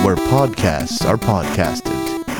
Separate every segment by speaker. Speaker 1: podcasts are podcasted.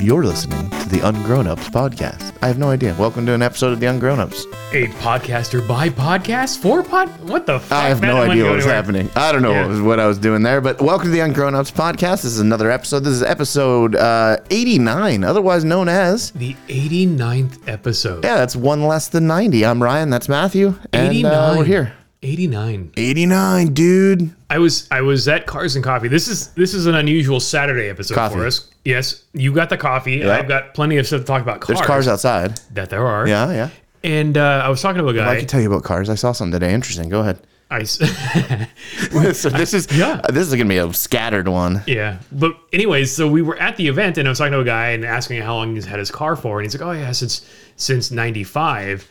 Speaker 1: You're listening to the Ungrown Ups podcast. I have no idea. Welcome to an episode of the Ungrown Ups.
Speaker 2: A podcaster by podcast for pod. What the? Fuck?
Speaker 1: I have
Speaker 2: That
Speaker 1: no
Speaker 2: wouldn't
Speaker 1: idea
Speaker 2: go
Speaker 1: what was
Speaker 2: anywhere.
Speaker 1: happening. I don't know what,
Speaker 2: Yeah.
Speaker 1: was, what I was doing there, but welcome to the Ungrown Ups podcast. This is another episode. This is episode uh, 89, otherwise known as.
Speaker 2: The 89th episode.
Speaker 1: Yeah, that's one less than 90. I'm Ryan. That's Matthew. And uh, we're here.
Speaker 2: 89.
Speaker 1: 89, dude.
Speaker 2: I was I was at Cars and Coffee. This is this is an unusual Saturday episode
Speaker 1: Coffee.
Speaker 2: for us. Yes, you got the coffee. and
Speaker 1: Yeah.
Speaker 2: I've got plenty of stuff to talk about cars.
Speaker 1: There's cars outside.
Speaker 2: that there are.
Speaker 1: Yeah, yeah.
Speaker 2: And uh, I was talking to a
Speaker 1: I,
Speaker 2: guy.
Speaker 1: can tell you about cars. I saw some today. Interesting. Go ahead.
Speaker 2: I s-
Speaker 1: so this is
Speaker 2: yeah.
Speaker 1: this is gonna be a scattered one.
Speaker 2: Yeah. But anyways, so we were at the event and I was talking to a guy and asking how long he's had his car for. And he's like, oh, yeah, since since 95.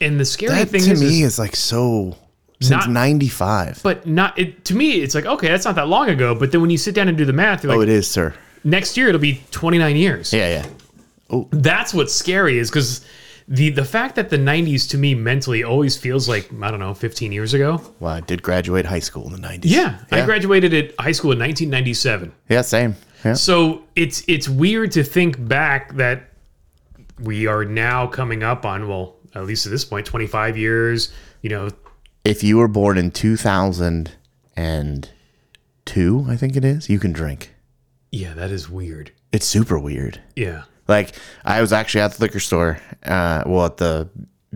Speaker 2: And the scary
Speaker 1: That
Speaker 2: thing
Speaker 1: to
Speaker 2: is, is-
Speaker 1: me is like so since
Speaker 2: Not-
Speaker 1: '95.
Speaker 2: but not it, to me, it's like, okay, that's not that long ago. But then when you sit down and do the math, you're
Speaker 1: Oh,
Speaker 2: like,
Speaker 1: it is, sir.
Speaker 2: next year it'll be 29 years.
Speaker 1: Yeah, yeah.
Speaker 2: That's what's scary is because the, the fact that the 90s to me mentally always feels like, I don't know, 15 years ago.
Speaker 1: Well, I did graduate high school in the '90s.
Speaker 2: Yeah. I
Speaker 1: yeah,
Speaker 2: graduated at high school in 1997.
Speaker 1: yeah same. Yeah.
Speaker 2: So it's it's weird to think back that we are now coming up on well, at least at this point, twenty five years. You know,
Speaker 1: If you were born in 2002, I think it is, you can drink.
Speaker 2: yeah, that is weird.
Speaker 1: It's super weird.
Speaker 2: Yeah,
Speaker 1: Like I was actually at the liquor store, uh, well, at the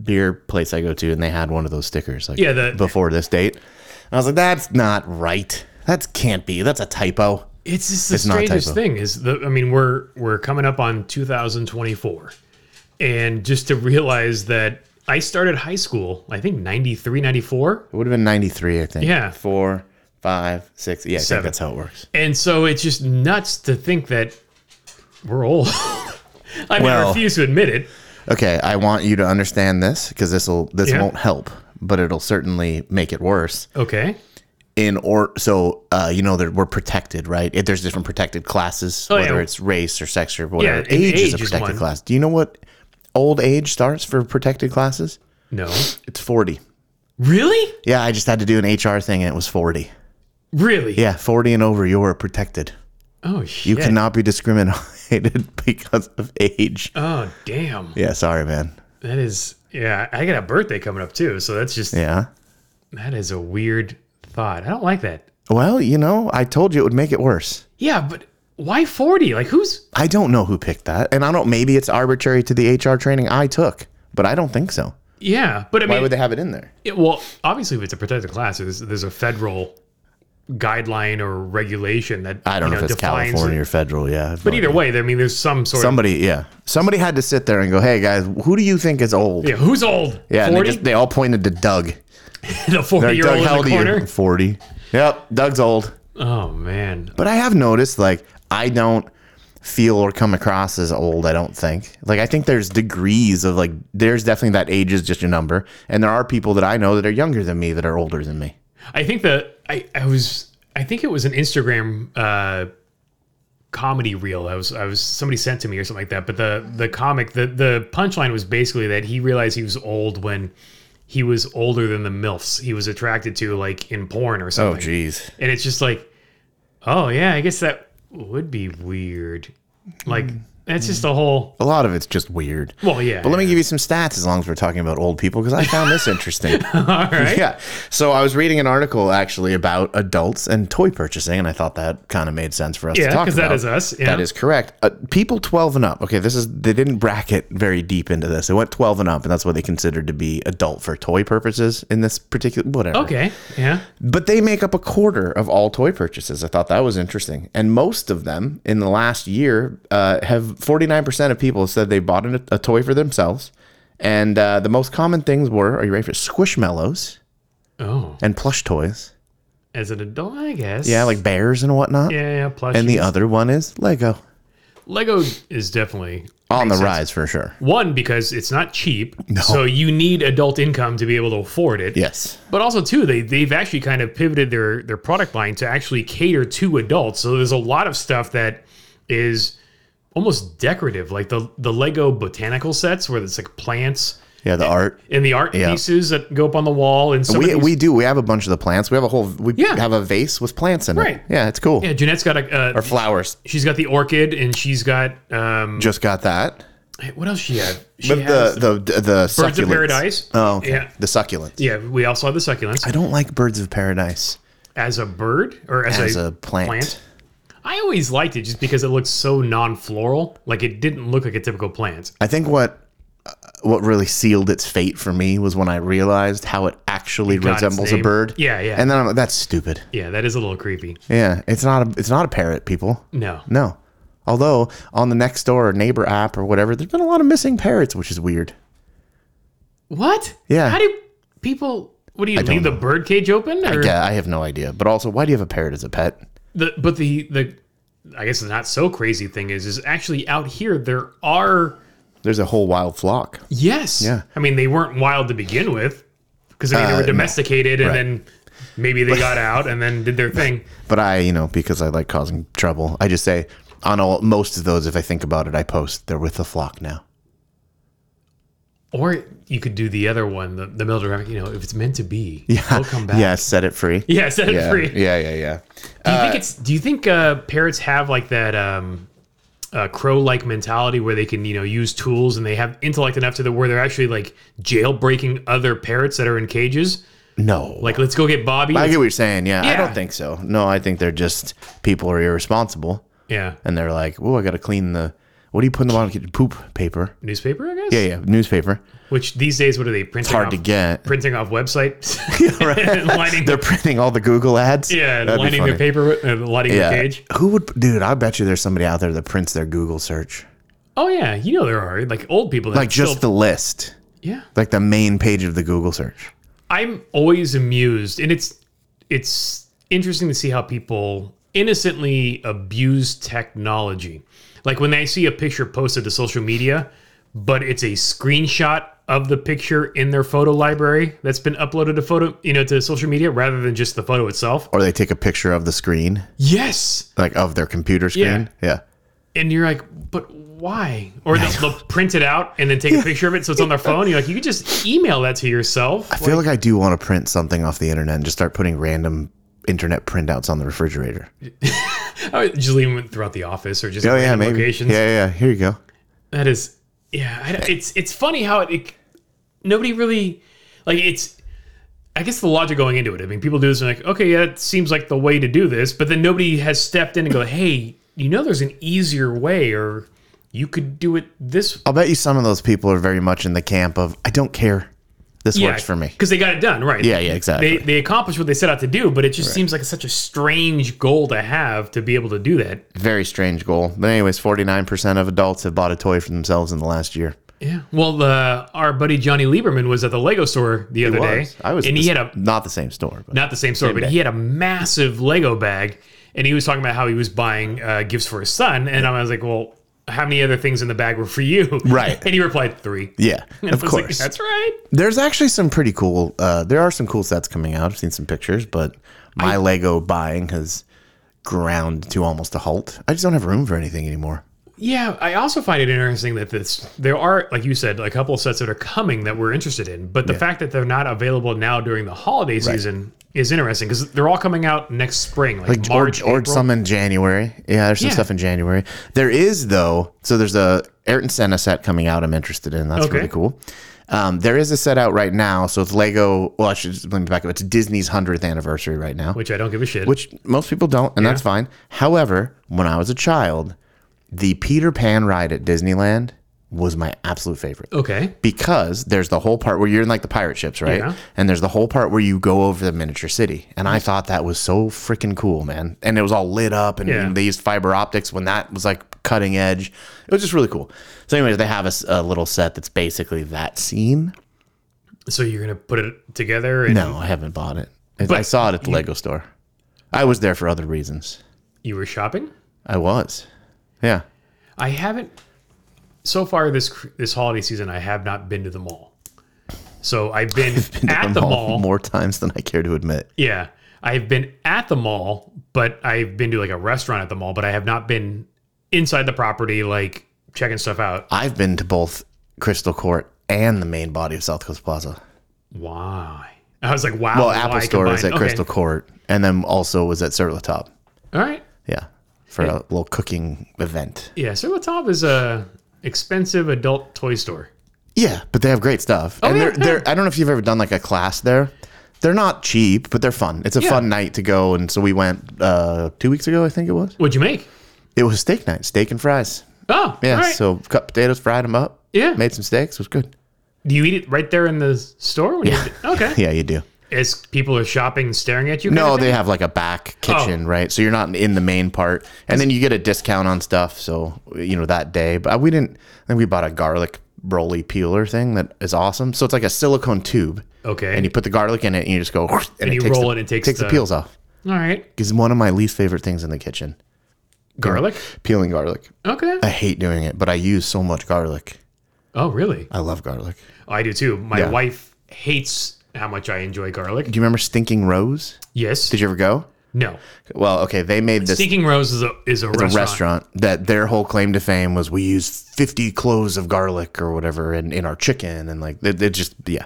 Speaker 1: beer place I go to, and they had one of those stickers, like
Speaker 2: Yeah, the-
Speaker 1: before this date. And I was like, that's not right. That can't be. That's a typo.
Speaker 2: it's just the
Speaker 1: not
Speaker 2: strangest
Speaker 1: typo.
Speaker 2: thing is the. I mean, we're we're coming up on two thousand twenty four, and just to realize that I started high school, I think 93, 94.
Speaker 1: It would have been ninety three, I think.
Speaker 2: Yeah.
Speaker 1: four, five, six. Yeah, I
Speaker 2: Seven.
Speaker 1: think that's how it works.
Speaker 2: and so it's just nuts to think that we're old. I mean, I
Speaker 1: Well-
Speaker 2: refuse to admit it.
Speaker 1: Okay, I want you to understand this because this will this
Speaker 2: Yeah.
Speaker 1: won't help, but it'll certainly make it worse.
Speaker 2: Okay.
Speaker 1: in or so uh, you know that we're protected, right? If there's different protected classes,
Speaker 2: Oh, yeah.
Speaker 1: whether it's race or sex or whatever.
Speaker 2: and
Speaker 1: age, is
Speaker 2: age
Speaker 1: a
Speaker 2: is
Speaker 1: protected
Speaker 2: one.
Speaker 1: class. Do you know what old age starts for protected classes?
Speaker 2: No.
Speaker 1: It's forty.
Speaker 2: Really?
Speaker 1: Yeah, I just had to do an HR thing and it was forty.
Speaker 2: Really?
Speaker 1: Yeah, forty and over, you are protected.
Speaker 2: Oh shit.
Speaker 1: You cannot be discriminated because of age.
Speaker 2: Oh damn.
Speaker 1: Yeah, sorry, man.
Speaker 2: That is yeah, I got a birthday coming up too, so that's just
Speaker 1: Yeah.
Speaker 2: that is a weird thought. I don't like that.
Speaker 1: Well, you know, I told you it would make it worse.
Speaker 2: Yeah, but why 40? Like who's
Speaker 1: I don't know who picked that, and I don't. Maybe it's arbitrary to the HR training I took, but I don't think so.
Speaker 2: Yeah, but I
Speaker 1: Why
Speaker 2: mean
Speaker 1: would they have it in there?
Speaker 2: it- well, obviously if it's a protected class, there's, there's a federal guideline or regulation that
Speaker 1: I don't
Speaker 2: you
Speaker 1: know, if it's
Speaker 2: defines it.
Speaker 1: California or federal. Yeah,
Speaker 2: But either way, I mean there's some sort
Speaker 1: somebody, yeah, somebody had to sit there and go, "Hey guys, who do you think is old?"
Speaker 2: of Yeah, who's old?
Speaker 1: Yeah, and they,
Speaker 2: 40?
Speaker 1: just, they all pointed to Doug.
Speaker 2: the 40 year
Speaker 1: Doug,
Speaker 2: old in the corner.
Speaker 1: Forty. Yep, Doug's old.
Speaker 2: Oh man.
Speaker 1: But I have noticed, like, I don't feel or come across as old. I don't think. Like, I think there's degrees of like, there's definitely that age is just a number, and there are people that I know that are younger than me that are older than me.
Speaker 2: I think the I, I was I think it was an Instagram uh, comedy reel. I was I was somebody sent to me or something like that. But the the comic the the punchline was basically that he realized he was old when he was older than the milfs he was attracted to, like in porn
Speaker 1: Oh,
Speaker 2: or something.
Speaker 1: jeez.
Speaker 2: and it's just like, oh yeah, I guess that would be weird. Like that's just the whole.
Speaker 1: A lot of it's just weird.
Speaker 2: Well, yeah.
Speaker 1: But let me give you some stats as long as we're talking about old people because I found this interesting.
Speaker 2: All right.
Speaker 1: Yeah. So I was reading an article actually about adults and toy purchasing, and I thought that kind of made sense for us
Speaker 2: Yeah,
Speaker 1: to talk
Speaker 2: because
Speaker 1: about.
Speaker 2: that is us. Yeah.
Speaker 1: That is correct. Uh, people 12 and up. Okay, this is they didn't bracket very deep into this. They went 12 and up, and that's what they considered to be adult for toy purposes in this particular whatever.
Speaker 2: okay. Yeah.
Speaker 1: But they make up a quarter of all toy purchases. I thought that was interesting. And most of them in the last year uh, have 49% of people said they bought an, a toy for themselves. And uh, the most common things were, are you ready for it? Squishmallows
Speaker 2: Oh,
Speaker 1: and plush toys.
Speaker 2: as an adult, I guess.
Speaker 1: Yeah, like bears and whatnot.
Speaker 2: yeah, yeah. Plus,
Speaker 1: And the other one is Lego.
Speaker 2: Lego is definitely
Speaker 1: On the
Speaker 2: makes sense.
Speaker 1: rise for sure.
Speaker 2: One because it's not cheap, so you need adult income to be able to afford it.
Speaker 1: Yes.
Speaker 2: But also too, they they've actually kind of pivoted their their product line to actually cater to adults. So there's a lot of stuff that is almost decorative, like the the Lego botanical sets where it's like plants
Speaker 1: Yeah, the art.
Speaker 2: and the art
Speaker 1: Yeah.
Speaker 2: pieces that go up on the wall and some of
Speaker 1: We,
Speaker 2: these-
Speaker 1: we do. We have a bunch of the plants. We have a whole. We
Speaker 2: Yeah.
Speaker 1: have a vase with plants in
Speaker 2: Right.
Speaker 1: it. Yeah, it's cool.
Speaker 2: yeah, Jeanette's got a uh,
Speaker 1: Or flowers.
Speaker 2: she's got the orchid and she's got um
Speaker 1: Just got that.
Speaker 2: what else she had? She
Speaker 1: But
Speaker 2: has
Speaker 1: the the the, the
Speaker 2: Birds of
Speaker 1: succulents.
Speaker 2: Paradise.
Speaker 1: Oh, okay.
Speaker 2: Yeah.
Speaker 1: The succulents.
Speaker 2: Yeah, we also have the succulents
Speaker 1: I don't like birds of paradise
Speaker 2: as a bird or as,
Speaker 1: as
Speaker 2: a,
Speaker 1: a plant.
Speaker 2: plant. I always liked it just because it looked so non-floral. Like it didn't look like a typical plant.
Speaker 1: I think what what really sealed its fate for me was when I realized how it actually
Speaker 2: got its
Speaker 1: resembles a
Speaker 2: name.
Speaker 1: bird.
Speaker 2: Yeah, yeah.
Speaker 1: And then I'm like, that's stupid.
Speaker 2: Yeah, that is a little creepy.
Speaker 1: Yeah, it's not a it's not a parrot, people.
Speaker 2: No.
Speaker 1: No. Although on the next door neighbor app or whatever, there's been a lot of missing parrots, which is weird.
Speaker 2: What?
Speaker 1: Yeah.
Speaker 2: How do people? What do you leave the bird cage open? Or
Speaker 1: Yeah, I have no idea. But also, why do you have a parrot as a pet?
Speaker 2: the but the the I guess the not so crazy thing is is actually out here there are
Speaker 1: There's a whole wild flock.
Speaker 2: yes
Speaker 1: Yeah. Uh,
Speaker 2: I mean they weren't wild to begin with because I mean they were domesticated and then maybe they got out and then did their thing.
Speaker 1: But I, you know, because I like causing trouble, I just say on all most of those, if I think about it, I post they're with the flock now.
Speaker 2: Or you could do the other one, the, the melodramatic, you know, if it's meant to be, they'll come back.
Speaker 1: Yeah, set it free.
Speaker 2: Yeah, set it
Speaker 1: yeah,
Speaker 2: free.
Speaker 1: yeah, yeah, yeah.
Speaker 2: Do you think it's do you think uh, parrots have like that um, uh, crow like mentality where they can, you know, use tools and they have intellect enough to the where they're actually like jailbreaking other parrots that are in cages?
Speaker 1: No,
Speaker 2: Like, let's go get Bobby.
Speaker 1: I
Speaker 2: let's-
Speaker 1: get what you're saying. Yeah, I
Speaker 2: Yeah.
Speaker 1: don't think so. No, I think they're just people are irresponsible,
Speaker 2: yeah.
Speaker 1: and they're like, "Oh, I got to clean the what are you putting them on? Poop paper?
Speaker 2: Newspaper, I guess?
Speaker 1: Yeah, yeah, newspaper.
Speaker 2: Which these days what are they printing
Speaker 1: Hard
Speaker 2: off
Speaker 1: to get.
Speaker 2: printing off websites? And lining
Speaker 1: They're printing all the Google ads.
Speaker 2: yeah,
Speaker 1: That'd be
Speaker 2: lining their
Speaker 1: funny.
Speaker 2: paper with- uh, lining
Speaker 1: Yeah.
Speaker 2: their cage.
Speaker 1: Who would, dude? I bet you there's somebody out there that prints their Google search,
Speaker 2: Oh yeah, you know there are like old people that
Speaker 1: like just
Speaker 2: still,
Speaker 1: the list,
Speaker 2: yeah.
Speaker 1: like the main page of the Google search.
Speaker 2: I'm always amused, and it's it's interesting to see how people innocently abuse technology. Like when they see a picture posted to social media, but it's a screenshot of the picture in their photo library that's been uploaded to photo, you know, to social media rather than just the photo itself.
Speaker 1: or they take a picture of the screen,
Speaker 2: Yes,
Speaker 1: like of their computer screen. Yeah.
Speaker 2: and you're like, but why? Or they'll, they'll print it out and then take a picture of it so it's on their phone. You're like, you could just email that to yourself.
Speaker 1: I feel like I do want to print something off the internet and just start putting random internet printouts on the refrigerator.
Speaker 2: I would just leave them throughout the office or just
Speaker 1: Oh yeah,
Speaker 2: random
Speaker 1: maybe.
Speaker 2: locations.
Speaker 1: Yeah, yeah, yeah. Here you go.
Speaker 2: That is, yeah. I, don't- it's it's funny how it, it. Nobody really like it's. I guess the logic going into it. I mean, people do this and like, okay, yeah, it seems like the way to do this, but then nobody has stepped in and go, hey, you know, there's an easier way, or you could do it this.
Speaker 1: I'll bet you some of those people are very much in the camp of I don't care. This works for me.
Speaker 2: because they got it done right.
Speaker 1: Yeah, yeah, exactly.
Speaker 2: They, they accomplished what they set out to do, but it just seems like it's such a strange goal to have to be able to do that.
Speaker 1: Very strange goal. But anyways, 49% of adults have bought a toy for themselves in the last year.
Speaker 2: Yeah. Well, uh, our buddy Johnny Lieberman was at the Lego store the other day.
Speaker 1: I was
Speaker 2: and he had a
Speaker 1: not the same store, but
Speaker 2: not the same store, but he had a massive Lego bag, and he was talking about how he was buying uh, gifts for his son, and I was like, well, how many other things in the bag were for you?
Speaker 1: Right.
Speaker 2: And he replied three.
Speaker 1: yeah,
Speaker 2: And
Speaker 1: of
Speaker 2: I was like,
Speaker 1: course.
Speaker 2: That's right.
Speaker 1: There's actually some pretty cool. Uh, there are some cool sets coming out. I've seen some pictures, but my Lego buying has ground to almost a halt. I just don't have room for anything anymore.
Speaker 2: Yeah, I also find it interesting that this there are, like you said, a couple of sets that are coming that we're interested in, but the fact that they're not available now during the holiday season is interesting because they're all coming out next spring, like,
Speaker 1: Or-
Speaker 2: March,
Speaker 1: or,
Speaker 2: April.
Speaker 1: some in January. Yeah, there's some
Speaker 2: Yeah.
Speaker 1: stuff in January. There is though. So there's a Ayrton Senna set coming out. I'm interested in. That's
Speaker 2: Okay.
Speaker 1: really cool. Um, there is a set out right now. So it's Lego. Well, I should let me back up. It's Disney's hundredth anniversary right now.
Speaker 2: which I don't give a shit.
Speaker 1: which most people don't, and that's fine. However, when I was a child, the Peter Pan ride at Disneyland was my absolute favorite
Speaker 2: okay,
Speaker 1: because there's the whole part where you're in like the pirate ships, right?
Speaker 2: Yeah.
Speaker 1: And there's the whole part where you go over the miniature city, and I thought that was so freaking cool, man. And it was all lit up, and
Speaker 2: Yeah.
Speaker 1: they used fiber optics when that was like cutting edge. It was just really cool. So, anyways, they have a s a a little set that's basically that scene.
Speaker 2: so you're gonna put it together and
Speaker 1: No, I haven't bought it. I saw it at the Lego store. I was there for other reasons.
Speaker 2: you were shopping.
Speaker 1: I was. Yeah.
Speaker 2: I haven't so far this cr- this holiday season. I have not been to the mall. So I've been, at the mall.
Speaker 1: more times than I care to admit.
Speaker 2: Yeah, I've been at the mall, but I've been to like a restaurant at the mall, but I have not been inside the property like checking stuff out.
Speaker 1: I've been to both Crystal Court and the main body of South Coast Plaza.
Speaker 2: Why? Oh, I was like, wow.
Speaker 1: Well,
Speaker 2: why
Speaker 1: Oh, Apple Store is at
Speaker 2: combined? Okay.
Speaker 1: Crystal Court, and then also was at Sur La Table.
Speaker 2: All right.
Speaker 1: Yeah, for a little cooking event.
Speaker 2: Yeah, Circle Top is a expensive adult toy store.
Speaker 1: Yeah, but they have great stuff. and
Speaker 2: Oh, yeah,
Speaker 1: they're, they're I don't know if you've ever done like a class there. They're not cheap, but they're fun. It's a fun night to go. And so we went uh, two weeks ago, I think it was.
Speaker 2: What'd you make?
Speaker 1: It was steak night, steak and fries.
Speaker 2: Oh,
Speaker 1: Yeah,
Speaker 2: all right.
Speaker 1: so cut potatoes, fried them up.
Speaker 2: Yeah.
Speaker 1: made some steaks. Was good.
Speaker 2: Do you eat it right there in the s- store? When yeah. You, okay.
Speaker 1: Yeah, you do.
Speaker 2: As people are shopping and staring at you? kind
Speaker 1: No,
Speaker 2: of thing?
Speaker 1: they have like a back kitchen,
Speaker 2: Oh.
Speaker 1: right? So you're not in the main part, and then you get a discount on stuff. So you know that day, but we didn't. I think we bought a garlic broly peeler thing that is awesome. So it's like a silicone tube,
Speaker 2: Okay.
Speaker 1: and you put the garlic in it, and you just go, and,
Speaker 2: you
Speaker 1: takes
Speaker 2: roll
Speaker 1: the,
Speaker 2: it, it takes
Speaker 1: takes the
Speaker 2: the-
Speaker 1: peels off.
Speaker 2: all right.
Speaker 1: Is one of my least favorite things in the kitchen.
Speaker 2: Garlic?
Speaker 1: Peeling garlic.
Speaker 2: Okay.
Speaker 1: I hate doing it, but I use so much garlic.
Speaker 2: Oh, really? Oh,
Speaker 1: I love garlic.
Speaker 2: I do too. My
Speaker 1: Yeah.
Speaker 2: wife hates how much I enjoy garlic.
Speaker 1: Do you remember Stinking Rose?
Speaker 2: Yes.
Speaker 1: Did you ever go?
Speaker 2: no.
Speaker 1: Well, okay, they made this
Speaker 2: Stinking Rose is a, is a restaurant.
Speaker 1: restaurant. that their whole claim to fame was we use 50 cloves of garlic or whatever in, in our chicken and like they, they just yeah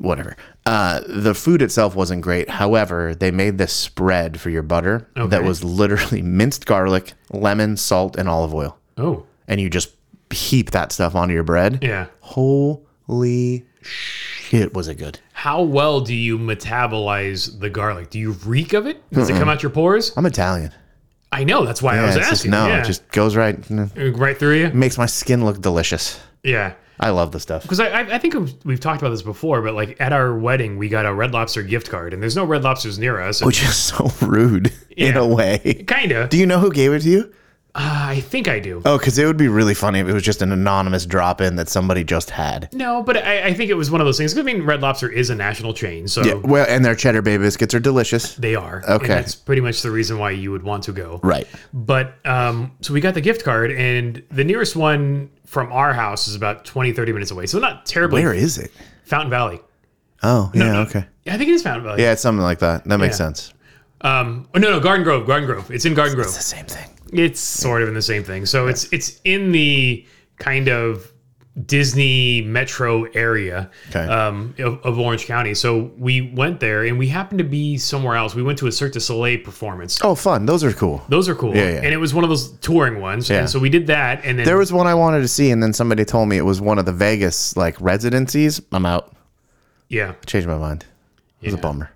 Speaker 1: whatever uh, the food itself wasn't great however they made this spread for your butter that
Speaker 2: Okay.
Speaker 1: was literally minced garlic lemon salt and olive oil
Speaker 2: Oh,
Speaker 1: and you just heap that stuff onto your bread
Speaker 2: yeah.
Speaker 1: holy shit was it good
Speaker 2: How well do you metabolize the garlic? Do you reek of it? Does it come out your pores?
Speaker 1: i'm italian
Speaker 2: I know. That's why I
Speaker 1: Yeah,
Speaker 2: was
Speaker 1: it's just-
Speaker 2: asking.
Speaker 1: no
Speaker 2: yeah. Uh,
Speaker 1: it just Mm. goes right
Speaker 2: right through you.
Speaker 1: makes my skin look delicious
Speaker 2: Yeah.
Speaker 1: i love the stuff
Speaker 2: Because I, I I think we've talked about this before, but like at our wedding, we got a Red Lobster gift card, and there's no Red Lobsters near us. and-
Speaker 1: which is so rude in a way.
Speaker 2: Kinda.
Speaker 1: Do you know who gave it to you?
Speaker 2: Uh, I think I do.
Speaker 1: Oh, because it would be really funny if it was just an anonymous drop in that somebody just had.
Speaker 2: No, but I, I think it was one of those things. 'Cause, I mean, Red Lobster is a national chain, so
Speaker 1: Well, and their cheddar bay biscuits are delicious.
Speaker 2: they are.
Speaker 1: Okay.
Speaker 2: And that's pretty much the reason why you would want to go.
Speaker 1: Right.
Speaker 2: But um, so we got the gift card, and the nearest one from our house is about 20, 30 minutes away. So not terribly.
Speaker 1: Where is it?
Speaker 2: Fountain Valley.
Speaker 1: Oh, yeah, okay.
Speaker 2: Yeah, I think it is Fountain Valley.
Speaker 1: Yeah, it's something like that. That makes
Speaker 2: Yeah.
Speaker 1: sense.
Speaker 2: Um, oh, no, no, Garden Grove. Garden Grove. It's in Garden Grove.
Speaker 1: The same thing.
Speaker 2: It's sort of in the same thing. So it's it's in the kind of Disney metro area
Speaker 1: Okay.
Speaker 2: um, of, of Orange County. So we went there, and we happened to be somewhere else. We went to a Cirque du Soleil performance.
Speaker 1: Oh, fun. Those are cool.
Speaker 2: Those are cool.
Speaker 1: Yeah, yeah.
Speaker 2: And it was one of those touring ones.
Speaker 1: Yeah.
Speaker 2: And so we did that, and then
Speaker 1: There was one I wanted to see, and then somebody told me it was one of the Vegas like residencies. I'm out.
Speaker 2: yeah.
Speaker 1: Changed my mind. It was a
Speaker 2: Yeah.
Speaker 1: bummer.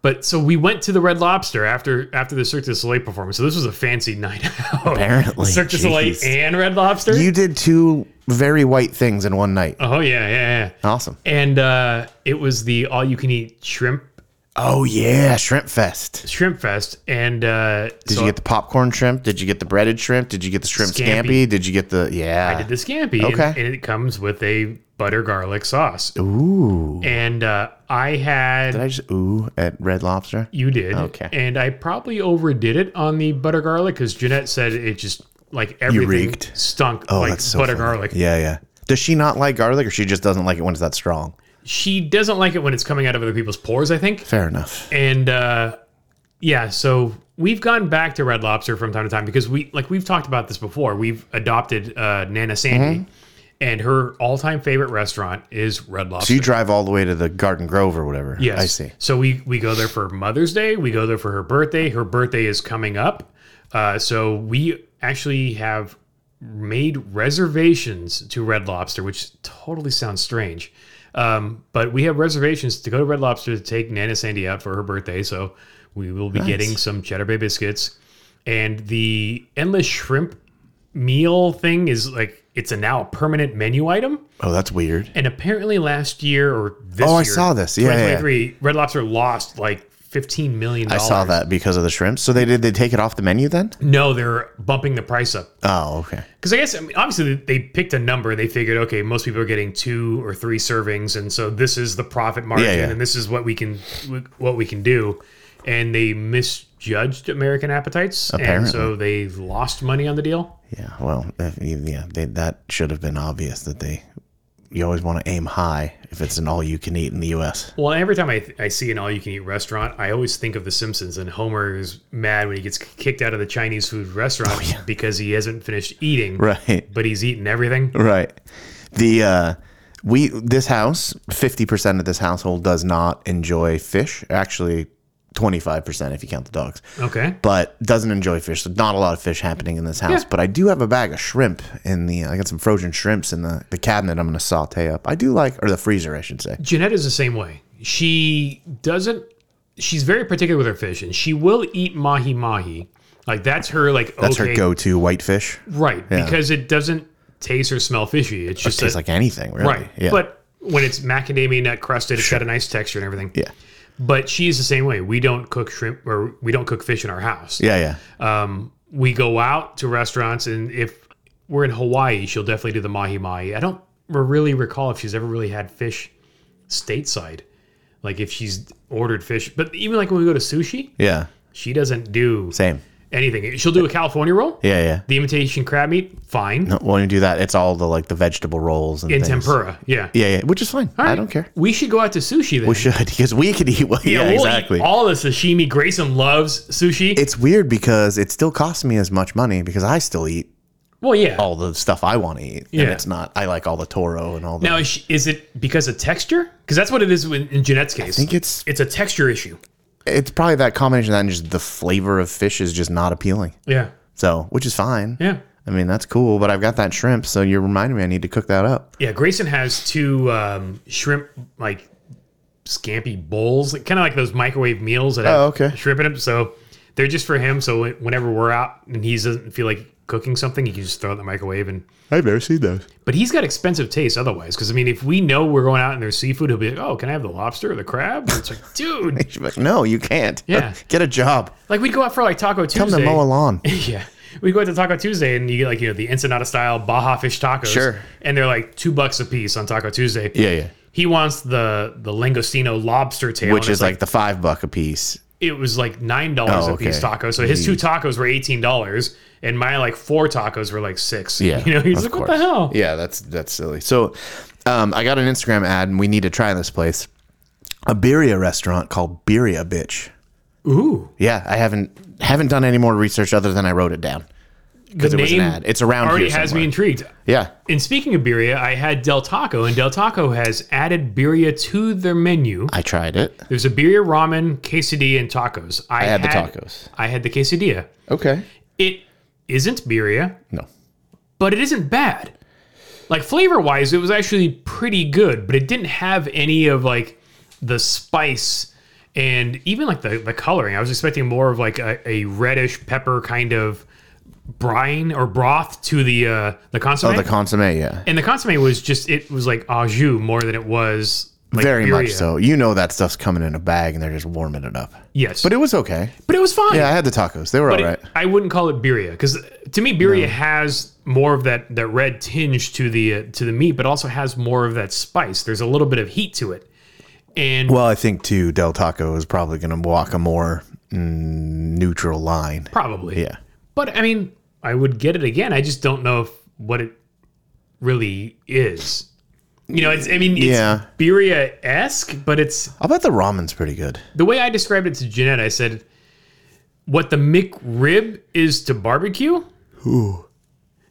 Speaker 2: But so we went to the Red Lobster after after the Cirque du Soleil performance. So this was a fancy night out.
Speaker 1: Apparently,
Speaker 2: Cirque du Soleil
Speaker 1: jeez.
Speaker 2: and Red Lobster.
Speaker 1: You did two very white things in one night.
Speaker 2: oh yeah, yeah, yeah.
Speaker 1: Awesome.
Speaker 2: And uh, it was the all you can eat shrimp
Speaker 1: Oh yeah, Shrimp Fest.
Speaker 2: shrimp fest, and uh,
Speaker 1: Did
Speaker 2: so
Speaker 1: you get the popcorn shrimp? Did you get the breaded shrimp? Did you get the shrimp scampi?
Speaker 2: Scampi.
Speaker 1: Did you get the yeah?
Speaker 2: I did the scampi.
Speaker 1: Okay.
Speaker 2: and, and it comes with a butter garlic sauce.
Speaker 1: ooh.
Speaker 2: And uh, I had
Speaker 1: Did I just ooh at Red Lobster?
Speaker 2: you did
Speaker 1: Okay.
Speaker 2: and I probably overdid it on the butter garlic because Jeanette said it just like everything
Speaker 1: reeked. Oh,
Speaker 2: stunk like butter
Speaker 1: funny.
Speaker 2: garlic.
Speaker 1: Yeah, yeah. Does she not like garlic, or she just doesn't like it when it's that strong?
Speaker 2: She doesn't like it when it's coming out of other people's pores. I think.
Speaker 1: Fair enough.
Speaker 2: and uh, yeah, so we've gone back to Red Lobster from time to time because we like we've talked about this before. We've adopted uh, Nana Sandy, and her all-time favorite restaurant is Red
Speaker 1: So
Speaker 2: Lobster.
Speaker 1: you drive all the way to the Garden Grove or whatever.
Speaker 2: Yes.
Speaker 1: I see.
Speaker 2: So we we go there for Mother's Day. We go there for her birthday. Her birthday is coming up, uh, so we actually have made reservations to Red Lobster, which totally sounds strange. Um, but we have reservations to go to Red Lobster to take Nana Sandy out for her birthday. So we will be getting some Cheddar Bay biscuits, and the endless shrimp meal thing is like it's a now permanent menu item.
Speaker 1: Oh, that's weird.
Speaker 2: And apparently last year or this
Speaker 1: Oh, I
Speaker 2: year,
Speaker 1: saw this. Yeah, yeah, yeah.
Speaker 2: 2023, Red Lobster lost like fifteen million.
Speaker 1: I saw that because of the shrimp. So they did they take it off the menu then?
Speaker 2: No, they're bumping the price up
Speaker 1: Oh, okay.
Speaker 2: because I guess I mean, obviously they picked a number. They figured, okay, most people are getting two or three servings, and so this is the profit margin,
Speaker 1: Yeah, yeah.
Speaker 2: and this is what we can what we can do. And they misjudged American appetites, and so they lost money on the deal.
Speaker 1: Yeah. Well, if you- yeah. They, that should have been obvious that they. You always want to aim high if it's an all you can eat in the U.S.
Speaker 2: Well, every time I, I see an all-you-can-eat restaurant, I always think of The Simpsons, and Homer is mad when he gets kicked out of the Chinese food restaurant because he hasn't finished eating,
Speaker 1: Oh, Right.
Speaker 2: but he's eaten everything.
Speaker 1: Right. The uh we this house 50% of this household does not enjoy fish actually 25% if you count the dogs
Speaker 2: Okay.
Speaker 1: but doesn't enjoy fish so not a lot of fish happening in this house
Speaker 2: Yeah.
Speaker 1: but i do have a bag of shrimp in the i got some frozen shrimps in the, the cabinet i'm going to saute up i do like or the freezer i should say
Speaker 2: Jeanette is the same way. She doesn't. She's very particular with her fish, and she will eat mahi mahi. Like that's her like
Speaker 1: that's
Speaker 2: okay,
Speaker 1: her go-to whitefish
Speaker 2: right? Because it doesn't taste or smell fishy. It's just
Speaker 1: tastes
Speaker 2: a,
Speaker 1: like anything really
Speaker 2: right.
Speaker 1: yeah
Speaker 2: But when it's macadamia nut crusted, it's got a nice texture and everything.
Speaker 1: yeah
Speaker 2: But she is the same way. We don't cook shrimp or we don't cook fish in our house.
Speaker 1: yeah yeah
Speaker 2: Um, we go out to restaurants, and if we're in Hawaii, she'll definitely do the mahi mahi. I don't re- really recall if she's ever really had fish stateside, like if she's ordered fish. But even like when we go to sushi,
Speaker 1: yeah
Speaker 2: she doesn't do
Speaker 1: same
Speaker 2: anything. She'll do a California roll,
Speaker 1: yeah yeah
Speaker 2: the imitation crab meat, fine,
Speaker 1: when you do that it's all the like the vegetable rolls and
Speaker 2: in
Speaker 1: things.
Speaker 2: tempura, yeah.
Speaker 1: yeah yeah which is fine i
Speaker 2: right.
Speaker 1: don't care
Speaker 2: We should go out to sushi then.
Speaker 1: we should because we could eat well yeah,
Speaker 2: we'll eat
Speaker 1: exactly
Speaker 2: all the sashimi. Grayson loves sushi.
Speaker 1: it's weird because it still costs me as much money because I still eat
Speaker 2: well, yeah.
Speaker 1: all the stuff I want to eat. And
Speaker 2: Yeah.
Speaker 1: it's not, I like all the Toro and all the.
Speaker 2: Now, is, she- is it because of texture? Because that's what it is in, in Jeanette's
Speaker 1: I
Speaker 2: case.
Speaker 1: think it's,
Speaker 2: it's a texture issue.
Speaker 1: it's probably that combination of that and just the flavor of fish is just not appealing.
Speaker 2: Yeah.
Speaker 1: So, which is fine.
Speaker 2: Yeah.
Speaker 1: I mean, that's cool, but I've got that shrimp. So you're reminding me I need to cook that up.
Speaker 2: Yeah. Grayson has two um, shrimp, like scampi bowls, kind of like those microwave meals that have
Speaker 1: Oh, okay.
Speaker 2: shrimp in them. So they're just for him. So when- whenever we're out and he doesn't feel like cooking something, he can just throw it in the microwave. And
Speaker 1: I've never seen those.
Speaker 2: But he's got expensive taste otherwise. Because I mean, if we know we're going out and there's seafood, he'll be like, oh, can I have the lobster or the crab? And it's like, dude,
Speaker 1: She's like, no, you can't.
Speaker 2: Yeah.
Speaker 1: Get a job.
Speaker 2: like we'd go out for like Taco Tuesday.
Speaker 1: Come to mow a lawn.
Speaker 2: Yeah. We go out to Taco Tuesday and you get like, you know, the ensenada style Baja fish tacos.
Speaker 1: Sure.
Speaker 2: And they're like two bucks a piece on Taco Tuesday.
Speaker 1: Yeah, yeah.
Speaker 2: He wants the the Langostino lobster tail.
Speaker 1: Which
Speaker 2: and
Speaker 1: is
Speaker 2: it's
Speaker 1: like, the five buck a piece.
Speaker 2: it was like nine dollars
Speaker 1: Oh,
Speaker 2: a piece
Speaker 1: okay.
Speaker 2: taco. So his two tacos were eighteen dollars and my like four tacos were like six.
Speaker 1: Yeah,
Speaker 2: You know, he's
Speaker 1: of
Speaker 2: like, What
Speaker 1: course.
Speaker 2: the hell?
Speaker 1: Yeah, that's that's silly. So, um, I got an Instagram ad, and we need to try this place, a birria restaurant called Birria Bitch.
Speaker 2: Ooh.
Speaker 1: Yeah, I haven't haven't done any more research other than I wrote it down because
Speaker 2: The
Speaker 1: it was an
Speaker 2: name
Speaker 1: ad. It's around
Speaker 2: Already
Speaker 1: here
Speaker 2: has
Speaker 1: somewhere.
Speaker 2: me intrigued.
Speaker 1: yeah,
Speaker 2: And speaking of birria, I had Del Taco, and Del Taco has added birria to their menu.
Speaker 1: I tried it.
Speaker 2: There's a birria, ramen, quesadilla, and tacos. I,
Speaker 1: had the tacos.
Speaker 2: I had the quesadilla.
Speaker 1: Okay.
Speaker 2: It isn't birria,
Speaker 1: No.
Speaker 2: but it isn't bad. Like flavor wise, it was actually pretty good, but it didn't have any of like the spice and even like the, the coloring. I was expecting more of like a, a reddish pepper kind of brine or broth to the uh, the consomme.
Speaker 1: Oh, the consomme, yeah.
Speaker 2: and the consomme was just it was like au jus more than it was like
Speaker 1: Very much
Speaker 2: birria.
Speaker 1: so. You know that stuff's coming in a bag, and they're just warming it up.
Speaker 2: Yes,
Speaker 1: But it was okay.
Speaker 2: but it was fine.
Speaker 1: Yeah, I had the tacos. They were all
Speaker 2: But
Speaker 1: right.
Speaker 2: it- I wouldn't call it birria because to me birria has more of that that red tinge to the uh, to the meat, but also has more of that spice. There's a little bit of heat to it, and
Speaker 1: Well, I think too, Del Taco is probably going to walk a more mm, neutral line.
Speaker 2: probably
Speaker 1: Yeah.
Speaker 2: But I mean, I would get it again. I just don't know if what it really is. You know, it's I mean, it's
Speaker 1: Yeah.
Speaker 2: birria esque, but it's
Speaker 1: I bet the ramen's pretty good.
Speaker 2: the way I described it to Jeanette. I said, "What the McRib is to barbecue,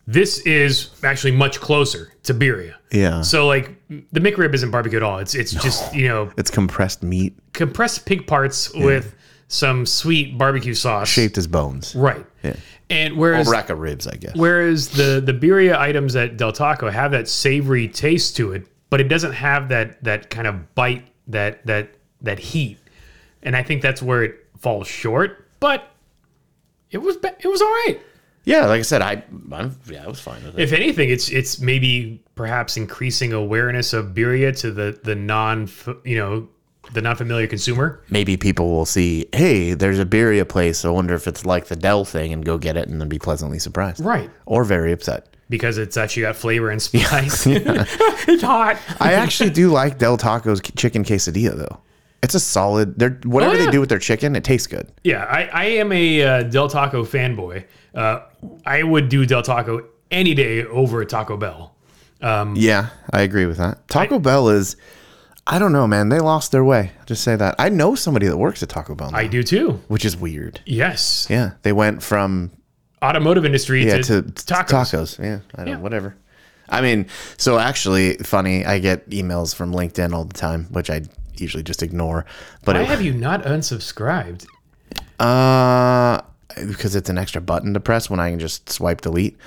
Speaker 2: this is actually much closer to birria."
Speaker 1: Yeah.
Speaker 2: So like the McRib isn't barbecue at all. It's it's just you know
Speaker 1: It's compressed meat
Speaker 2: compressed pig parts with some sweet barbecue sauce.
Speaker 1: shaped as bones.
Speaker 2: Right. And whereas
Speaker 1: Rack of ribs, I guess.
Speaker 2: whereas the the birria items at Del Taco have that savory taste to it, but it doesn't have that that kind of bite that that that heat. And I think that's where it falls short. But it was ba- it was all right.
Speaker 1: Yeah, like I said, I I'm, yeah, I was fine with it.
Speaker 2: If anything, it's it's maybe perhaps increasing awareness of birria to the the non you know the non familiar consumer.
Speaker 1: Maybe people will see, hey, there's a birria place. I wonder if it's like the Dell thing, and go get it, and then be pleasantly surprised,
Speaker 2: Right.
Speaker 1: Or very upset.
Speaker 2: Because it's actually got flavor and spice. it's hot.
Speaker 1: I actually do like Del Taco's k- chicken quesadilla though. It's a solid. They're whatever
Speaker 2: yeah.
Speaker 1: they do with their chicken, it tastes good.
Speaker 2: Yeah, I, I am a uh, Del Taco fanboy. Uh, I would do Del Taco any day over Taco Bell.
Speaker 1: Mm. Yeah, I agree with that. Taco Bell is, I don't know, man. They lost their way. I'll just say that. I know somebody that works at Taco Bell, now,
Speaker 2: I do too.
Speaker 1: which is weird.
Speaker 2: Yes.
Speaker 1: Yeah, they went from
Speaker 2: Automotive industry
Speaker 1: yeah to,
Speaker 2: to, tacos.
Speaker 1: tacos. Yeah, I don't, whatever. I mean, so actually, funny. I get emails from LinkedIn all the time, which I usually just ignore. But
Speaker 2: Why
Speaker 1: it,
Speaker 2: have you not unsubscribed?
Speaker 1: uh, because it's an extra button to press when I can just swipe delete.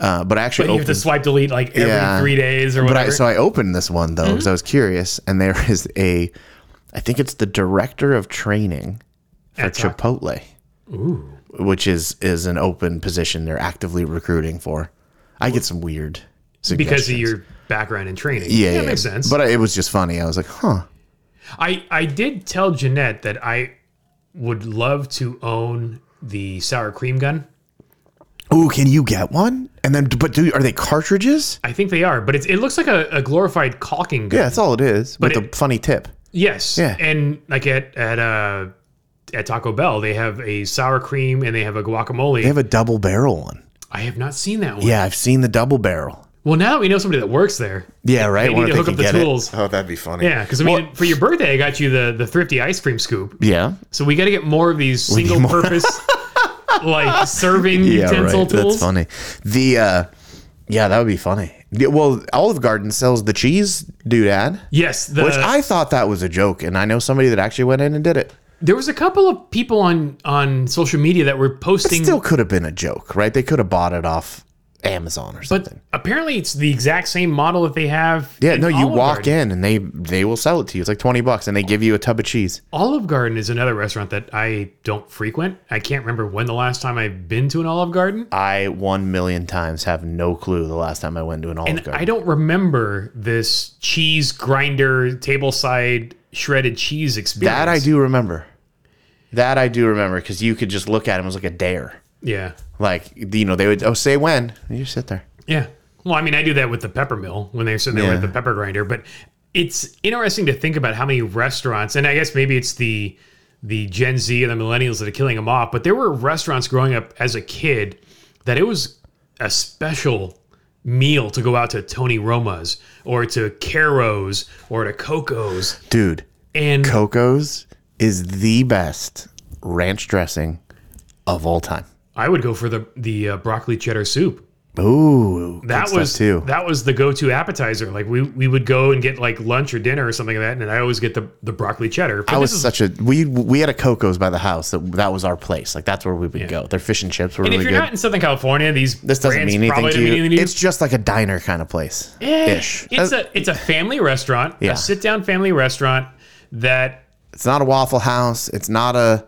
Speaker 1: Uh, but I actually
Speaker 2: You have
Speaker 1: opened-
Speaker 2: to swipe delete like every
Speaker 1: Yeah.
Speaker 2: three days or
Speaker 1: But
Speaker 2: whatever. Mm-hmm.
Speaker 1: I, so I opened this one though because I was curious, and there is a, I think it's the director of training for
Speaker 2: At Taco-
Speaker 1: Chipotle,
Speaker 2: Ooh.
Speaker 1: which is is an open position they're actively recruiting for. I get some weird suggestions.
Speaker 2: Because of your background and training.
Speaker 1: yeah,
Speaker 2: that
Speaker 1: yeah,
Speaker 2: makes sense.
Speaker 1: But I, it was just funny. I was like, huh.
Speaker 2: I, I did tell Jeanette that I would love to own the sour cream gun.
Speaker 1: Ooh, can you get one? And then, but do are they cartridges?
Speaker 2: I think they are, but it's, it looks like a, a glorified caulking gun.
Speaker 1: Yeah, that's all it is. But with
Speaker 2: it-
Speaker 1: a funny tip.
Speaker 2: Yes.
Speaker 1: Yeah.
Speaker 2: And like at at uh at Taco Bell, they have a sour cream and they have a guacamole.
Speaker 1: They have a double barrel one.
Speaker 2: I have not seen that one.
Speaker 1: Yeah, I've seen the double barrel.
Speaker 2: Well, now that we know somebody that works there,
Speaker 1: Yeah, right.
Speaker 2: they
Speaker 1: Wonder
Speaker 2: need to
Speaker 1: if
Speaker 2: hook
Speaker 1: can
Speaker 2: up the
Speaker 1: get it.
Speaker 2: tools.
Speaker 1: Oh, that'd be funny.
Speaker 2: Yeah, because I mean, for your birthday, I got you the the thrifty ice cream scoop.
Speaker 1: Yeah.
Speaker 2: So we got to get more of these single purpose like serving utensil
Speaker 1: That's
Speaker 2: tools.
Speaker 1: funny. The uh, yeah, that would be funny. Yeah, Well, Olive Garden sells the cheese doodad,
Speaker 2: Yes, the,
Speaker 1: which I thought that was a joke, and I know somebody that actually went in and did it.
Speaker 2: there was a couple of people on on social media that were posting,
Speaker 1: Still could have been a joke, right? They could have bought it off Amazon or
Speaker 2: but
Speaker 1: something.
Speaker 2: apparently it's the exact same model that they have.
Speaker 1: yeah, no, you walk in and they they will sell it to you. It's like twenty bucks, and they give you a tub of cheese.
Speaker 2: Olive Garden is another restaurant that I don't frequent. I can't remember when the last time I've been to an Olive Garden.
Speaker 1: I one million times have no clue the last time I went to an Olive
Speaker 2: And
Speaker 1: Garden.
Speaker 2: I don't remember this cheese grinder, tableside shredded cheese experience.
Speaker 1: that I do remember. That I do remember because you could just look at him as like a dare.
Speaker 2: Yeah.
Speaker 1: Like you know, they would oh say when and you sit there.
Speaker 2: Yeah. Well, I mean, I do that with the pepper mill when they're sitting there with
Speaker 1: Yeah.
Speaker 2: the pepper grinder, but it's interesting to think about how many restaurants, and I guess maybe it's the the Gen Z and the millennials that are killing them off, but there were restaurants growing up as a kid that it was a special meal to go out to Tony Roma's or to Caro's or to Coco's.
Speaker 1: Dude,
Speaker 2: And
Speaker 1: Coco's is the best ranch dressing of all time.
Speaker 2: I would go for the the uh, broccoli cheddar soup.
Speaker 1: Ooh, good
Speaker 2: that
Speaker 1: stuff
Speaker 2: was
Speaker 1: too.
Speaker 2: that was the go-to appetizer. Like we we would go and get like lunch or dinner or something like that, and I always get the the broccoli cheddar. But
Speaker 1: I was
Speaker 2: this is-
Speaker 1: such a we we had a Coco's by the house that that was our place. Like that's where we would go. Their fish and chips were
Speaker 2: and
Speaker 1: really
Speaker 2: if you're
Speaker 1: good.
Speaker 2: not in Southern California, these
Speaker 1: this doesn't
Speaker 2: brands
Speaker 1: mean anything
Speaker 2: probably
Speaker 1: to
Speaker 2: don't mean
Speaker 1: you.
Speaker 2: anything to
Speaker 1: It's just like a diner kind of place.
Speaker 2: Eh,
Speaker 1: Ish. Uh, It's,
Speaker 2: It's a it's a family restaurant,
Speaker 1: Yeah.
Speaker 2: a sit-down family restaurant that
Speaker 1: not a Waffle House. It's not a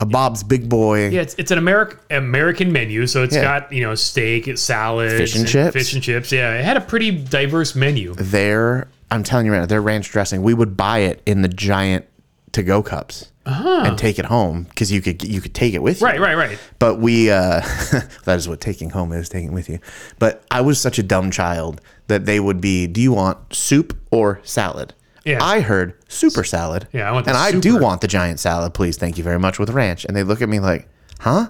Speaker 1: a Bob's Big Boy.
Speaker 2: yeah, it's, it's an American American menu, so it's
Speaker 1: Yeah.
Speaker 2: got you know steak, salad,
Speaker 1: Fish and chips.
Speaker 2: fish and chips. Yeah, it had a pretty diverse menu.
Speaker 1: Their I'm telling you right now, their ranch dressing. We would buy it in the giant to go cups and take it home because you could you could take it with you.
Speaker 2: Uh-huh. Right, right, right.
Speaker 1: but we uh, that is what taking home is taking with you but i was such a dumb child that they would be do you want soup or salad
Speaker 2: Yeah.
Speaker 1: i heard super salad
Speaker 2: Yeah, I want the
Speaker 1: and i do
Speaker 2: super.
Speaker 1: want the giant salad please thank you very much with ranch and they look at me like huh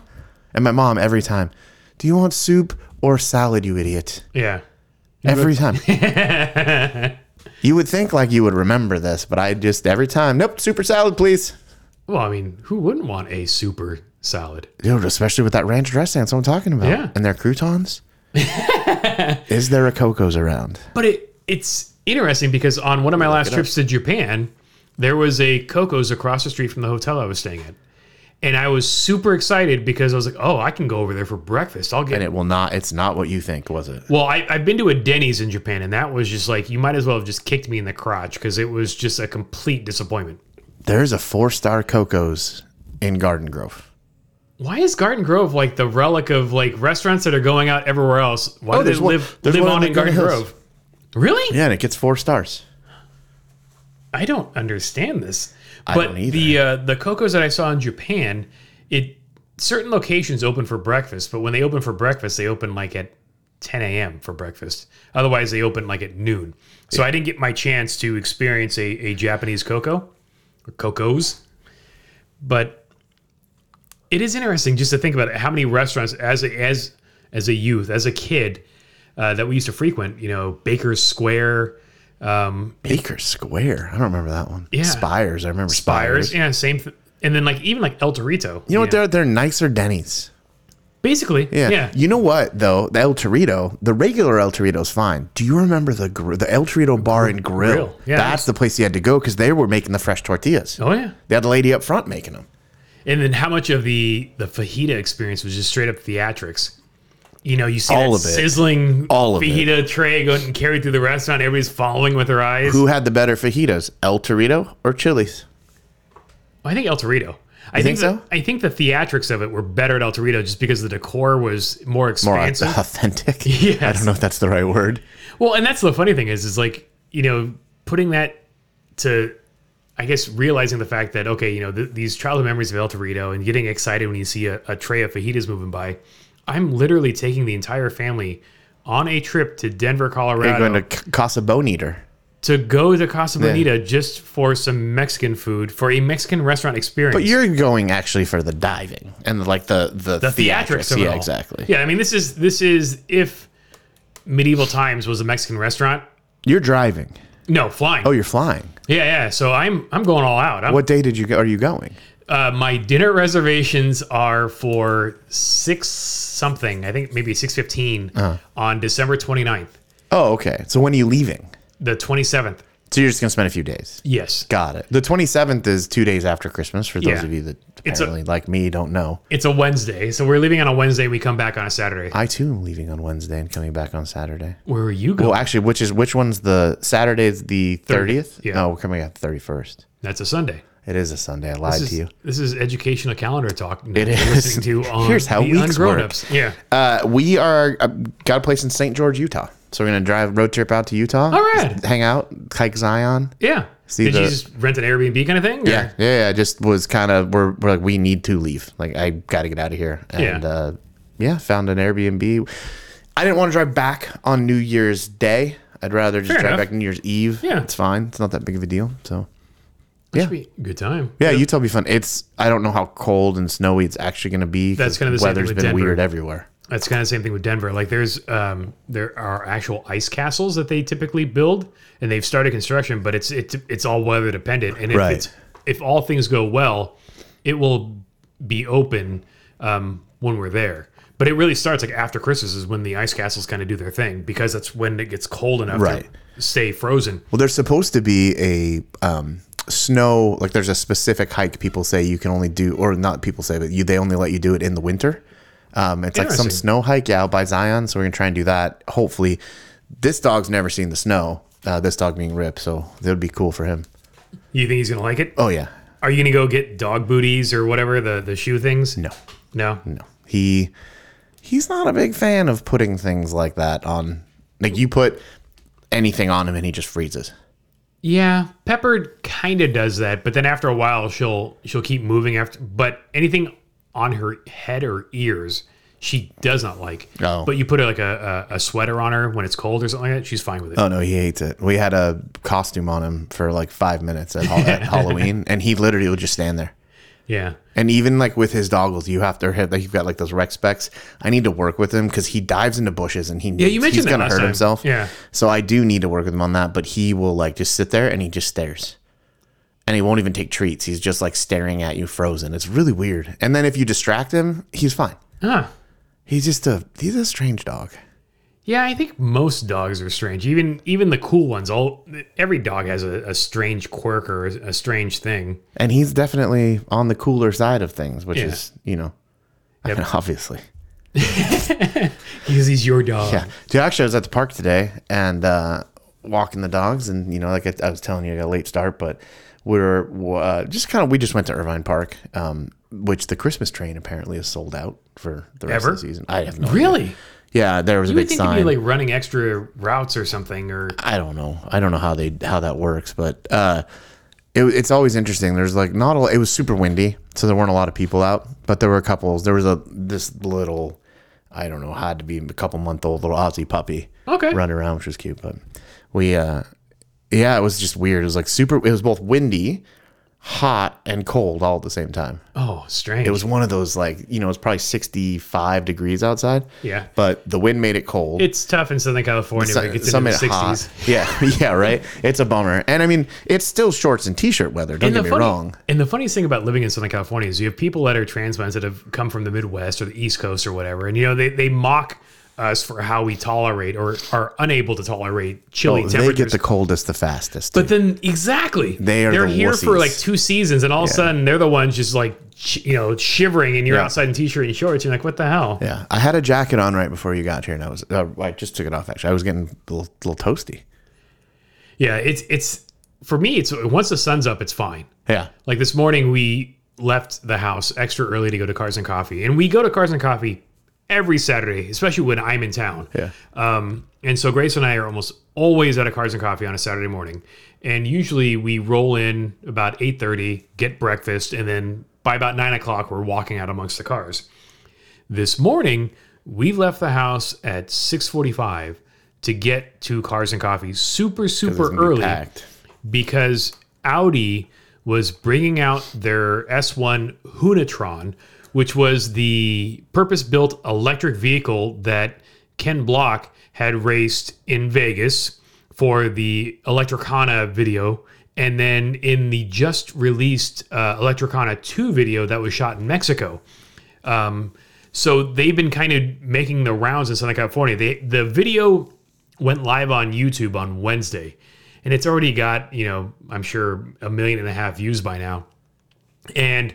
Speaker 1: and my mom every time do you want soup or salad you idiot
Speaker 2: Yeah.
Speaker 1: every time you would think like you would remember this but i just every time nope super salad please
Speaker 2: Well, I mean, who wouldn't want a super salad?
Speaker 1: Dude, especially with that ranch dressing. That's what I'm talking about.
Speaker 2: Yeah.
Speaker 1: And their croutons. Is there a Coco's around?
Speaker 2: But it it's interesting because on one of my last trips to Japan, there was a Coco's across the street from the hotel I was staying at. And I was super excited because I was like, oh, I can go over there for breakfast. I'll get
Speaker 1: And
Speaker 2: it.
Speaker 1: it will not. It's not what you think, was it?
Speaker 2: Well, I, I've been to a Denny's in Japan, and that was just like, you might as well have just kicked me in the crotch because it was just a complete disappointment.
Speaker 1: There's a four star Coco's in Garden Grove.
Speaker 2: Why is Garden Grove like the relic of like restaurants that are going out everywhere else? Why
Speaker 1: Oh,
Speaker 2: do they
Speaker 1: there's one-
Speaker 2: live,
Speaker 1: there's
Speaker 2: live
Speaker 1: one in
Speaker 2: on in Garden
Speaker 1: Beverly Hills.
Speaker 2: Grove? Really?
Speaker 1: Yeah, and it gets four stars.
Speaker 2: I don't understand this. But
Speaker 1: don't either.
Speaker 2: the uh, the cocos that I saw in Japan, it certain locations open for breakfast, but when they open for breakfast, they open like at 10 a.m. for breakfast. Otherwise, they open like at noon. So I didn't get my chance to experience a, a Japanese cocoa or cocos. But it is interesting just to think about it, how many restaurants as a, as as a youth, as a kid, uh, that we used to frequent. You know, Baker's Square. Um,
Speaker 1: Baker Square. I don't remember that one.
Speaker 2: Yeah.
Speaker 1: Spires. I remember Spires.
Speaker 2: Spires. Yeah, same. Th- and then like even like El Torito.
Speaker 1: You know what? They're, they're nicer Denny's.
Speaker 2: Basically, yeah.
Speaker 1: Yeah. You know what though? The El Torito, the regular El Torito's fine. Do you remember the gr- the El Torito Bar and Grill?
Speaker 2: Grill, yeah.
Speaker 1: That's the place you had to go because they were making the fresh tortillas.
Speaker 2: Oh yeah.
Speaker 1: They had a lady up front making them.
Speaker 2: And then how much of the the fajita experience was just straight up theatrics? You know, you see
Speaker 1: All
Speaker 2: that
Speaker 1: of it.
Speaker 2: sizzling
Speaker 1: All of it.
Speaker 2: fajita tray going and carried through the restaurant. Everybody's following with their eyes.
Speaker 1: Who had the better fajitas, El Torito or Chili's?
Speaker 2: I think El Torito. I
Speaker 1: think
Speaker 2: the-
Speaker 1: so?
Speaker 2: I think the theatrics of it were better at El Torito just because the decor was more
Speaker 1: More au-
Speaker 2: expansive.
Speaker 1: authentic.
Speaker 2: Yes.
Speaker 1: I don't know if that's the right word.
Speaker 2: Well, and that's the funny thing is, is like you know, putting that to, I guess, realizing the fact that okay, you know, th- these childhood memories of El Torito and getting excited when you see a, a tray of fajitas moving by. I'm literally taking the entire family on a trip to Denver,
Speaker 1: They're
Speaker 2: Colorado,
Speaker 1: going
Speaker 2: to,
Speaker 1: to C- Casa Bone Eater.
Speaker 2: go to Casa Bonita just for some Mexican food for a Mexican restaurant experience.
Speaker 1: But you're going actually for the diving and like the the,
Speaker 2: the theatrics, of it
Speaker 1: Yeah,
Speaker 2: all.
Speaker 1: exactly.
Speaker 2: Yeah, I mean, this is this is if medieval times was a Mexican restaurant.
Speaker 1: You're driving.
Speaker 2: No, flying.
Speaker 1: Oh, you're flying.
Speaker 2: Yeah, yeah. So I'm I'm going all out. I'm,
Speaker 1: What day did you go? Are you going?
Speaker 2: Uh, my dinner reservations are for six something. I think maybe six fifteen
Speaker 1: Uh-huh.
Speaker 2: on December 29th,
Speaker 1: Oh, okay. So when are you leaving?
Speaker 2: the twenty seventh.
Speaker 1: So you're just gonna spend a few days.
Speaker 2: Yes,
Speaker 1: Got it. The 27th is two days after Christmas. For those
Speaker 2: Yeah.
Speaker 1: of you that
Speaker 2: It's a-
Speaker 1: apparently, like me, don't know.
Speaker 2: it's a Wednesday, so we're leaving on a Wednesday. We come back on a Saturday.
Speaker 1: I too am leaving on Wednesday and coming back on Saturday.
Speaker 2: Where are you going?
Speaker 1: Well, actually, which is which one's the Saturday? Is the 30th?
Speaker 2: yeah.
Speaker 1: No, we're coming out the 31st.
Speaker 2: That's a Sunday.
Speaker 1: It is a Sunday. I lied
Speaker 2: This
Speaker 1: to you.
Speaker 2: is, this is educational calendar talk. It
Speaker 1: is.
Speaker 2: Listening to on
Speaker 1: Here's how
Speaker 2: the
Speaker 1: weeks
Speaker 2: ungrown
Speaker 1: work.
Speaker 2: ups. Yeah.
Speaker 1: Uh, we are uh, got a place in St. George, Utah. So we're gonna drive road trip out to Utah.
Speaker 2: All right.
Speaker 1: Hang out, hike Zion.
Speaker 2: Yeah. Did
Speaker 1: the-
Speaker 2: you just rent an Airbnb kind of thing? or-
Speaker 1: Yeah, yeah, yeah. I just was kind of we're, we're like we need to leave. Like I got to get out of here. And
Speaker 2: Yeah.
Speaker 1: uh, yeah, found an Airbnb. I didn't want to drive back on New Year's Day. I'd rather just
Speaker 2: Fair
Speaker 1: drive
Speaker 2: enough.
Speaker 1: back New Year's Eve.
Speaker 2: Yeah.
Speaker 1: it's fine. It's not that big of a deal. So
Speaker 2: Sweet. Good time.
Speaker 1: yeah, Utah'll be fun. It's I don't know how cold and snowy it's actually going to be. 'cause
Speaker 2: That's kinda the same thing
Speaker 1: weather's
Speaker 2: with
Speaker 1: been
Speaker 2: Denver.
Speaker 1: weird everywhere.
Speaker 2: That's kind of the same thing with Denver. Like there's um, there are actual ice castles that they typically build, and they've started construction, but it's it's it's all weather dependent. And if
Speaker 1: Right.
Speaker 2: it's, if all things go well, it will be open um, when we're there. But it really starts like after Christmas is when the ice castles kind of do their thing because that's when it gets cold enough
Speaker 1: Right.
Speaker 2: to stay frozen.
Speaker 1: Well, there's supposed to be a um, snow like there's a specific hike people say you can only do, or not people say, but you they only let you do it in the winter. Um, it's like some
Speaker 2: Interesting.
Speaker 1: snow hike yeah, out by Zion, so we're gonna try and do that. Hopefully, this dog's never seen the snow. Uh, this dog being ripped, so that would be cool for him.
Speaker 2: You think he's gonna like it?
Speaker 1: Oh yeah,
Speaker 2: Are you gonna go get dog booties or whatever the the shoe things?
Speaker 1: no,
Speaker 2: no.
Speaker 1: no, he he's not a big fan of putting things like that on. Like you put anything on him and he just freezes.
Speaker 2: Yeah, Pepper kind of does that, but then after a while, she'll she'll keep moving after. But anything on her head or ears, she does not like.
Speaker 1: Oh.
Speaker 2: But you put like a, a, a sweater on her when it's cold or something like that, she's fine with it.
Speaker 1: Oh no, he hates it. We had a costume on him for like five minutes at, Hall- at Halloween, and he literally would just stand there.
Speaker 2: yeah,
Speaker 1: And even like with his goggles, you have to hit like you've got like those rec specs. I need to work with him because he dives into bushes and he needs, yeah,
Speaker 2: you mentioned
Speaker 1: he's
Speaker 2: that
Speaker 1: gonna
Speaker 2: last
Speaker 1: hurt
Speaker 2: time.
Speaker 1: himself.
Speaker 2: Yeah.
Speaker 1: So I do need to work with him on that, but he will like just sit there and he just stares. And he won't even take treats. He's just like staring at you frozen. It's really weird. And then if you distract him, he's fine.
Speaker 2: huh?
Speaker 1: He's just a he's a strange dog.
Speaker 2: Yeah, I think most dogs are strange. Even even the cool ones. All every dog has a, a strange quirk or a, a strange thing.
Speaker 1: And he's definitely on the cooler side of things, which
Speaker 2: Yeah.
Speaker 1: is, you know, I
Speaker 2: Yep.
Speaker 1: mean, obviously.
Speaker 2: Because he's your dog.
Speaker 1: Yeah. Dude, actually, I was at the park today and uh, walking the dogs. And, you know, like I, I was telling you, I got a late start, but we were uh, just kind of, we just went to Irvine Park, um, which the Christmas train apparently is sold out for the rest
Speaker 2: Ever?
Speaker 1: of the season. I have no idea.
Speaker 2: Really?
Speaker 1: Yeah, there was a
Speaker 2: You
Speaker 1: big
Speaker 2: would think it'd be
Speaker 1: sign.
Speaker 2: like running extra routes or something, or
Speaker 1: I don't know. I don't know how they how that works, but uh, it, it's always interesting. There's like not a. It was super windy, so there weren't a lot of people out, but there were couples. There was a this little, I don't know, had to be a couple month old little Aussie puppy.
Speaker 2: Okay.
Speaker 1: running around, which was cute. But we, uh, yeah, it was just weird. It was like super. It was both windy, hot and cold all at the same time.
Speaker 2: Oh, strange.
Speaker 1: It was one of those like you know it's probably 65 degrees outside.
Speaker 2: Yeah.
Speaker 1: But the wind made it cold.
Speaker 2: It's tough in Southern California
Speaker 1: So-
Speaker 2: when it gets
Speaker 1: some
Speaker 2: into the
Speaker 1: made it hot.
Speaker 2: 60s.
Speaker 1: Yeah, yeah, right. It's a bummer, and I mean, it's still shorts and t-shirt weather. Don't get me
Speaker 2: funny,
Speaker 1: wrong.
Speaker 2: and the funniest thing about living in Southern California is you have people that are transplants that have come from the Midwest or the East Coast or whatever, and you know they they mock us for how we tolerate or are unable to tolerate chilly
Speaker 1: They
Speaker 2: temperatures.
Speaker 1: get the coldest the fastest.
Speaker 2: but then exactly
Speaker 1: They are
Speaker 2: they're
Speaker 1: the
Speaker 2: here for
Speaker 1: wussies.
Speaker 2: like two seasons, and all of a sudden they're the ones just like sh- you know shivering, and you're
Speaker 1: Yeah.
Speaker 2: outside in t-shirt and shorts. You're like, what the hell?
Speaker 1: yeah, I had a jacket on right before you got here, and I was uh, I just took it off. Actually, I was getting a little, little toasty.
Speaker 2: Yeah, it's it's for me. It's once the sun's up, it's fine.
Speaker 1: Yeah,
Speaker 2: Like this morning, we left the house extra early to go to Cars and Coffee, and we go to Cars and Coffee every Saturday, especially when I'm in town.
Speaker 1: yeah.
Speaker 2: Um, and so Grace and I are almost always at a Cars and Coffee on a Saturday morning, and usually we roll in about eight thirty, get breakfast, and then by about nine o'clock we're walking out amongst the cars. This morning we left the house at six forty five to get to Cars and Coffee super super
Speaker 1: It's
Speaker 2: early
Speaker 1: packed.
Speaker 2: because Audi was bringing out their S1 Hunatron, which was the purpose built electric vehicle that Ken Block had raced in Vegas for the Electricana video. And then in the just released uh, Electricana 2 video that was shot in Mexico. So they've been kind of making the rounds in Southern California. They the video went live on YouTube on Wednesday, and it's already got you know I'm sure a million and a half views by now. And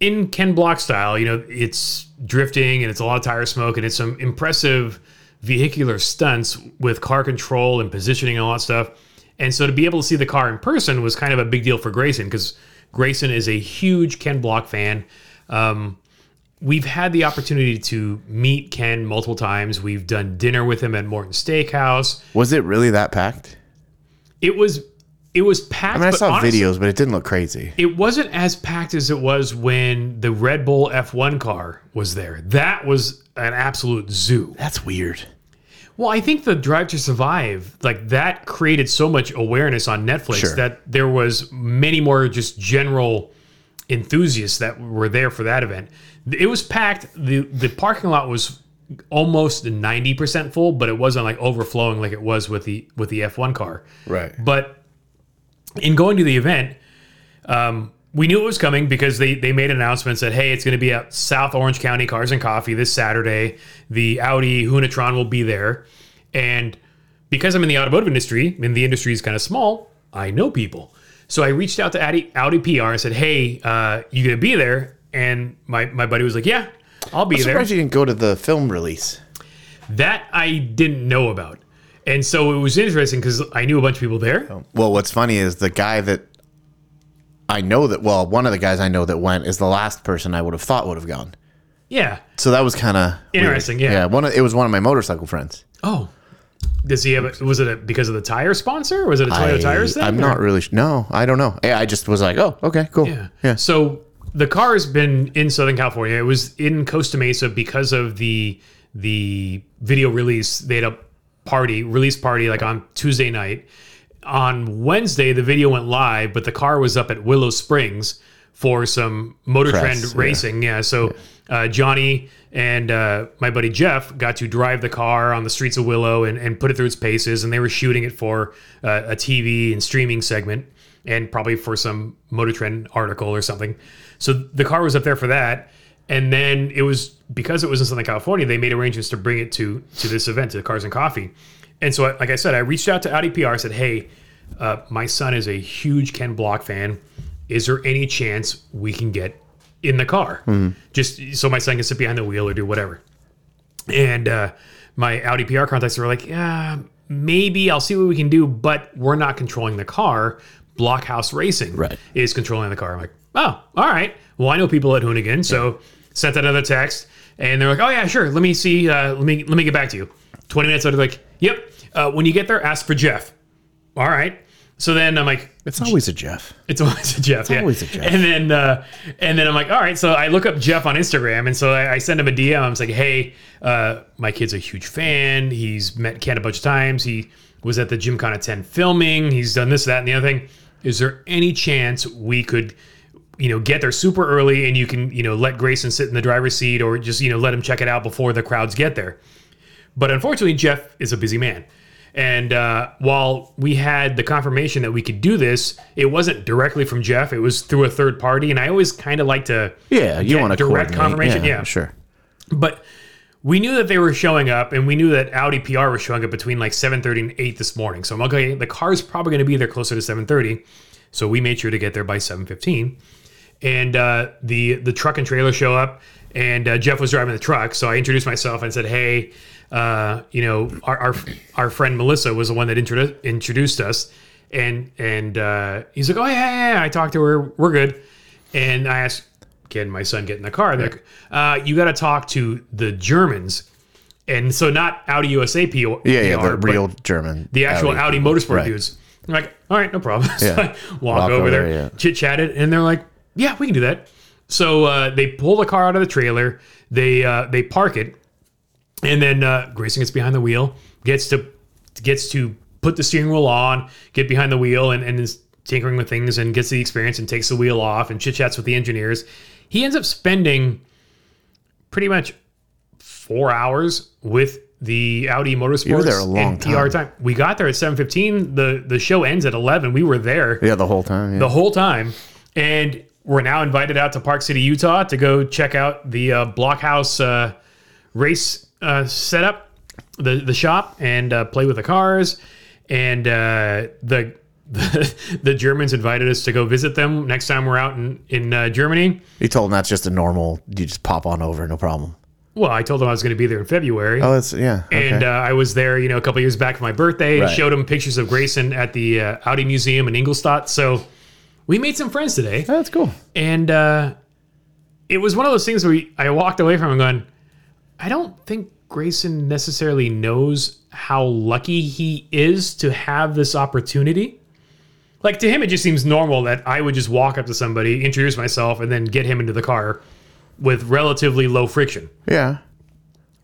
Speaker 2: in Ken Block style, you know it's drifting and it's a lot of tire smoke and it's some impressive vehicular stunts with car control and positioning and all that stuff. And so to be able to see the car in person was kind of a big deal for Grayson because Grayson is a huge Ken Block fan. Um, we've had the opportunity to meet Ken multiple times. We've done dinner with him at Morton Steakhouse.
Speaker 1: Was it really that packed?
Speaker 2: It was it was packed.
Speaker 1: I mean, I
Speaker 2: but
Speaker 1: saw
Speaker 2: honestly,
Speaker 1: videos, but it didn't look crazy.
Speaker 2: It wasn't as packed as it was when the Red Bull F1 car was there. That was an absolute zoo.
Speaker 1: That's weird.
Speaker 2: Well, I think the Drive to Survive, like that created so much awareness on Netflix
Speaker 1: Sure.
Speaker 2: that there was many more just general enthusiasts that were there for that event. It was packed. The the parking lot was almost 90% full, but it wasn't like overflowing like it was with the with the F1 car.
Speaker 1: Right.
Speaker 2: But in going to the event, um, we knew it was coming because they they made announcements that hey, it's going to be at South Orange County Cars and Coffee this Saturday. The Audi Hunatron will be there, and because I'm in the automotive industry and the industry is kind of small, I know people. So I reached out to Audi, Audi PR and said, hey, uh, you going to be there? And my my buddy was like, yeah, I'll be there
Speaker 1: Surprised you didn't go to the film release.
Speaker 2: that I didn't know about. And so it was interesting because I knew a bunch of people there.
Speaker 1: Well, what's funny is the guy that I know that well, one of the guys I know that went is the last person I would have thought would have gone.
Speaker 2: Yeah.
Speaker 1: So that was kind of
Speaker 2: Interesting, yeah.
Speaker 1: yeah. One of, it was one of my motorcycle friends.
Speaker 2: Oh. Does he have a, was it a, because of the tire sponsor? Was it a Toyota Tires thing?
Speaker 1: I'm
Speaker 2: or-
Speaker 1: not really. Sh- no, I don't know. Yeah, I just was like, oh, okay, cool.
Speaker 2: Yeah.
Speaker 1: Yeah,
Speaker 2: So the car has been in Southern California. It was in Costa Mesa because of the the video release. They had a party release party like on Tuesday night. On Wednesday, the video went live, but the car was up at Willow Springs for some Motor
Speaker 1: Press,
Speaker 2: Trend
Speaker 1: yeah.
Speaker 2: racing. Yeah. So Uh, Johnny and uh, my buddy Jeff got to drive the car on the streets of Willow and, and put it through its paces. And they were shooting it for uh, a TV and streaming segment and probably for some Motor Trend article or something. So the car was up there for that. And then it was because it was in Southern California, they made arrangements to bring it to to this event, to the Cars and Coffee. And so, I- like I said, I reached out to Audi PR, said, "Hey, uh, my son is a huge Ken Block fan. Is there any chance we can get in the car? Just so my son can sit behind the wheel or do whatever. And uh, my Audi PR contacts were like, yeah, maybe I'll see what we can do, but we're not controlling the car. Blockhouse Racing
Speaker 1: Right.
Speaker 2: is controlling the car. I'm like, oh, all right. Well, I know people at Hoonigan, so sent that other text, and they're like, oh yeah, sure. Let me see. Uh, let me let me get back to you. Twenty minutes later, they're like, yep. Uh, when you get there, ask for Jeff. All right. So then I'm like,
Speaker 1: it's always a Jeff.
Speaker 2: it's always a Jeff. yeah.
Speaker 1: always a Jeff.
Speaker 2: And then uh, and then I'm like, all right. So I look up Jeff on Instagram, and so I, I send him a DM. I'm just like, hey, uh, my kid's a huge fan. He's met Ken a bunch of times. He was at the Gymkhana 10 filming. He's done this, that, and the other thing. Is there any chance we could, you know, get there super early and you can, you know, let Grayson sit in the driver's seat or just, you know, let him check it out before the crowds get there? But unfortunately, Jeff is a busy man. And uh, while we had the confirmation that we could do this, it wasn't directly from Jeff. It was through a third party. And I always kind of like to
Speaker 1: Yeah, you
Speaker 2: get
Speaker 1: want to
Speaker 2: direct
Speaker 1: coordinate.
Speaker 2: confirmation. Yeah,
Speaker 1: sure.
Speaker 2: but we knew that they were showing up, and we knew that Audi PR was showing up between like 7:30 and 8 this morning. So I'm like, okay, the car's probably going to be there closer to 7:30, so we made sure to get there by 7:15. And uh, the the truck and trailer show up, and uh, Jeff was driving the truck, so I introduced myself and said, hey, uh, you know, our, our our friend Melissa was the one that introdu- introduced us, and and uh, he's like, oh yeah, yeah, yeah, I talked to her, we're good, and I asked can my son get in the car? They're Like, uh, you got to talk to the Germans, and so not Audi USA P-
Speaker 1: Yeah, yeah, the
Speaker 2: but
Speaker 1: real German.
Speaker 2: the actual Audi, Motorsport
Speaker 1: Right.
Speaker 2: dudes. I'm like, all right, no problem. So
Speaker 1: Yeah.
Speaker 2: I walk, over,
Speaker 1: over
Speaker 2: there,
Speaker 1: there, yeah.
Speaker 2: chit chatted, and they're like, yeah, we can do that. So uh, they pull the car out of the trailer, they uh, they park it, and then uh, Grayson gets behind the wheel, gets to gets to put the steering wheel on, get behind the wheel, and, and is tinkering with things, and gets the experience, and takes the wheel off, and chit chats with the engineers. He ends up spending pretty much four hours with the Audi Motorsports.
Speaker 1: were there a long
Speaker 2: and TR time. We got there at seven fifteen. the The show ends at eleven. We were there
Speaker 1: Yeah, the whole time.
Speaker 2: the
Speaker 1: Yeah.
Speaker 2: whole time. And we're now invited out to Park City, Utah to go check out the uh, Blockhouse uh, race uh, setup, the, the shop, and uh, play with the cars. And uh, the, the Germans invited us to go visit them next time we're out in, in uh, Germany.
Speaker 1: You told him that's just a normal. You just pop on over, no problem.
Speaker 2: Well, I told them I was going to be there in February.
Speaker 1: Oh, that's yeah. Okay.
Speaker 2: And uh, I was there, you know, a couple years back for my birthday and
Speaker 1: Right.
Speaker 2: showed them pictures of Grayson at the uh, Audi Museum in Ingolstadt. So we made some friends today.
Speaker 1: that's cool.
Speaker 2: And uh, it was one of those things where we- I walked away from him going, I don't think Grayson necessarily knows how lucky he is to have this opportunity. Like to him, it just seems normal that I would just walk up to somebody, introduce myself, and then get him into the car with relatively low friction.
Speaker 1: Yeah.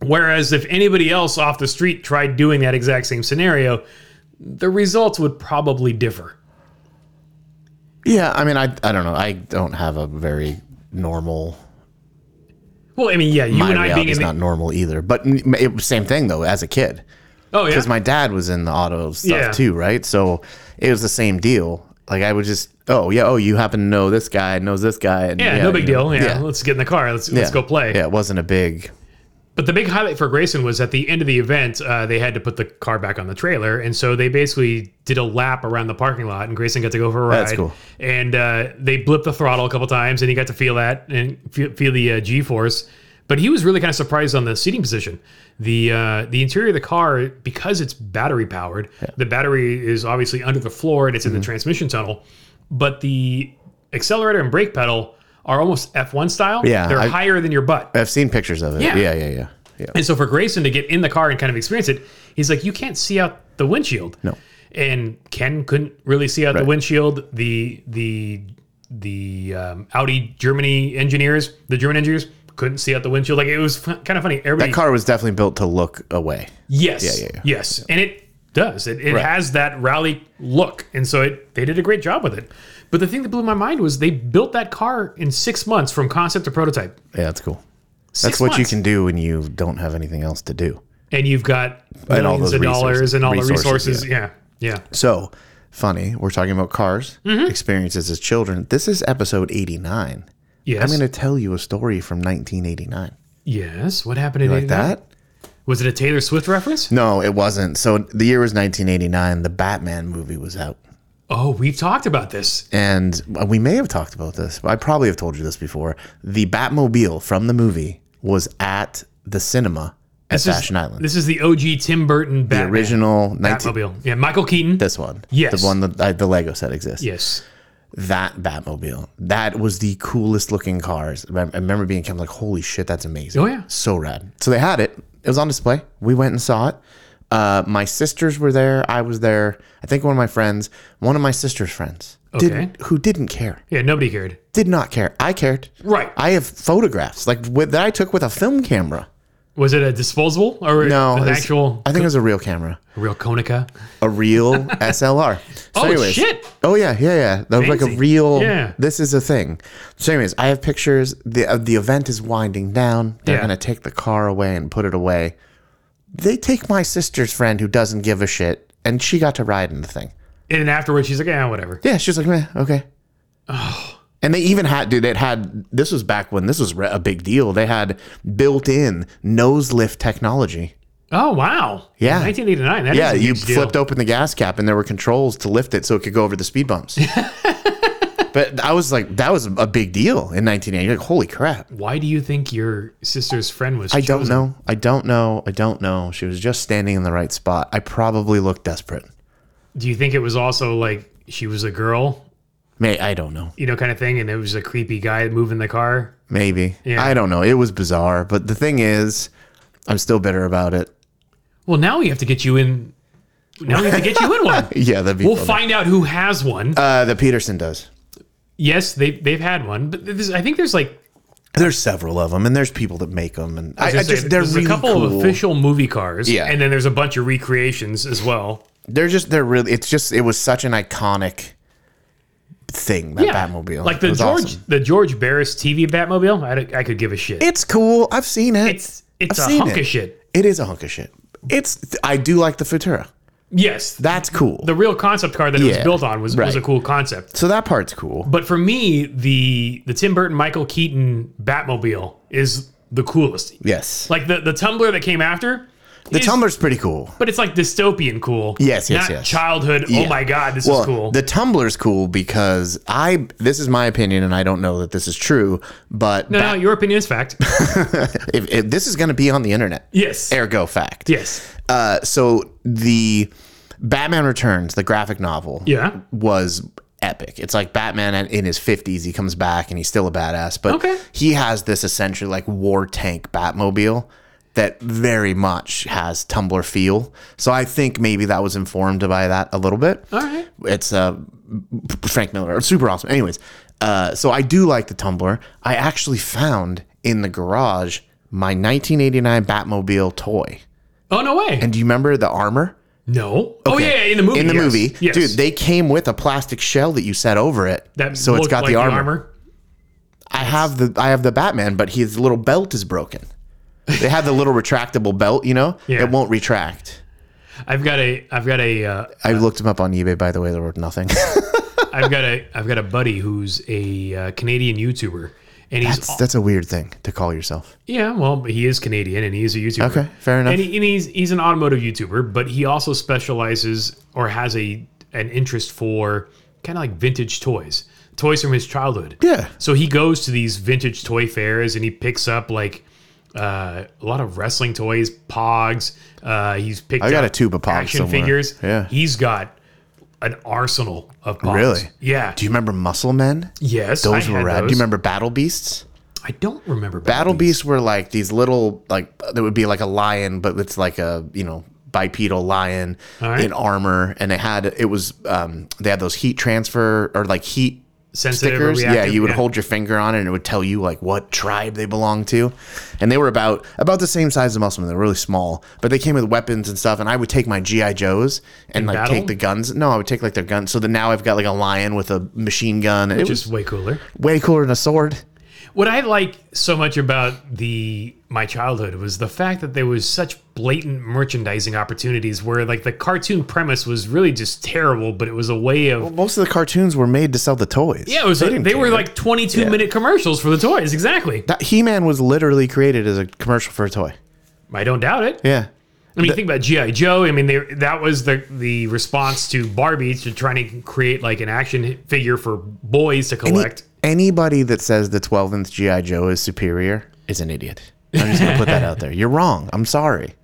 Speaker 2: Whereas if anybody else off the street tried doing that exact same scenario, the results would probably differ.
Speaker 1: Yeah. I mean, I I don't know. I don't have a very normal.
Speaker 2: Well, I mean, yeah, you
Speaker 1: My
Speaker 2: and I being
Speaker 1: reality's
Speaker 2: in the
Speaker 1: not normal either. But n- it was same thing though. As a kid,
Speaker 2: oh yeah,
Speaker 1: because my dad was in the auto stuff
Speaker 2: Yeah.
Speaker 1: too, right? So it was the same deal. Like I would just, oh yeah, oh you happen to know this guy knows this guy. And,
Speaker 2: Yeah, no big
Speaker 1: you know,
Speaker 2: deal. Yeah, let's get in the car. Let's let's
Speaker 1: yeah.
Speaker 2: go play.
Speaker 1: Yeah, it wasn't a big.
Speaker 2: But the big highlight for Grayson was at the end of the event, uh, they had to put the car back on the trailer, and so they basically did a lap around the parking lot, and Grayson got to go for a ride.
Speaker 1: That's cool.
Speaker 2: And uh, they blipped the throttle a couple times, and he got to feel that and feel, feel the uh, G force. But he was really kind of surprised on the seating position. The uh, the interior of the car, because it's battery powered, the battery is obviously under the floor and it's
Speaker 1: Mm-hmm.
Speaker 2: in the transmission tunnel. But the accelerator and brake pedal are almost F1 style.
Speaker 1: Yeah,
Speaker 2: they're
Speaker 1: I-
Speaker 2: higher than your butt.
Speaker 1: I've seen pictures of it.
Speaker 2: Yeah.
Speaker 1: yeah, yeah, yeah. yeah.
Speaker 2: And so for Grayson to get in the car and kind of experience it, he's like, you can't see out the windshield.
Speaker 1: No.
Speaker 2: And Ken couldn't really see out the
Speaker 1: Right.
Speaker 2: windshield. The the the um, Audi Germany engineers, the German engineers, couldn't see out the windshield. Like it was f- kind of funny. Everybody,
Speaker 1: That car was definitely built to look away.
Speaker 2: yes,
Speaker 1: yeah, yeah.
Speaker 2: yes, and it does. It, it has that rally look, and so it they did a great job with it. But the thing that blew my mind was they built that car in six months from concept to prototype.
Speaker 1: Yeah, that's cool.
Speaker 2: Six
Speaker 1: That's what you
Speaker 2: months.
Speaker 1: can do when you don't have anything else to do.
Speaker 2: and you've got
Speaker 1: And all
Speaker 2: millions
Speaker 1: those
Speaker 2: of dollars
Speaker 1: resources-
Speaker 2: and all the
Speaker 1: resources,
Speaker 2: resources. Yeah. yeah,
Speaker 1: So funny, we're talking about cars,
Speaker 2: Mm-hmm.
Speaker 1: experiences as children. This is episode 89.
Speaker 2: Yes.
Speaker 1: I'm going to tell you a story from 1989.
Speaker 2: yes. What happened in
Speaker 1: Like
Speaker 2: 89?
Speaker 1: that?
Speaker 2: Was it a Taylor Swift reference?
Speaker 1: No, it wasn't. So the year was 1989. The Batman movie was out.
Speaker 2: Oh, we've talked about this.
Speaker 1: And uh, we may have talked about this. I probably have told you this before. The Batmobile from the movie was at the cinema at
Speaker 2: This is-
Speaker 1: Fashion Island.
Speaker 2: This is the OG Tim Burton
Speaker 1: the
Speaker 2: Batman,
Speaker 1: original 19,
Speaker 2: Batmobile. Yeah, Michael Keaton.
Speaker 1: this one.
Speaker 2: Yes.
Speaker 1: The one that I, the Lego set exists.
Speaker 2: yes.
Speaker 1: That Batmobile. That was the coolest looking cars. I I remember being kind of like, holy shit, that's amazing.
Speaker 2: Oh, yeah.
Speaker 1: So rad. So they had it. It was on display. We went and saw it. Uh, my sisters were there. I was there. I think one of my friends, one of my sister's friends, didn't, who didn't care,
Speaker 2: Yeah, nobody cared.
Speaker 1: did not care. I cared.
Speaker 2: Right.
Speaker 1: I have photographs like with, that I took with a film camera
Speaker 2: Was it a disposable or
Speaker 1: No,
Speaker 2: an
Speaker 1: it's-
Speaker 2: actual
Speaker 1: I think it was a real camera,
Speaker 2: real Konica?
Speaker 1: a real SLR. So
Speaker 2: Oh, shit.
Speaker 1: Oh yeah, yeah, yeah. That was like a
Speaker 2: Fancy.
Speaker 1: real.
Speaker 2: Yeah.
Speaker 1: This is a thing. So, anyways, I have pictures. the uh, The event is winding down. They're
Speaker 2: Yeah.
Speaker 1: gonna take the car away and put it away. They take my sister's friend who doesn't give a shit, and she got to ride in the thing.
Speaker 2: And then afterwards, she's like, yeah, whatever.
Speaker 1: Yeah, she was like, Meh, okay.
Speaker 2: Oh.
Speaker 1: And they even had, dude, it had, this was back when this was re- a big deal. They had built in nose lift technology.
Speaker 2: Oh wow.
Speaker 1: Yeah.
Speaker 2: 1989. That
Speaker 1: Yeah,
Speaker 2: is a
Speaker 1: you
Speaker 2: huge deal.
Speaker 1: flipped open the gas cap and there were controls to lift it so it could go over the speed bumps. but I was like, that was a big deal in 1980. Like, holy crap.
Speaker 2: Why do you think your sister's friend was?
Speaker 1: I don't know. I don't know. I don't know. She was just standing in the right spot. I probably looked desperate.
Speaker 2: Do you think it was also like she was a girl,
Speaker 1: May I don't know.
Speaker 2: you know, kind of thing, and it was a creepy guy moving the car?
Speaker 1: Maybe.
Speaker 2: Yeah.
Speaker 1: I don't know. It was bizarre. But the thing is, I'm still bitter about it.
Speaker 2: Well, now we have to get you in. Now we have to get you in one.
Speaker 1: Yeah, that'd be
Speaker 2: We'll
Speaker 1: fun.
Speaker 2: find out who has one.
Speaker 1: Uh, the Peterson does.
Speaker 2: yes, they they've had one, but this, I think there's like
Speaker 1: There's several of them, and there's people that make them, and I, I
Speaker 2: there's,
Speaker 1: just they're
Speaker 2: there's
Speaker 1: really
Speaker 2: a couple
Speaker 1: cool.
Speaker 2: of official movie cars,
Speaker 1: Yeah.
Speaker 2: and then there's a bunch of recreations as well.
Speaker 1: They're just they're really. It's just it was such an iconic thing that Batmobile.
Speaker 2: like
Speaker 1: It
Speaker 2: the
Speaker 1: was
Speaker 2: George
Speaker 1: awesome.
Speaker 2: the George Barris TV Batmobile. I, I could give a shit.
Speaker 1: It's cool. I've seen it.
Speaker 2: it's it's
Speaker 1: I've
Speaker 2: a
Speaker 1: seen
Speaker 2: hunk
Speaker 1: it.
Speaker 2: of shit.
Speaker 1: it is a hunk of shit. It's I do like the Futura.
Speaker 2: Yes,
Speaker 1: That's cool.
Speaker 2: the real concept car that it was
Speaker 1: Yeah,
Speaker 2: built on was, was a
Speaker 1: right.
Speaker 2: cool concept.
Speaker 1: so that part's cool.
Speaker 2: But for me, the the Tim Burton Michael Keaton Batmobile is the coolest.
Speaker 1: Yes,
Speaker 2: Like the the Tumblr that came after.
Speaker 1: the Tumblr's pretty cool.
Speaker 2: but it's like dystopian cool.
Speaker 1: Yes, yes,
Speaker 2: not
Speaker 1: yes.
Speaker 2: Childhood. Oh my god, this
Speaker 1: well,
Speaker 2: is cool.
Speaker 1: The Tumblr's cool because I. This is my opinion, and I don't know that this is true, but
Speaker 2: no, no, your opinion is fact.
Speaker 1: if, if this is going to be on the internet,
Speaker 2: yes,
Speaker 1: ergo fact.
Speaker 2: yes,
Speaker 1: Uh, so the Batman Returns, the graphic novel,
Speaker 2: yeah.
Speaker 1: was epic. It's like Batman at- in his 50s, he comes back and he's still a badass, but
Speaker 2: Okay.
Speaker 1: he has this essentially like war tank Batmobile that very much has Tumblr feel. So I think maybe that was informed by that a little bit.
Speaker 2: All right.
Speaker 1: It's uh, Frank Miller. It's super awesome. Anyways, uh, so I do like the Tumblr. I actually found in the garage my 1989 Batmobile toy.
Speaker 2: Oh no way.
Speaker 1: And do you remember the armor?
Speaker 2: no. Oh yeah, yeah, in the movie.
Speaker 1: in the
Speaker 2: yes.
Speaker 1: movie.
Speaker 2: yes.
Speaker 1: Dude, they came with a plastic shell that you set over it.
Speaker 2: that
Speaker 1: so it's
Speaker 2: looked
Speaker 1: got
Speaker 2: like
Speaker 1: the armor. I have the I have the Batman, but his little belt is broken. They have the little retractable belt, you know?
Speaker 2: Yeah.
Speaker 1: It won't retract.
Speaker 2: I've got a, I've got a, uh,
Speaker 1: I looked them up on eBay by the way, they're worth nothing.
Speaker 2: I've got a, I've got a buddy who's a uh, Canadian YouTuber, and he's
Speaker 1: that's, that's a weird thing to call yourself.
Speaker 2: yeah, well, he is Canadian and he is a YouTuber.
Speaker 1: Okay, fair enough.
Speaker 2: And, he, and he's he's an automotive YouTuber, but he also specializes or has a an interest for kind of like vintage toys, toys from his childhood.
Speaker 1: Yeah.
Speaker 2: So he goes to these vintage toy fairs and he picks up like uh, a lot of wrestling toys, Pogs. Uh, he's picked.
Speaker 1: I got
Speaker 2: up
Speaker 1: a tube of Pogs
Speaker 2: action
Speaker 1: somewhere.
Speaker 2: figures.
Speaker 1: Yeah.
Speaker 2: He's got an arsenal of Pogs.
Speaker 1: Really?
Speaker 2: Yeah.
Speaker 1: Do you remember Muscle Men?
Speaker 2: yes.
Speaker 1: Those
Speaker 2: I
Speaker 1: were
Speaker 2: had
Speaker 1: rad. Do
Speaker 2: those.
Speaker 1: you remember Battle Beasts?
Speaker 2: I don't remember.
Speaker 1: Battle Beasts were like these little like there would be like a lion, but it's like a you know bipedal lion
Speaker 2: All right.
Speaker 1: in armor, and it had it was um they had those heat transfer or like heat
Speaker 2: sensitive or
Speaker 1: stickers. Yeah,
Speaker 2: reactive?
Speaker 1: you would hold your finger on it, and it would tell you like what tribe they belonged to, and they were about about the same size as Musclemen. They were really small, but they came with weapons and stuff. And I would take my GI Joes and like
Speaker 2: battle?
Speaker 1: take the guns. No, I would take like their guns. So that now I've got like a lion with a machine gun. It
Speaker 2: Just way cooler.
Speaker 1: was way cooler than a sword.
Speaker 2: What I like so much about the my childhood was the fact that there was such blatant merchandising opportunities where like the cartoon premise was really just terrible, but it was a way of
Speaker 1: Most of the cartoons were made to sell the toys.
Speaker 2: yeah, it was they,
Speaker 1: didn't
Speaker 2: were
Speaker 1: care.
Speaker 2: like 22 minute commercials for the toys, exactly.
Speaker 1: That He-Man was literally created as a commercial for a toy.
Speaker 2: I don't doubt it.
Speaker 1: Yeah.
Speaker 2: I mean, you think about GI Joe. I mean, they, that was the the response to Barbie to trying to create like an action figure for boys to collect.
Speaker 1: Anybody that says the 12th GI Joe is superior is an idiot. I'm just gonna put that out there. You're wrong. I'm sorry.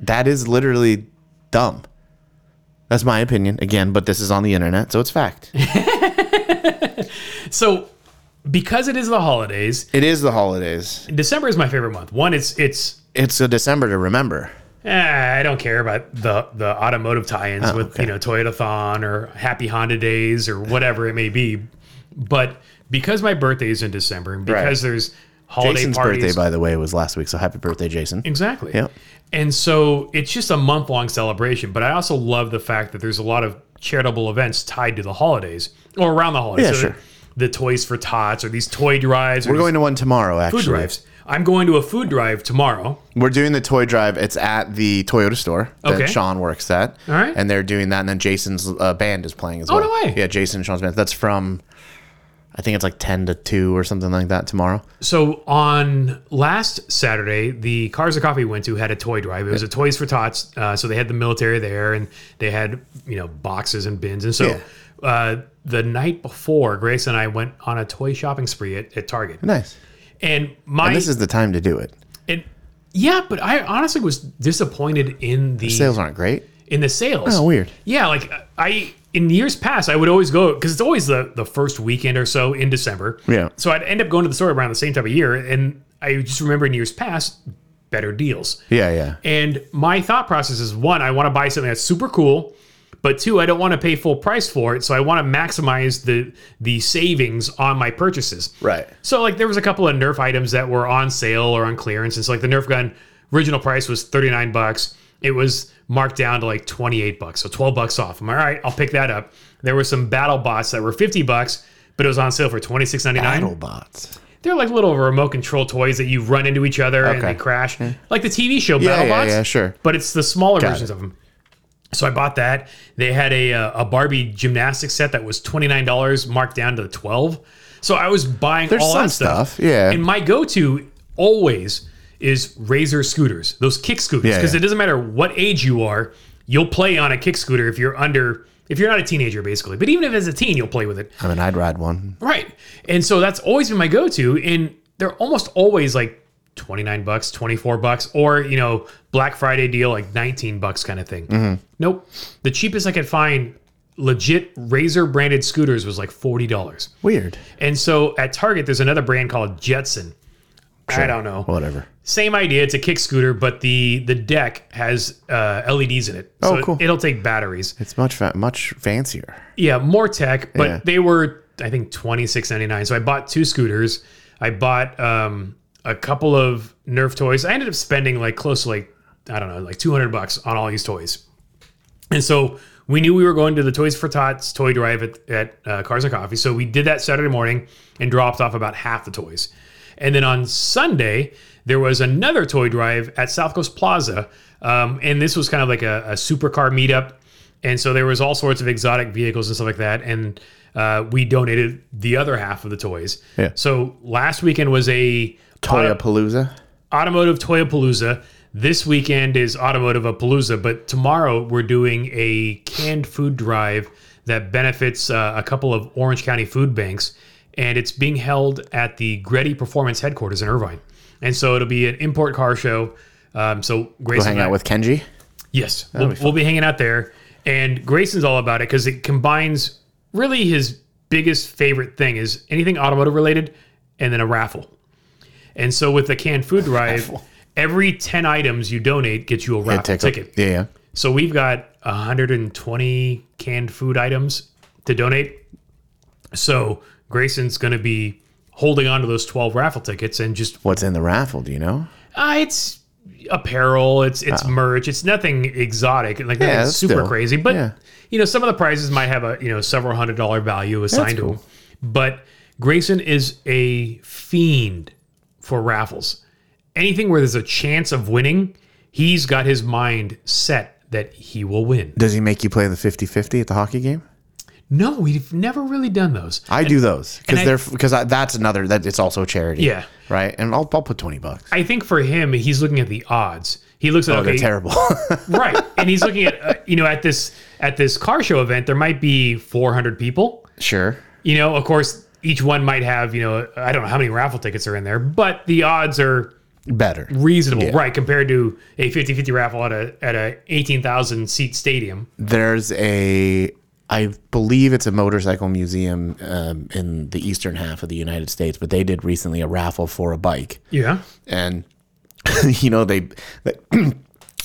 Speaker 1: That is literally dumb. That's my opinion again, but this is on the internet, so it's fact.
Speaker 2: so, because it is the holidays,
Speaker 1: it is the holidays.
Speaker 2: December is my favorite month. One, it's it's
Speaker 1: It's a December to remember.
Speaker 2: Eh, I don't care about the the automotive tie-ins
Speaker 1: Oh,
Speaker 2: with you know Toyota Thon or Happy Honda Days or whatever it may be, but because my birthday is in December and because there's holiday
Speaker 1: Jason's
Speaker 2: parties.
Speaker 1: birthday, by the way, was last week. So happy birthday, Jason.
Speaker 2: Exactly.
Speaker 1: Yep.
Speaker 2: And so it's just a month long celebration, but I also love the fact that there's a lot of charitable events tied to the holidays or around the holidays.
Speaker 1: Yeah,
Speaker 2: So
Speaker 1: sure.
Speaker 2: The Toys for Tots or these toy drives or
Speaker 1: We're
Speaker 2: these
Speaker 1: going to one tomorrow,
Speaker 2: food
Speaker 1: actually.
Speaker 2: drives. I'm going to a food drive tomorrow.
Speaker 1: We're doing the toy drive. It's at the Toyota store that
Speaker 2: Okay.
Speaker 1: Sean works at.
Speaker 2: All right. Oh,
Speaker 1: And they're doing that. And then Jason's uh, band is playing as well.
Speaker 2: no way.
Speaker 1: Yeah, Jason and Sean's band. That's from, I think it's like 10 to 2 or something like that tomorrow.
Speaker 2: So on last Saturday, the Cars of Coffee we went to had a toy drive. It was a Toys for Tots. Uh, so they had the military there, and they had you know boxes and bins. And so uh, the night before, Grace and I went on a toy shopping spree at, at Target.
Speaker 1: Nice.
Speaker 2: And my
Speaker 1: And this is the time to do it.
Speaker 2: and- yeah, but I honestly was disappointed in the
Speaker 1: Sales aren't great.
Speaker 2: in the sales.
Speaker 1: Oh, weird.
Speaker 2: Yeah, like I in years past, I would always go because it's always the the first weekend or so in December.
Speaker 1: Yeah.
Speaker 2: So I'd end up going to the store around the same time of year, and I just remember in years past better deals.
Speaker 1: Yeah, yeah.
Speaker 2: And my thought process is one, I want to buy something that's super cool, but two, I don't want to pay full price for it, so I want to maximize the the savings on my purchases.
Speaker 1: Right.
Speaker 2: So like there was a couple of Nerf items that were on sale or on clearance, and so like the Nerf gun original price was thirty nine bucks. It was marked down to like twenty eight bucks, so twelve bucks off. I'm all right, I'll pick that up. There were some battle bots that were fifty bucks, but it was on sale for twenty six ninety nine.
Speaker 1: Battlebots.
Speaker 2: They're like little remote control toys that you run into each other and
Speaker 1: Okay.
Speaker 2: they crash, like the TV show
Speaker 1: Yeah,
Speaker 2: battle
Speaker 1: yeah,
Speaker 2: bots
Speaker 1: yeah, sure.
Speaker 2: but it's the smaller versions of them. So I bought that. They had a uh, a Barbie gymnastics set that was twenty nine dollars, marked down to twelve. So I was buying
Speaker 1: There's
Speaker 2: all
Speaker 1: some
Speaker 2: that stuff.
Speaker 1: stuff, yeah.
Speaker 2: And my go to always is Razor scooters, those kick scooters,
Speaker 1: Yeah,
Speaker 2: because
Speaker 1: yeah.
Speaker 2: it doesn't matter what age you are, you'll play on a kick scooter if you're under if you're not a teenager basically. But even if as a teen, you'll play with it.
Speaker 1: I mean, I'd ride one.
Speaker 2: Right. And so that's always been my go-to and they're almost always like 29 bucks, 24 bucks or, you know, Black Friday deal like 19 bucks kind of thing.
Speaker 1: Mm-hmm.
Speaker 2: Nope. The cheapest I could find legit Razor branded scooters was like $40.
Speaker 1: Weird.
Speaker 2: And so at Target there's another brand called Jetson. I don't know.
Speaker 1: Whatever.
Speaker 2: Same idea. It's a kick scooter, but the the deck has uh, LEDs in it. So
Speaker 1: Oh, cool.
Speaker 2: It, will take batteries.
Speaker 1: It's much fa- much fancier.
Speaker 2: Yeah, more tech, but
Speaker 1: Yeah.
Speaker 2: they were I think twenty six ninety nine. So I bought two scooters. I bought um, a couple of Nerf toys. I ended up spending like close to like I don't know like two hundred bucks on all these toys. And so we knew we were going to the Toys for Tots toy drive at, at uh, Cars and Coffee. So we did that Saturday morning and dropped off about half the toys. And then on Sunday, there was another toy drive at South Coast Plaza. Um, and this was kind of like a, a supercar meetup. And so there was all sorts of exotic vehicles and stuff like that. And uh, we donated the other half of the toys.
Speaker 1: Yeah.
Speaker 2: So last weekend was a
Speaker 1: Toya Palooza.
Speaker 2: automotive Toyapalooza. This weekend is automotive Palooza, but tomorrow we're doing a canned food drive that benefits uh, a couple of Orange County food banks, and it's being held at the Gretty Performance headquarters in Irvine. And so it'll be an import car show. Um, so Grace
Speaker 1: Go hang
Speaker 2: and I-
Speaker 1: out with Kenji.
Speaker 2: Yes, we'll, we'll be hanging out there. And Grayson's all about it because it combines really his biggest favorite thing is anything automotive related and then a raffle. And so with the canned food drive, every 10 items you donate gets you a raffle
Speaker 1: Take a-
Speaker 2: ticket.
Speaker 1: Yeah, yeah.
Speaker 2: So we've got 120 canned food items to donate. So Grayson's going to be holding on to those 12 raffle tickets and just
Speaker 1: What's in the raffle? Do you know?
Speaker 2: uh, it's apparel, it's it's merch, it's nothing exotic, like nothing
Speaker 1: that's
Speaker 2: super
Speaker 1: Oh. still-
Speaker 2: crazy. But
Speaker 1: yeah.
Speaker 2: you know, some of the prizes might have a you know several hundred dollar value assigned to them. But Grayson is a fiend for raffles. Anything where there's a chance of winning, he's got his mind set that he will win.
Speaker 1: Does he make you play the 50-50 at the hockey game?
Speaker 2: No, we've never really done those.
Speaker 1: I do those because
Speaker 2: I-
Speaker 1: they're because that's another that it's also charity.
Speaker 2: Yeah.
Speaker 1: Right. And I'll, I'll put 20 bucks.
Speaker 2: I think for him, he's looking at the odds. He looks at
Speaker 1: Oh, They're
Speaker 2: okay,
Speaker 1: terrible.
Speaker 2: right and he's looking at uh, you know at this at this car show event there might be 400 people
Speaker 1: sure.
Speaker 2: you know of course each one might have you know i don't know how many raffle tickets are in there but the odds are
Speaker 1: Better.
Speaker 2: reasonable right compared to a 50-50 raffle at a at a 18,000 seat stadium
Speaker 1: There's a I believe it's a motorcycle museum um, in the eastern half of the United States, but they did recently a raffle for a bike.
Speaker 2: yeah
Speaker 1: and you know they, they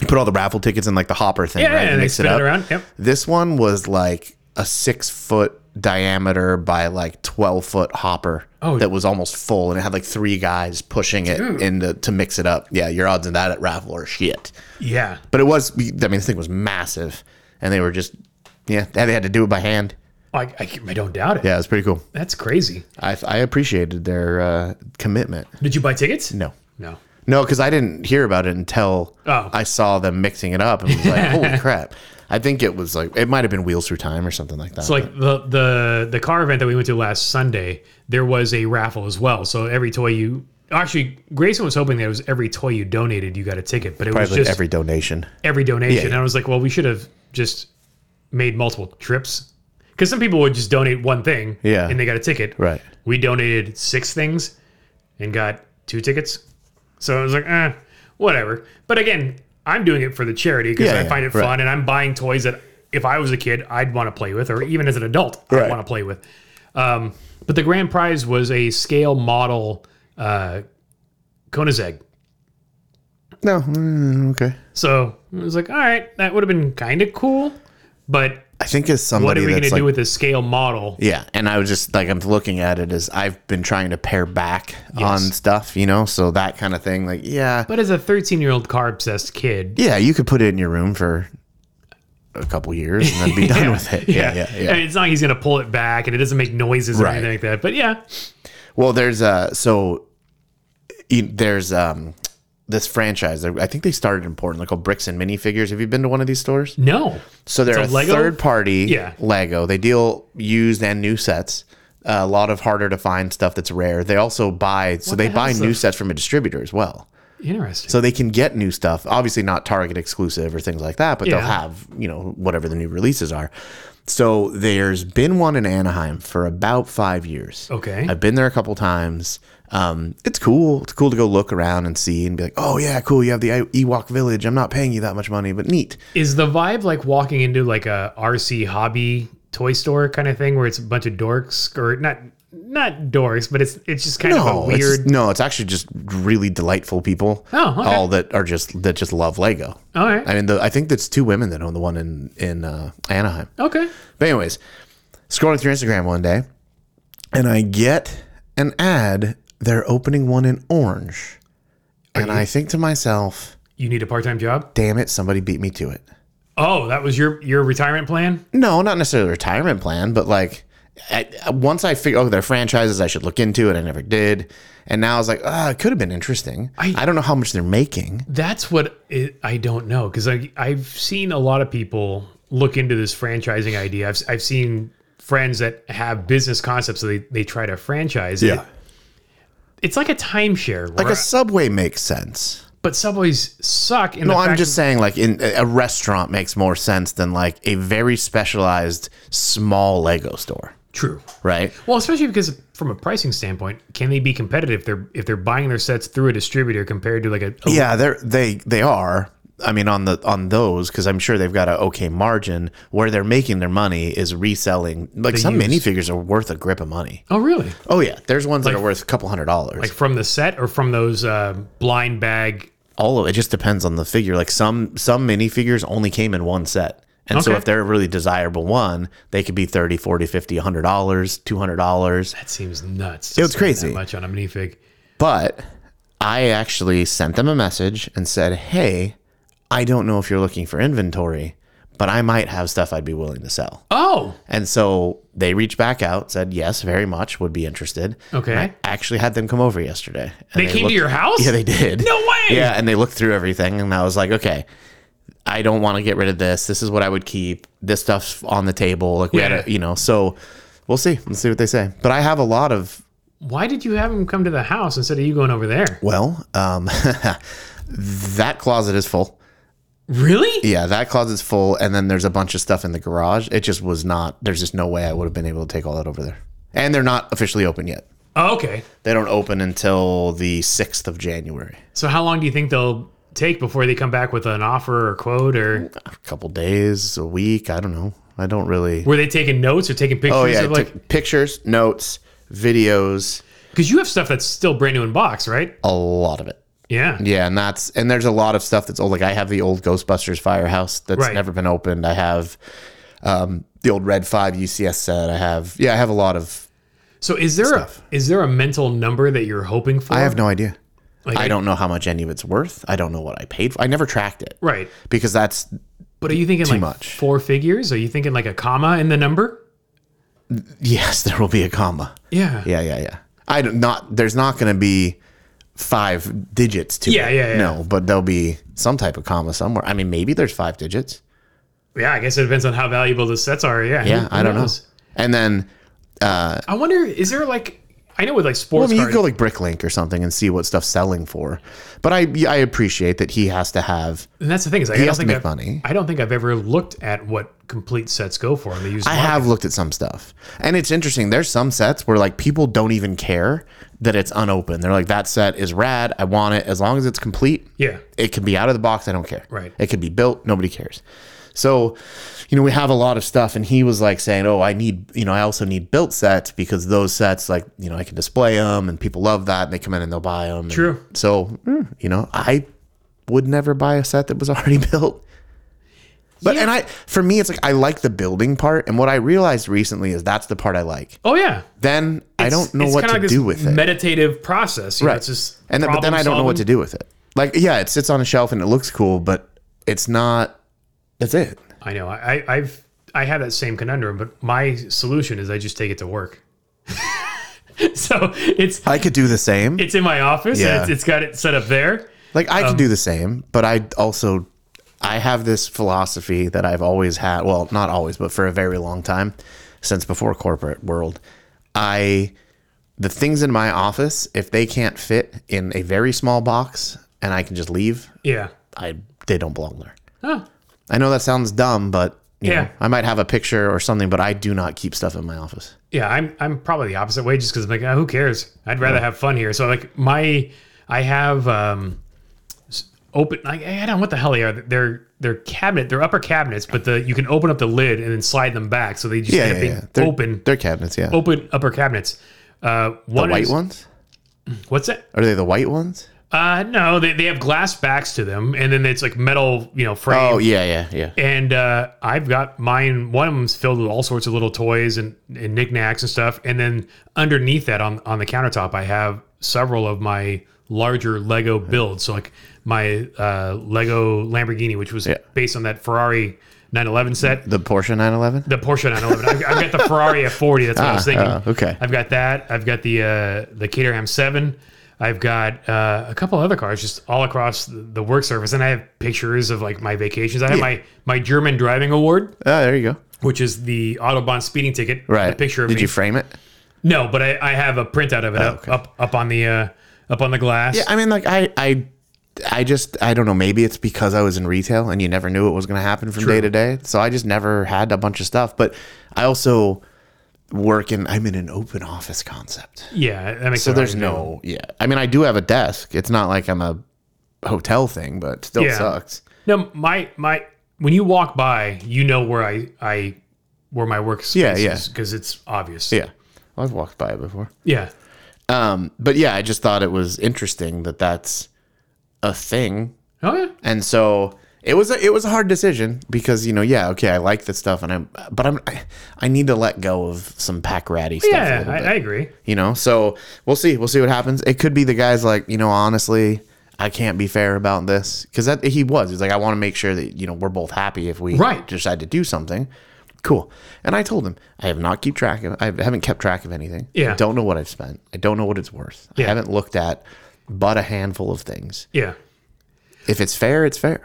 Speaker 1: put all the raffle tickets in like the hopper thing,
Speaker 2: yeah,
Speaker 1: right?
Speaker 2: yeah,
Speaker 1: and
Speaker 2: they
Speaker 1: mix
Speaker 2: spin it around, yep.
Speaker 1: This one was like a six foot diameter by like 12 foot hopper
Speaker 2: Oh.
Speaker 1: that was almost full and it had like three guys pushing it in the, to mix it up. Yeah, your odds in that at raffle are shit.
Speaker 2: Yeah.
Speaker 1: But it was, I mean, this thing was massive and they were just, yeah, they had to do it by hand.
Speaker 2: I, I, I don't doubt it.
Speaker 1: Yeah, it was pretty cool.
Speaker 2: That's crazy.
Speaker 1: I, I appreciated their uh, commitment.
Speaker 2: Did you buy tickets?
Speaker 1: No.
Speaker 2: No.
Speaker 1: No, because I didn't hear about it until
Speaker 2: Oh.
Speaker 1: I saw them mixing it up and was like, holy crap. I think it was like, it might have been Wheels Through Time or something like that.
Speaker 2: So like the the the car event that we went to last Sunday, there was a raffle as well. So every toy you actually Grayson was hoping that it was every toy you donated you got a ticket, but it
Speaker 1: Probably
Speaker 2: was just every,
Speaker 1: every donation.
Speaker 2: donation.
Speaker 1: yeah.
Speaker 2: And I was like, well, we should have just made multiple trips because some people would just donate one thing,
Speaker 1: Yeah.
Speaker 2: and they got a ticket.
Speaker 1: Right.
Speaker 2: We donated six things and got two tickets. So I was like, eh, whatever. But again, I'm doing it for the charity because
Speaker 1: Yeah,
Speaker 2: I
Speaker 1: yeah,
Speaker 2: find it
Speaker 1: right.
Speaker 2: fun and I'm buying toys that if I was a kid, I'd want to play with, or even as an adult,
Speaker 1: Right.
Speaker 2: I'd want to play with. Um, but the grand prize was a scale model uh, Koenigsegg.
Speaker 1: No. mm, okay.
Speaker 2: So I was like, all right, that would have been kind of cool. But
Speaker 1: I think as
Speaker 2: what
Speaker 1: somebody
Speaker 2: are we going to
Speaker 1: that's like,
Speaker 2: do with this scale model?
Speaker 1: yeah, and I was just like, I'm looking at it as I've been trying to pare back on stuff, you know, so that kind of thing. Like, yeah,
Speaker 2: But as a 13 year old car obsessed kid,
Speaker 1: yeah, you could put it in your room for a couple years and then be done with it. Yeah, yeah, yeah.
Speaker 2: I mean, it's not like he's going to pull it back and it doesn't make noises or
Speaker 1: Right.
Speaker 2: anything like that. But yeah,
Speaker 1: Well, there's uh, so you- there's um, this franchise. I think they started in Portland, like called Bricks and Minifigures. Have you been to one of these stores?
Speaker 2: no.
Speaker 1: So they're a,
Speaker 2: a Lego?
Speaker 1: third party
Speaker 2: Yeah.
Speaker 1: Lego. They deal used and new sets. a lot of harder to find stuff that's rare. They also buy, so they
Speaker 2: the hell
Speaker 1: buy
Speaker 2: is
Speaker 1: new
Speaker 2: the-
Speaker 1: sets from a distributor as well.
Speaker 2: Interesting.
Speaker 1: So they can get new stuff, obviously not Target exclusive or things like that, but they'll
Speaker 2: Yeah.
Speaker 1: have, you know, whatever the new releases are. So there's been one in Anaheim for about five years.
Speaker 2: okay.
Speaker 1: I've been there a couple times. Um, it's cool. It's cool to go look around and see and be like, oh, yeah, cool. You have the E- Ewok Village. I'm not paying you that much money, but neat.
Speaker 2: Is the vibe like walking into like a RC hobby toy store kind of thing where it's a bunch of dorks or not not dorks, but it's it's just kind of a
Speaker 1: it's-
Speaker 2: weird
Speaker 1: no, it's actually just really delightful people.
Speaker 2: Oh, okay.
Speaker 1: all that are just that just love Lego.
Speaker 2: All right.
Speaker 1: I mean, the, I think that's two women that own the one in in uh, Anaheim.
Speaker 2: Okay.
Speaker 1: But anyways, scrolling through Instagram one day, and I get an ad. They're opening one in Orange, and I think to myself,
Speaker 2: You need a part time job?
Speaker 1: "Damn it, somebody beat me to it."
Speaker 2: Oh, that was your your retirement plan?
Speaker 1: No, not necessarily a retirement plan, but like I, once I figured, oh, they're franchises I should look into, and I never did. And now I was like, ah, it could have been interesting. I,
Speaker 2: I-
Speaker 1: don't know how much they're making.
Speaker 2: That's what it, I don't know because I I've seen a lot of people look into this franchising idea. I've I've seen friends that have business concepts that they, they try to franchise. it. It's like a timeshare,
Speaker 1: Like
Speaker 2: where-
Speaker 1: a subway makes sense.
Speaker 2: but subways suck. In
Speaker 1: No,
Speaker 2: the
Speaker 1: I'm
Speaker 2: fact
Speaker 1: just saying, like, in a a restaurant makes more sense than like a very specialized small Lego store,
Speaker 2: true.
Speaker 1: right?
Speaker 2: Well, especially because from a pricing standpoint, can they be competitive if they're if they're buying their sets through a distributor compared to like a, a-
Speaker 1: Yeah, they're they they are. I mean, on the on those because I'm sure they've got a okay margin where they're making their money is reselling. Like some
Speaker 2: used.
Speaker 1: minifigures are worth a grip of money.
Speaker 2: Oh, really?
Speaker 1: Oh yeah, there's ones that are worth a couple hundred dollars.
Speaker 2: Like from the set or from those uh, blind bag?
Speaker 1: All of it just depends on the figure. Like some some minifigures only came in one set. And so
Speaker 2: Okay.
Speaker 1: if they're a really desirable one, they could be 30, 40, 50, 100 dollars, 200 dollars.
Speaker 2: That seems nuts. It
Speaker 1: was crazy.
Speaker 2: that much on a minifig.
Speaker 1: But I actually sent them a message and said, "Hey, I don't know if you're looking for inventory, but I might have stuff I'd be willing to sell."
Speaker 2: Oh,
Speaker 1: And so they reached back out, said yes, very much would be interested.
Speaker 2: Okay.
Speaker 1: And I actually had them come over yesterday. and
Speaker 2: they, came
Speaker 1: looked-
Speaker 2: to your house?
Speaker 1: Yeah, they did.
Speaker 2: No way!
Speaker 1: Yeah, and they looked through everything, and I was like, okay, I don't want to get rid of this. This is what I would keep. This stuff's on the table. Like we
Speaker 2: Yeah.
Speaker 1: had, a, you know. So we'll see. Let's see what they say. But I have a lot of
Speaker 2: Why did you have them come to the house instead of you going over there?
Speaker 1: well, um, that closet is full.
Speaker 2: Really?
Speaker 1: Yeah, that closet's full, and then there's a bunch of stuff in the garage. It just was not. There's just no way I would have been able to take all that over there. And they're not officially open yet.
Speaker 2: Oh, okay.
Speaker 1: They don't open until the 6th of January.
Speaker 2: So how long do you think they'll take before they come back with an offer or quote or
Speaker 1: A couple days, a week, I don't know. I don't really.
Speaker 2: were they taking notes or taking pictures
Speaker 1: Oh yeah,
Speaker 2: of like
Speaker 1: took pictures, notes, videos,
Speaker 2: because you have stuff that's still brand new in box, right?
Speaker 1: a lot of it.
Speaker 2: Yeah.
Speaker 1: Yeah, and that's and there's a lot of stuff that's old. Like I have the old Ghostbusters firehouse that's
Speaker 2: Right.
Speaker 1: never been opened. I have um, the old Red Five UCS set. I have yeah, I have a lot of.
Speaker 2: So is there a, is there a mental number that you're hoping for?
Speaker 1: I have no idea.
Speaker 2: Like,
Speaker 1: I don't know how much any of it's worth. I don't know what I paid for. I never tracked it
Speaker 2: Right.
Speaker 1: because that's
Speaker 2: But are you thinking like
Speaker 1: much.
Speaker 2: four figures? Are you thinking like a comma in the number?
Speaker 1: yes, there will be a comma.
Speaker 2: Yeah.
Speaker 1: Yeah, yeah, yeah. I don't not there's not going to be five digits to
Speaker 2: Yeah,
Speaker 1: it.
Speaker 2: yeah, yeah.
Speaker 1: No, but there'll be some type of comma somewhere. I mean, maybe there's five digits.
Speaker 2: Yeah, I guess it depends on how valuable the sets are. Yeah.
Speaker 1: Yeah, I don't know.
Speaker 2: knows?
Speaker 1: And then
Speaker 2: I wonder, is there like, I know with like
Speaker 1: I
Speaker 2: sports
Speaker 1: mean, you
Speaker 2: cards.
Speaker 1: go like BrickLink or something and see what stuff's selling for. But I I appreciate that he has to have.
Speaker 2: and that's the thing is, like, I don't
Speaker 1: has to
Speaker 2: think
Speaker 1: make
Speaker 2: I've,
Speaker 1: money.
Speaker 2: I don't think I've ever looked at what complete sets go for. And they use
Speaker 1: I have looked at some stuff, and it's interesting. There's some sets where like people don't even care that it's unopened. They're like, that set is rad. I want it as long as it's complete.
Speaker 2: Yeah.
Speaker 1: It can be out of the box. I don't care.
Speaker 2: Right.
Speaker 1: It could be built. Nobody cares. So, you know, we have a lot of stuff, and he was like saying, "Oh, I need, you know, I also need built sets because those sets, like, you know, I can display them, and people love that, and they come in and they'll buy them."
Speaker 2: True.
Speaker 1: So, mm, you know, I would never buy a set that was already built. But and I, for me, it's like I like the building part, and what I realized recently is that's the part I like.
Speaker 2: Oh, yeah.
Speaker 1: Then I
Speaker 2: It's-
Speaker 1: don't know
Speaker 2: it's
Speaker 1: what
Speaker 2: kinda
Speaker 1: to
Speaker 2: like this
Speaker 1: do with it.
Speaker 2: Meditative process. You know,
Speaker 1: Right.
Speaker 2: it's just
Speaker 1: and then, but then I don't know what to do with it. Like, yeah, it sits on a shelf and it looks cool, but it's not. That's it.
Speaker 2: I know. I, I, I've, I have that same conundrum, but my solution is I just take it to work. so it's,
Speaker 1: I could do the same.
Speaker 2: it's in my office.
Speaker 1: Yeah.
Speaker 2: And it's, it's got it set up there.
Speaker 1: like, I could do the same, but I also, I have this philosophy that I've always had. Well, not always, but for a very long time, since before corporate world, I, the things in my office, if they can't fit in a very small box and I can just leave,
Speaker 2: Yeah.
Speaker 1: I they don't belong there.
Speaker 2: Huh.
Speaker 1: I know that sounds dumb, but you
Speaker 2: Yeah.
Speaker 1: know, I might have a picture or something, but I do not keep stuff in my office.
Speaker 2: Yeah, I'm I'm probably the opposite way just because I'm like, "Ah, who cares? I'd rather have fun here. So like my I have um s- open like I don't know what the hell they are. They're they're cabinet, they're upper cabinets, but the you can open up the lid and then slide them back. So they just
Speaker 1: Yeah,
Speaker 2: end
Speaker 1: yeah,
Speaker 2: up
Speaker 1: yeah.
Speaker 2: being
Speaker 1: They're,
Speaker 2: open
Speaker 1: They're cabinets, yeah.
Speaker 2: open upper cabinets. Uh one
Speaker 1: white
Speaker 2: Oh, is-
Speaker 1: ones?
Speaker 2: What's that?
Speaker 1: Are they the white ones?
Speaker 2: Uh no, they, they have glass backs to them and then it's like metal, you know, frame.
Speaker 1: Oh yeah, yeah, yeah.
Speaker 2: And uh, I've got mine. One of them's filled with all sorts of little toys and, and knickknacks and stuff. And then underneath that, on on the countertop, I have several of my larger Lego builds. So like my uh, Lego Lamborghini, which was based on that Ferrari 911 set.
Speaker 1: The Porsche 911.
Speaker 2: The Porsche 911. I've, I've got the Ferrari F40. That's what I was thinking.
Speaker 1: ah, okay.
Speaker 2: I've got that. I've got the uh, the Caterham 7. I've got uh, a couple other cars just all across the- the work surface, and I have pictures of like my vacations. I have my my German driving award,
Speaker 1: Oh, there you go.
Speaker 2: which is the autobahn speeding ticket.
Speaker 1: Right.
Speaker 2: A picture of
Speaker 1: Did
Speaker 2: me.
Speaker 1: you frame it?
Speaker 2: no, but I, I have a printout of it up,
Speaker 1: okay.
Speaker 2: up up on the uh, up on the glass.
Speaker 1: Yeah, I mean, like I, I, I just, I don't know. Maybe it's because I was in retail and you never knew what was going to happen from day to day. So I just never had a bunch of stuff. But I also work in. I'm in an open office concept.
Speaker 2: yeah that makes
Speaker 1: So
Speaker 2: it
Speaker 1: there's
Speaker 2: hard to do.
Speaker 1: no. Yeah. I mean, I do have a desk. It's not like I'm a hotel thing, but it still
Speaker 2: Yeah.
Speaker 1: sucks.
Speaker 2: No, my my when you walk by, you know where I I where my work space
Speaker 1: Yeah, yeah.
Speaker 2: because it's obvious.
Speaker 1: Yeah. I've walked by it before.
Speaker 2: Yeah.
Speaker 1: Um, but yeah, I just thought it was interesting that that's a thing,
Speaker 2: Oh yeah.
Speaker 1: and so it was a, it was a hard decision because you know yeah okay I like this stuff and I'm but I'm I, I need to let go of some pack ratty stuff a
Speaker 2: Yeah,
Speaker 1: little
Speaker 2: I,
Speaker 1: bit
Speaker 2: I agree.
Speaker 1: you know so we'll see we'll see what happens it could be the guys like you know honestly I can't be fair about this because that he was he's like I want to make sure that you know we're both happy if we
Speaker 2: Right.
Speaker 1: decide to do something cool and I told him I have not keep track of I haven't kept track of anything
Speaker 2: Yeah.
Speaker 1: I don't know what I've spent I don't know what it's worth
Speaker 2: Yeah.
Speaker 1: I haven't looked at but a handful of things
Speaker 2: Yeah.
Speaker 1: if it's fair it's fair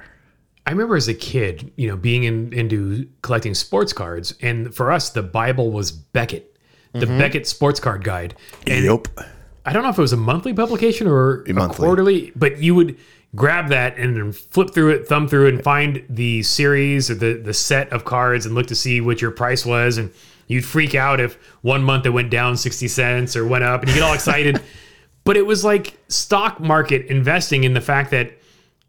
Speaker 2: I remember as a kid, you know, being in, into collecting sports cards, and for us, the Bible was Beckett, the Beckett Sports Card Guide. And I don't know if it was a monthly publication or a
Speaker 1: monthly.
Speaker 2: quarterly, but you would grab that and then flip through it, thumb through it, and find the series or the the set of cards and look to see what your price was, and you'd freak out if one month it went down sixty cents or went up, and you get all excited. but it was like stock market investing in the fact that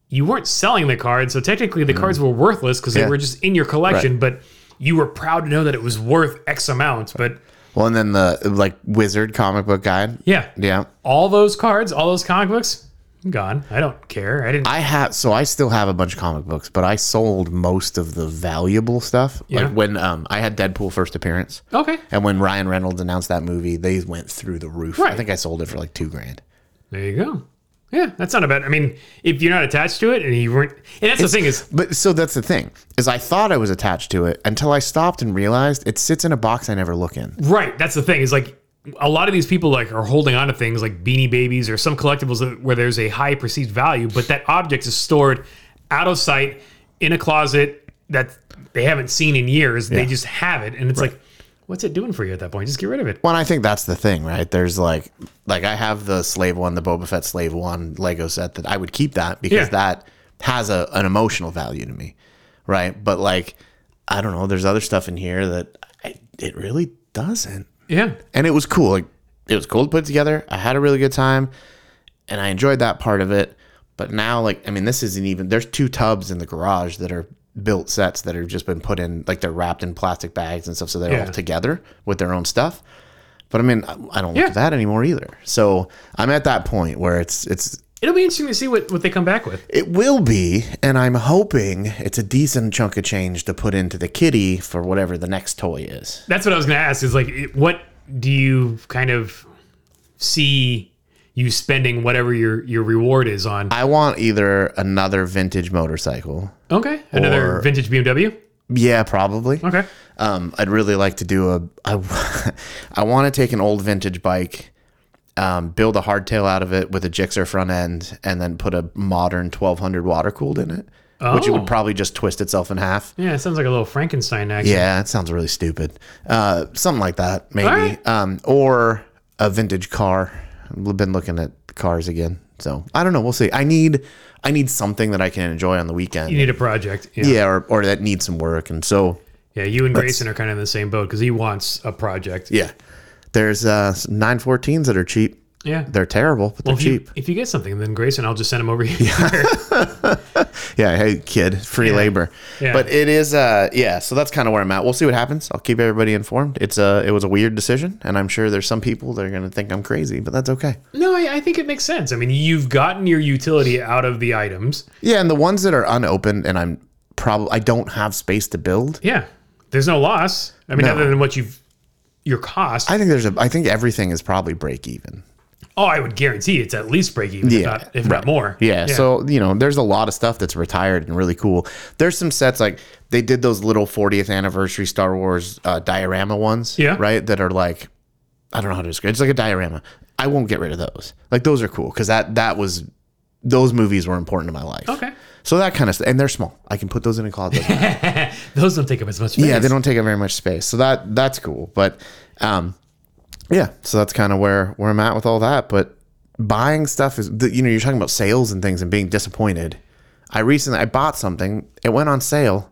Speaker 2: you weren't selling the cards, so technically the cards were worthless because
Speaker 1: Mm. Yeah.
Speaker 2: they were just in your collection, but you were proud to know that it was worth X amount. But
Speaker 1: well and then the like wizard comic book guy
Speaker 2: yeah,
Speaker 1: yeah
Speaker 2: all those cards, all those comic books, I'm gone. I don't care. I didn't.
Speaker 1: I have so I still have a bunch of comic books, but I sold most of the valuable stuff.
Speaker 2: Yeah. Oh.
Speaker 1: Like when um, I had Deadpool first appearance,
Speaker 2: okay.
Speaker 1: and when Ryan Reynolds announced that movie, they went through the roof. I
Speaker 2: Right.
Speaker 1: think I sold it for like two grand.
Speaker 2: There you go. Yeah, that's not a bad. I mean, if you're not attached to it, and you weren't, and that's the thing is,
Speaker 1: But so that's the thing is I thought I was attached to it until I stopped and realized it sits in a box I never look in.
Speaker 2: Right. That's the thing is like a lot of these people like are holding on to things like beanie babies or some collectibles that, where there's a high perceived value, but that object is stored out of sight in a closet that they haven't seen in years. They just have it. And it's like, what's it doing for you at that point? Just get rid of it.
Speaker 1: Well, and I think that's the thing, right? There's like, like I have the slave one, the Boba Fett slave one Lego set that I would keep that because
Speaker 2: Yeah.
Speaker 1: that has a, an emotional value to me, right? But like, I don't know. There's other stuff in here that I, it really doesn't.
Speaker 2: Yeah.
Speaker 1: And it was cool. Like, it was cool to put together. I had a really good time, and I enjoyed that part of it. But now, like, I mean, this isn't even. There's two tubs in the garage that are built sets that have just been put in, like they're wrapped in plastic bags and stuff, so they're
Speaker 2: Yeah.
Speaker 1: all together with their own stuff. But I mean, I I don't look
Speaker 2: Yeah.
Speaker 1: at that anymore either. So I'm at that point where it's it's
Speaker 2: It'll be interesting to see what, what they come back with.
Speaker 1: it will be, and I'm hoping it's a decent chunk of change to put into the kitty for whatever the next toy is.
Speaker 2: That's what I was going to ask is like, it- what do you kind of see you spending whatever your, your reward is on?
Speaker 1: I want either another vintage motorcycle.
Speaker 2: Okay. Another
Speaker 1: Or-
Speaker 2: vintage BMW.
Speaker 1: Yeah, probably.
Speaker 2: Okay.
Speaker 1: Um, I'd really like to do a. I, I want to take an old vintage bike, um, build a hardtail out of it with a Gixxer front end, and then put a modern 1200 water cooled in it, which it
Speaker 2: Oh.
Speaker 1: would probably just twist itself in half.
Speaker 2: Yeah, it sounds like a little Frankenstein action.
Speaker 1: Yeah, that sounds really stupid. Uh, something like that, maybe.
Speaker 2: right.
Speaker 1: Um, or a vintage car. I've been looking at cars again, so I don't know. We'll see. I need, I need something that I can enjoy on the weekend.
Speaker 2: You need a project. Yeah.
Speaker 1: yeah, or, or that needs some work, and so
Speaker 2: Yeah, you and Grayson are kind of in the same boat because he wants a project.
Speaker 1: Yeah. There's uh 914s that are cheap.
Speaker 2: Yeah.
Speaker 1: They're terrible, but they're
Speaker 2: if, you,
Speaker 1: cheap.
Speaker 2: if you get something, then Grayson, I'll just send him over here.
Speaker 1: Yeah, hey kid, free labor.
Speaker 2: Yeah.
Speaker 1: But it is uh yeah, so that's kind of where I'm at. We'll see what happens. I'll keep everybody informed. It's a it was a weird decision and I'm sure there's some people that are going to think I'm crazy, but that's okay.
Speaker 2: no, I, I think it makes sense. I mean, you've gotten your utility out of the items.
Speaker 1: Yeah, and the ones that are unopened and I'm probably I don't have space to build.
Speaker 2: Yeah. There's no loss. I mean,
Speaker 1: No.
Speaker 2: other than what you've, your cost.
Speaker 1: I think there's a I think everything is probably break even.
Speaker 2: oh, I would guarantee it's at least break even, if,
Speaker 1: Yeah,
Speaker 2: not, if not more.
Speaker 1: Yeah, So, you know, there's a lot of stuff that's retired and really cool. There's some sets like they did those little 40th anniversary Star Wars uh, diorama ones.
Speaker 2: Yeah.
Speaker 1: Right. That are like, I don't know how to describe it. It's like a diorama. I won't get rid of those. Like, those are cool because that, that was, those movies were important to my life.
Speaker 2: Okay.
Speaker 1: So that kind of stuff. And they're small. I can put those in a closet.
Speaker 2: Those don't take up as much space.
Speaker 1: yeah. They don't take up very much space. So that, that's cool. But, um, yeah. So that's kind of where, where I'm at with all that. But, buying stuff is the- you know you're talking about sales and things and being disappointed i recently i bought something it went on sale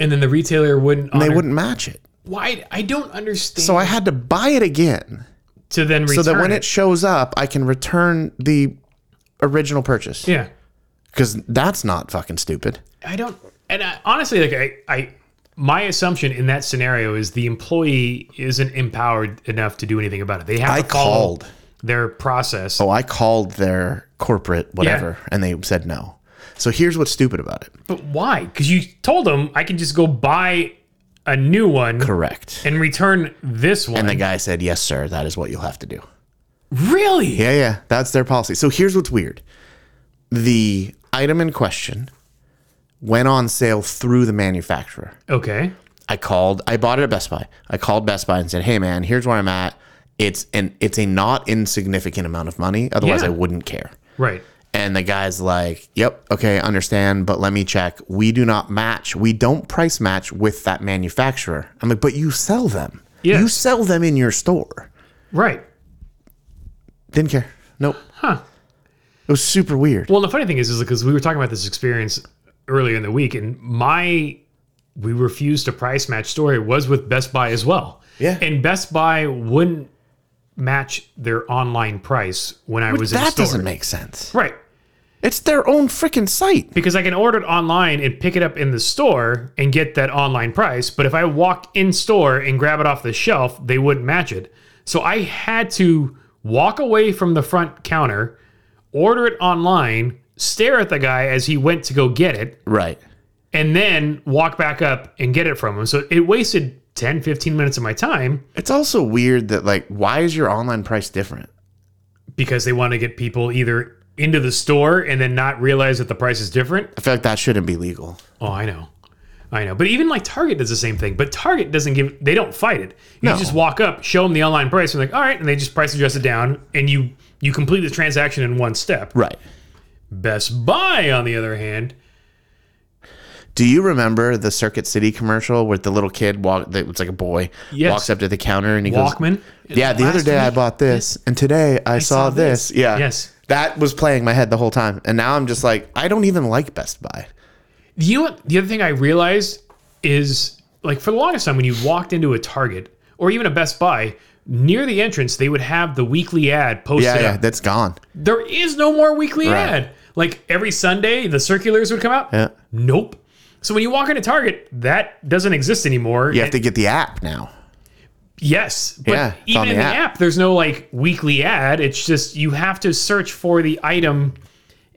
Speaker 2: And then the retailer wouldn't. Honor,
Speaker 1: and they wouldn't match it
Speaker 2: Why? I don't understand.
Speaker 1: so i had to buy it again
Speaker 2: to then
Speaker 1: so
Speaker 2: return
Speaker 1: that when
Speaker 2: it.
Speaker 1: it shows up i can return the original purchase
Speaker 2: Yeah.
Speaker 1: because that's not fucking stupid
Speaker 2: I don't. And I, honestly, like I, I, my assumption in that scenario is the employee isn't empowered enough to do anything about it. They have
Speaker 1: I
Speaker 2: to follow
Speaker 1: called. Oh.
Speaker 2: their process.
Speaker 1: so i called their corporate whatever and they said no so here's what's stupid about it
Speaker 2: But why? Because you told them I can just go buy a new one
Speaker 1: correct
Speaker 2: and return this one.
Speaker 1: and the guy said yes sir that is what you'll have to do
Speaker 2: really?
Speaker 1: Yeah, yeah, that's their policy. So here's what's weird: the item in question went on sale through the manufacturer.
Speaker 2: Okay.
Speaker 1: I called. I bought it at Best Buy. I called Best Buy and said, "Hey, man, here's where I'm at. It's an it's a not insignificant amount of money. Otherwise,
Speaker 2: Yeah.
Speaker 1: I wouldn't care."
Speaker 2: Right.
Speaker 1: And the guy's like, "Yep, okay, understand, but let me check. We do not match. We don't price match with that manufacturer." I'm like, "But you sell them. You
Speaker 2: Yes.
Speaker 1: sell them in your store."
Speaker 2: Right.
Speaker 1: Didn't care. Nope.
Speaker 2: Huh.
Speaker 1: It was super weird.
Speaker 2: Well, the funny thing is, is because we were talking about this experience earlier in the week, and my we refused to price match story was with Best Buy as well.
Speaker 1: Yeah.
Speaker 2: and Best Buy wouldn't match their online price when I was in
Speaker 1: that
Speaker 2: store.
Speaker 1: doesn't make sense.
Speaker 2: right,
Speaker 1: It's their own freaking site.
Speaker 2: because I can order it online and pick it up in the store and get that online price, but if I walk in store and grab it off the shelf, they wouldn't match it. So I had to walk away from the front counter, order it online, stare at the guy as he went to go get it,
Speaker 1: Right.
Speaker 2: and then walk back up and get it from him. So it wasted 10, 15 minutes of my time
Speaker 1: It's also weird that like why is your online price different?
Speaker 2: because they want to get people either into the store and then not realize that the price is different.
Speaker 1: I feel like that shouldn't be legal.
Speaker 2: Oh, I know. I know. But even like Target does the same thing, but Target doesn't give, they don't fight it. You just walk up, show them the online price, and they're like, all right, and they just price adjust it down, and you you complete the transaction in one step.
Speaker 1: Right.
Speaker 2: Best Buy, on the other hand,
Speaker 1: Do you remember the Circuit City commercial with the little kid walk that was like a boy
Speaker 2: Yes.
Speaker 1: walks up to the counter and he goes
Speaker 2: Walkman.
Speaker 1: Yeah, the other
Speaker 3: last
Speaker 1: day I
Speaker 3: week,
Speaker 1: bought this and today I, saw,
Speaker 3: saw
Speaker 1: this.
Speaker 3: this."
Speaker 1: Yeah.
Speaker 2: Yes.
Speaker 1: That was playing my head the whole time. And now I'm just like, I don't even like Best Buy.
Speaker 2: You know what? The other thing I realized is like for the longest time when you walked into a Target or even a Best Buy, near the entrance they would have the weekly ad posted.
Speaker 1: Yeah, yeah,
Speaker 2: up.
Speaker 1: that's gone.
Speaker 2: There is no more weekly
Speaker 1: Right.
Speaker 2: ad. Like every Sunday the circulars would come out.
Speaker 1: Yeah.
Speaker 2: Nope. So when you walk into Target, that doesn't exist anymore.
Speaker 1: You have
Speaker 2: And-
Speaker 1: to get the app now.
Speaker 2: yes, but
Speaker 1: Yeah, it's
Speaker 2: even
Speaker 1: on the
Speaker 2: in the
Speaker 1: app.
Speaker 2: app, there's no like weekly ad. It's just you have to search for the item,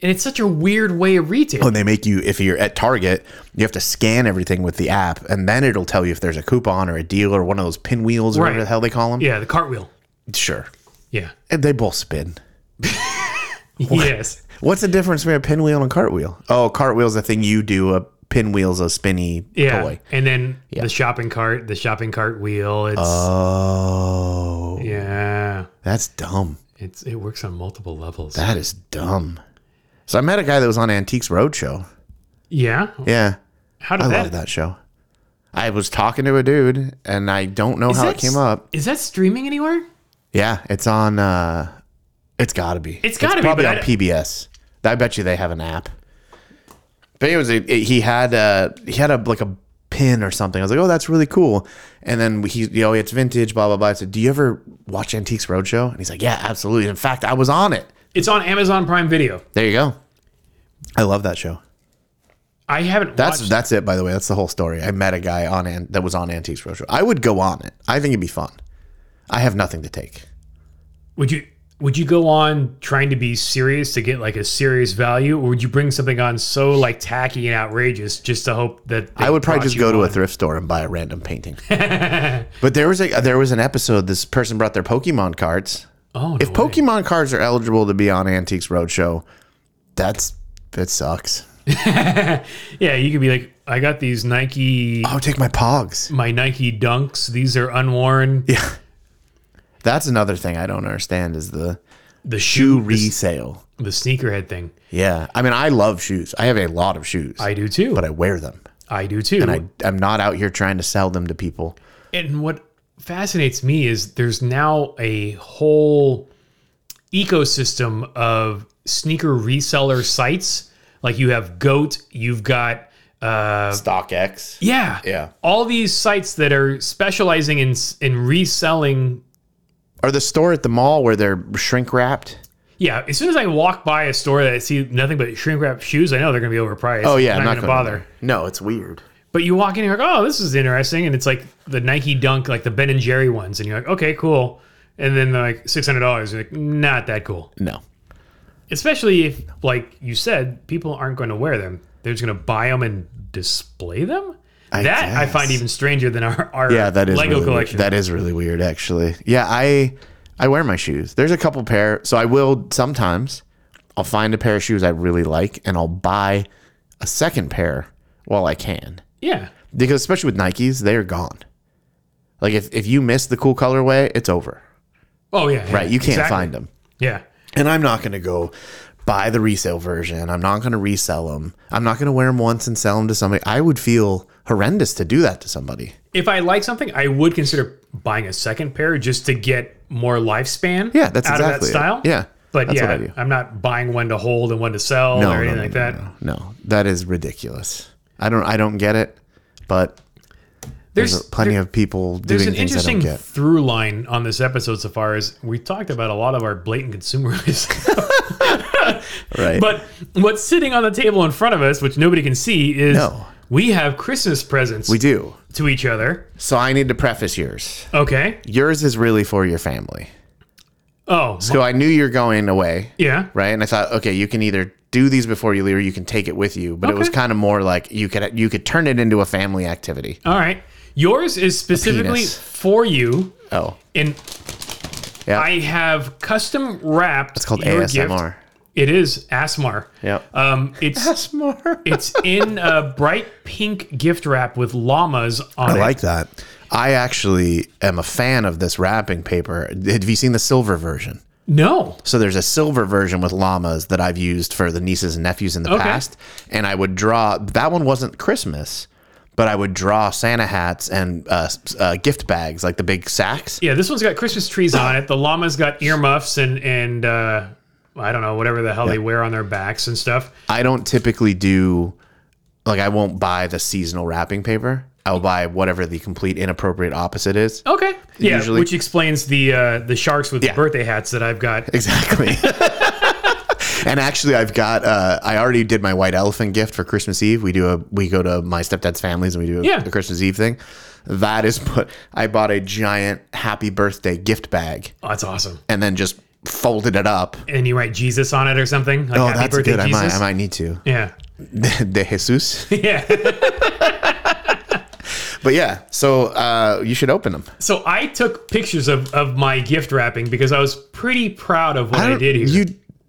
Speaker 2: and it's such a weird way of retail.
Speaker 1: And they make you, if you're at Target, you have to scan everything with the app, and then it'll tell you if there's a coupon or a deal or one of those pinwheels or whatever
Speaker 2: Right.
Speaker 1: the hell they call them.
Speaker 2: Yeah, the cartwheel.
Speaker 1: Sure.
Speaker 2: Yeah.
Speaker 1: And they both spin.
Speaker 2: Yes.
Speaker 1: What's the difference between a pinwheel and cartwheel? Oh, cartwheel's a thing you do. A pinwheel's a spinny
Speaker 2: Yeah.
Speaker 1: toy.
Speaker 2: And then the shopping cart, the shopping cart wheel. It's
Speaker 1: Uh. Oh,
Speaker 2: yeah.
Speaker 1: that's dumb.
Speaker 2: It's it works on multiple levels.
Speaker 1: That is dumb. So I met a guy that was on Antiques Roadshow.
Speaker 2: yeah.
Speaker 1: Yeah,
Speaker 2: How did
Speaker 1: I
Speaker 2: that,
Speaker 1: love that show. I was talking to a dude, and I don't know
Speaker 2: is
Speaker 1: how
Speaker 2: that
Speaker 1: Oh, it came
Speaker 2: s-
Speaker 1: up.
Speaker 2: Is that streaming anywhere?
Speaker 1: Yeah, it's on. uh It's got to be.
Speaker 2: It's gotta be,
Speaker 1: probably
Speaker 2: but I
Speaker 1: on
Speaker 2: don't-
Speaker 1: PBS. I bet you they have an app. But it was a, it- he had a he had a like a pin or something. I was like, oh, that's really cool. And then he you know it's vintage, blah blah blah. I said, do you ever watch Antiques Roadshow? And he's like, yeah, absolutely. In fact, I was on it.
Speaker 2: It's on Amazon Prime Video.
Speaker 1: There you go. I love that show.
Speaker 2: I haven't
Speaker 1: That's
Speaker 2: watched
Speaker 1: that's it. By the way, that's the whole story. I met a guy on an, that was on Antiques Roadshow. I would go on it. I think it'd be fun. I have nothing to take.
Speaker 2: would you would you go on trying to be serious to get like a serious value, or would you bring something on so like tacky and outrageous just to hope that they
Speaker 1: I would probably
Speaker 2: brought
Speaker 1: just
Speaker 2: you
Speaker 1: go to a
Speaker 2: on?
Speaker 1: thrift store and buy a random painting. but there was a there was an episode. This person brought their Pokemon cards.
Speaker 2: oh no
Speaker 1: If Pokemon cards are eligible to be on Antiques Roadshow, that's that sucks.
Speaker 2: yeah you could be like I got these Nike
Speaker 1: Oh, take my Pogs.
Speaker 2: my Nike Dunks these are unworn
Speaker 1: Yeah, that's another thing I don't understand is the
Speaker 2: the shoe the,
Speaker 1: resale.
Speaker 2: the sneakerhead thing
Speaker 1: Yeah, I mean I love shoes. I have a lot of shoes,
Speaker 2: I do too
Speaker 1: but I wear them.
Speaker 2: I do too.
Speaker 1: I, I'm not out here trying to sell them to people.
Speaker 2: and what fascinates me is there's now a whole ecosystem of sneaker reseller sites. Like you have Goat, you've got uh,
Speaker 1: StockX.
Speaker 2: yeah,
Speaker 1: Yeah.
Speaker 2: all these sites that are specializing in in reselling.
Speaker 1: Or the store at the mall where they're shrink wrapped.
Speaker 2: Yeah, as soon as I walk by a store that I see nothing but shrink wrap shoes, I know they're going to be overpriced.
Speaker 1: Oh yeah,
Speaker 2: I'm not, going to
Speaker 1: gonna-
Speaker 2: bother.
Speaker 1: No, it's weird.
Speaker 2: But you walk in, you're like, oh, this is interesting, and it's like the Nike Dunk, like the Ben and Jerry ones, and you're like, okay, cool. And then they're like six hundred dollars, you're like, not that cool.
Speaker 1: No.
Speaker 2: Especially if, like you said, people aren't going to wear them; they're just going to buy them and display them. that I
Speaker 1: guess.
Speaker 2: find even stranger than our, our
Speaker 1: Yeah, that is
Speaker 2: Lego
Speaker 1: really weird.
Speaker 2: collection.
Speaker 1: That is really weird, actually. Yeah, I I wear my shoes. There's a couple pair, so I will sometimes. I'll find a pair of shoes I really like, and I'll buy a second pair while I can,
Speaker 2: yeah,
Speaker 1: because especially with Nikes, they are gone. Like if, if you miss the cool colorway, it's over.
Speaker 2: oh yeah, yeah,
Speaker 1: Right, you can't
Speaker 2: exactly.
Speaker 1: find them.
Speaker 2: Yeah,
Speaker 1: And I'm not going to go buy the resale version. I'm not going to resell them. I'm not going to wear them once and sell them to somebody. I would feel horrendous to do that to somebody.
Speaker 2: if I like something, I would consider buying a second pair just to get more lifespan.
Speaker 1: Yeah, that's
Speaker 2: out
Speaker 1: exactly it.
Speaker 2: of that style.
Speaker 1: Yeah,
Speaker 2: But
Speaker 1: that's
Speaker 2: yeah,
Speaker 1: what I do.
Speaker 2: I'm not buying one to hold and one to sell or anything like that.
Speaker 1: No, no. that is ridiculous. I don't I don't get it, but
Speaker 2: There's,
Speaker 1: there's plenty of people
Speaker 2: there's
Speaker 1: doing
Speaker 2: an
Speaker 1: things I don't
Speaker 2: interesting
Speaker 1: get.
Speaker 2: through line on this episode so far as we talked about a lot of our blatant consumerism.
Speaker 1: Right.
Speaker 2: but what's sitting on the table in front of us, which nobody can see, is
Speaker 1: No.
Speaker 2: we have Christmas presents
Speaker 1: we do.
Speaker 2: to each other.
Speaker 1: So I need to preface yours.
Speaker 2: Okay.
Speaker 1: Yours is really for your family.
Speaker 2: Oh,
Speaker 1: So I knew you're going away,
Speaker 2: yeah.
Speaker 1: right? And I thought, okay, you can either do these before you leave, or you can take it with you. But it was
Speaker 2: Okay.
Speaker 1: kind of more like you could you could turn it into a family activity.
Speaker 2: All right. Yours is specifically
Speaker 1: penis.
Speaker 2: for you,
Speaker 1: Oh,
Speaker 2: and
Speaker 1: Yeah.
Speaker 2: I have custom wrapped. It's
Speaker 1: it's called ASMR.
Speaker 2: It is ASMR.
Speaker 1: Yep.
Speaker 2: Um, it's
Speaker 1: ASMR.
Speaker 2: it's in a bright pink gift wrap with llamas on
Speaker 3: I
Speaker 2: it.
Speaker 3: like that.
Speaker 1: I actually am a fan of this wrapping paper. Have you seen the silver version?
Speaker 2: no.
Speaker 1: So there's a silver version with llamas that I've used for the nieces and nephews in the
Speaker 2: Okay.
Speaker 1: past, and I would draw. That one wasn't Christmas, but I would draw Santa hats and uh, s- uh, gift bags, like the big sacks.
Speaker 2: Yeah, this one's got Christmas trees on it. The llama's got earmuffs and and uh, I don't know whatever the hell they wear on their backs and stuff.
Speaker 1: I don't typically do, like I won't buy the seasonal wrapping paper. I'll buy whatever the complete inappropriate opposite is.
Speaker 2: Okay. Yeah,
Speaker 1: Usually-
Speaker 2: which explains the uh, the sharks with
Speaker 1: Yeah.
Speaker 2: the birthday hats that I've got.
Speaker 1: Exactly. and actually, I've got. Uh, I already did my white elephant gift for Christmas Eve. We do a. We go to my stepdad's families and we do a,
Speaker 2: Yeah.
Speaker 1: a Christmas Eve thing. That is put. I bought a giant happy birthday gift bag
Speaker 2: Oh, that's awesome.
Speaker 1: and then just folded it up.
Speaker 2: And you write Jesus on it or something. Like,
Speaker 1: Oh,
Speaker 2: Happy
Speaker 1: that's
Speaker 2: birthday,
Speaker 1: good. I
Speaker 2: Jesus.
Speaker 1: might. I might need to.
Speaker 2: Yeah.
Speaker 1: De Jesus.
Speaker 2: Yeah.
Speaker 1: But yeah. So uh, you should open them.
Speaker 2: so I took pictures of, of my gift wrapping because I was pretty proud of what I,
Speaker 1: don't-
Speaker 2: did here.
Speaker 1: You.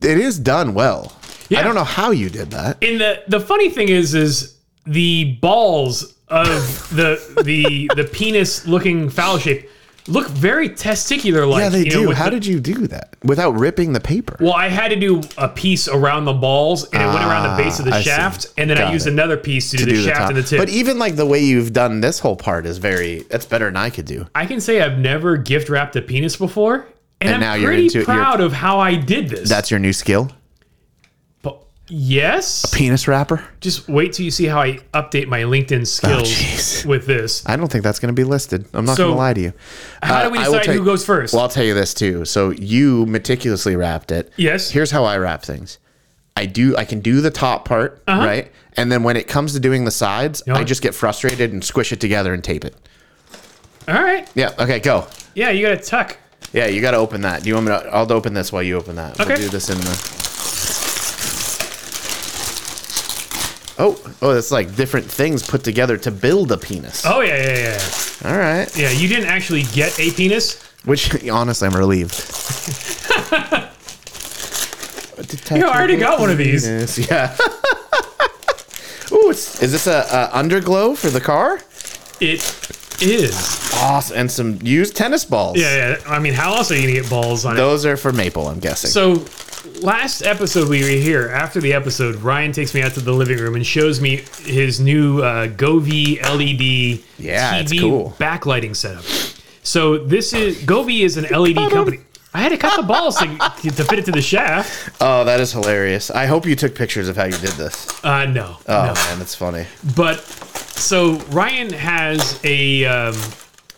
Speaker 1: It is done well. I
Speaker 2: Yeah.
Speaker 1: don't know how you did that.
Speaker 2: and the the funny thing is is the balls of the the the penis looking foul shape look very testicular like
Speaker 1: Yeah, they do. how
Speaker 2: the,
Speaker 1: did you do that without ripping the paper?
Speaker 2: well i had to do a piece around the balls and it went around the base of the
Speaker 1: Ah, I see.
Speaker 2: shaft and then
Speaker 1: Got
Speaker 2: i used
Speaker 1: it.
Speaker 2: another piece to, do,
Speaker 1: do
Speaker 2: the
Speaker 1: the
Speaker 2: shaft
Speaker 1: top.
Speaker 2: and the tip
Speaker 1: But e even like the way you've done this whole part is very that's better than I could do.
Speaker 2: i can say i've never gift wrapped a penis before and, i'm
Speaker 1: now you're
Speaker 2: pretty
Speaker 1: into it, you're-
Speaker 2: proud of how i did this
Speaker 1: That's your new skill?
Speaker 2: But- yes
Speaker 1: Penis wrapper?
Speaker 2: just wait till you see how i update my linkedin skills
Speaker 1: Oh, jeez.
Speaker 2: with this
Speaker 1: I don't think that's going to be listed. I'm not
Speaker 2: So,
Speaker 1: going to lie to you.
Speaker 2: how do we
Speaker 1: Uh, I will
Speaker 2: decide
Speaker 1: tell
Speaker 2: who
Speaker 1: you-
Speaker 2: goes first
Speaker 1: Well, I'll tell you this too. So you meticulously wrapped it.
Speaker 2: Yes.
Speaker 1: Here's how I wrap things. I do I can do the top part,
Speaker 2: Uh-huh.
Speaker 1: right? And then when it comes to doing the sides, I just get frustrated and squish it together and tape it.
Speaker 2: all right
Speaker 1: Yeah, okay, go.
Speaker 2: yeah you gotta tuck
Speaker 1: Yeah, you got to open that. Do you want me to? I'll open this while you open that. We'll
Speaker 2: Okay.
Speaker 1: do this in the. Oh, oh, that's like different things put together to build a penis.
Speaker 2: Oh yeah, yeah, yeah,
Speaker 1: All right.
Speaker 2: yeah. You didn't actually get a penis.
Speaker 1: Which, honestly, I'm relieved.
Speaker 2: You already got one of these.
Speaker 1: Penis, Yeah. Ooh, it's, is this a, a underglow for the car?
Speaker 2: It is.
Speaker 1: Awesome, and some used tennis balls.
Speaker 2: Yeah, yeah. I mean, how else are you gonna get balls on it?
Speaker 1: Those are for Maple, I'm guessing.
Speaker 2: So, last episode we were here. After the episode, Ryan takes me out to the living room and shows me his new uh, E Govee LED
Speaker 1: Yeah, it's
Speaker 2: TV
Speaker 1: cool.
Speaker 2: backlighting setup. So this is Govee is an LED company. I had to cut the balls to, to fit it to the shaft.
Speaker 1: oh, that is hilarious. I hope you took pictures of how you did this.
Speaker 2: Uh, no,
Speaker 1: Oh
Speaker 2: no.
Speaker 1: man, that's funny.
Speaker 2: But so Ryan has a um,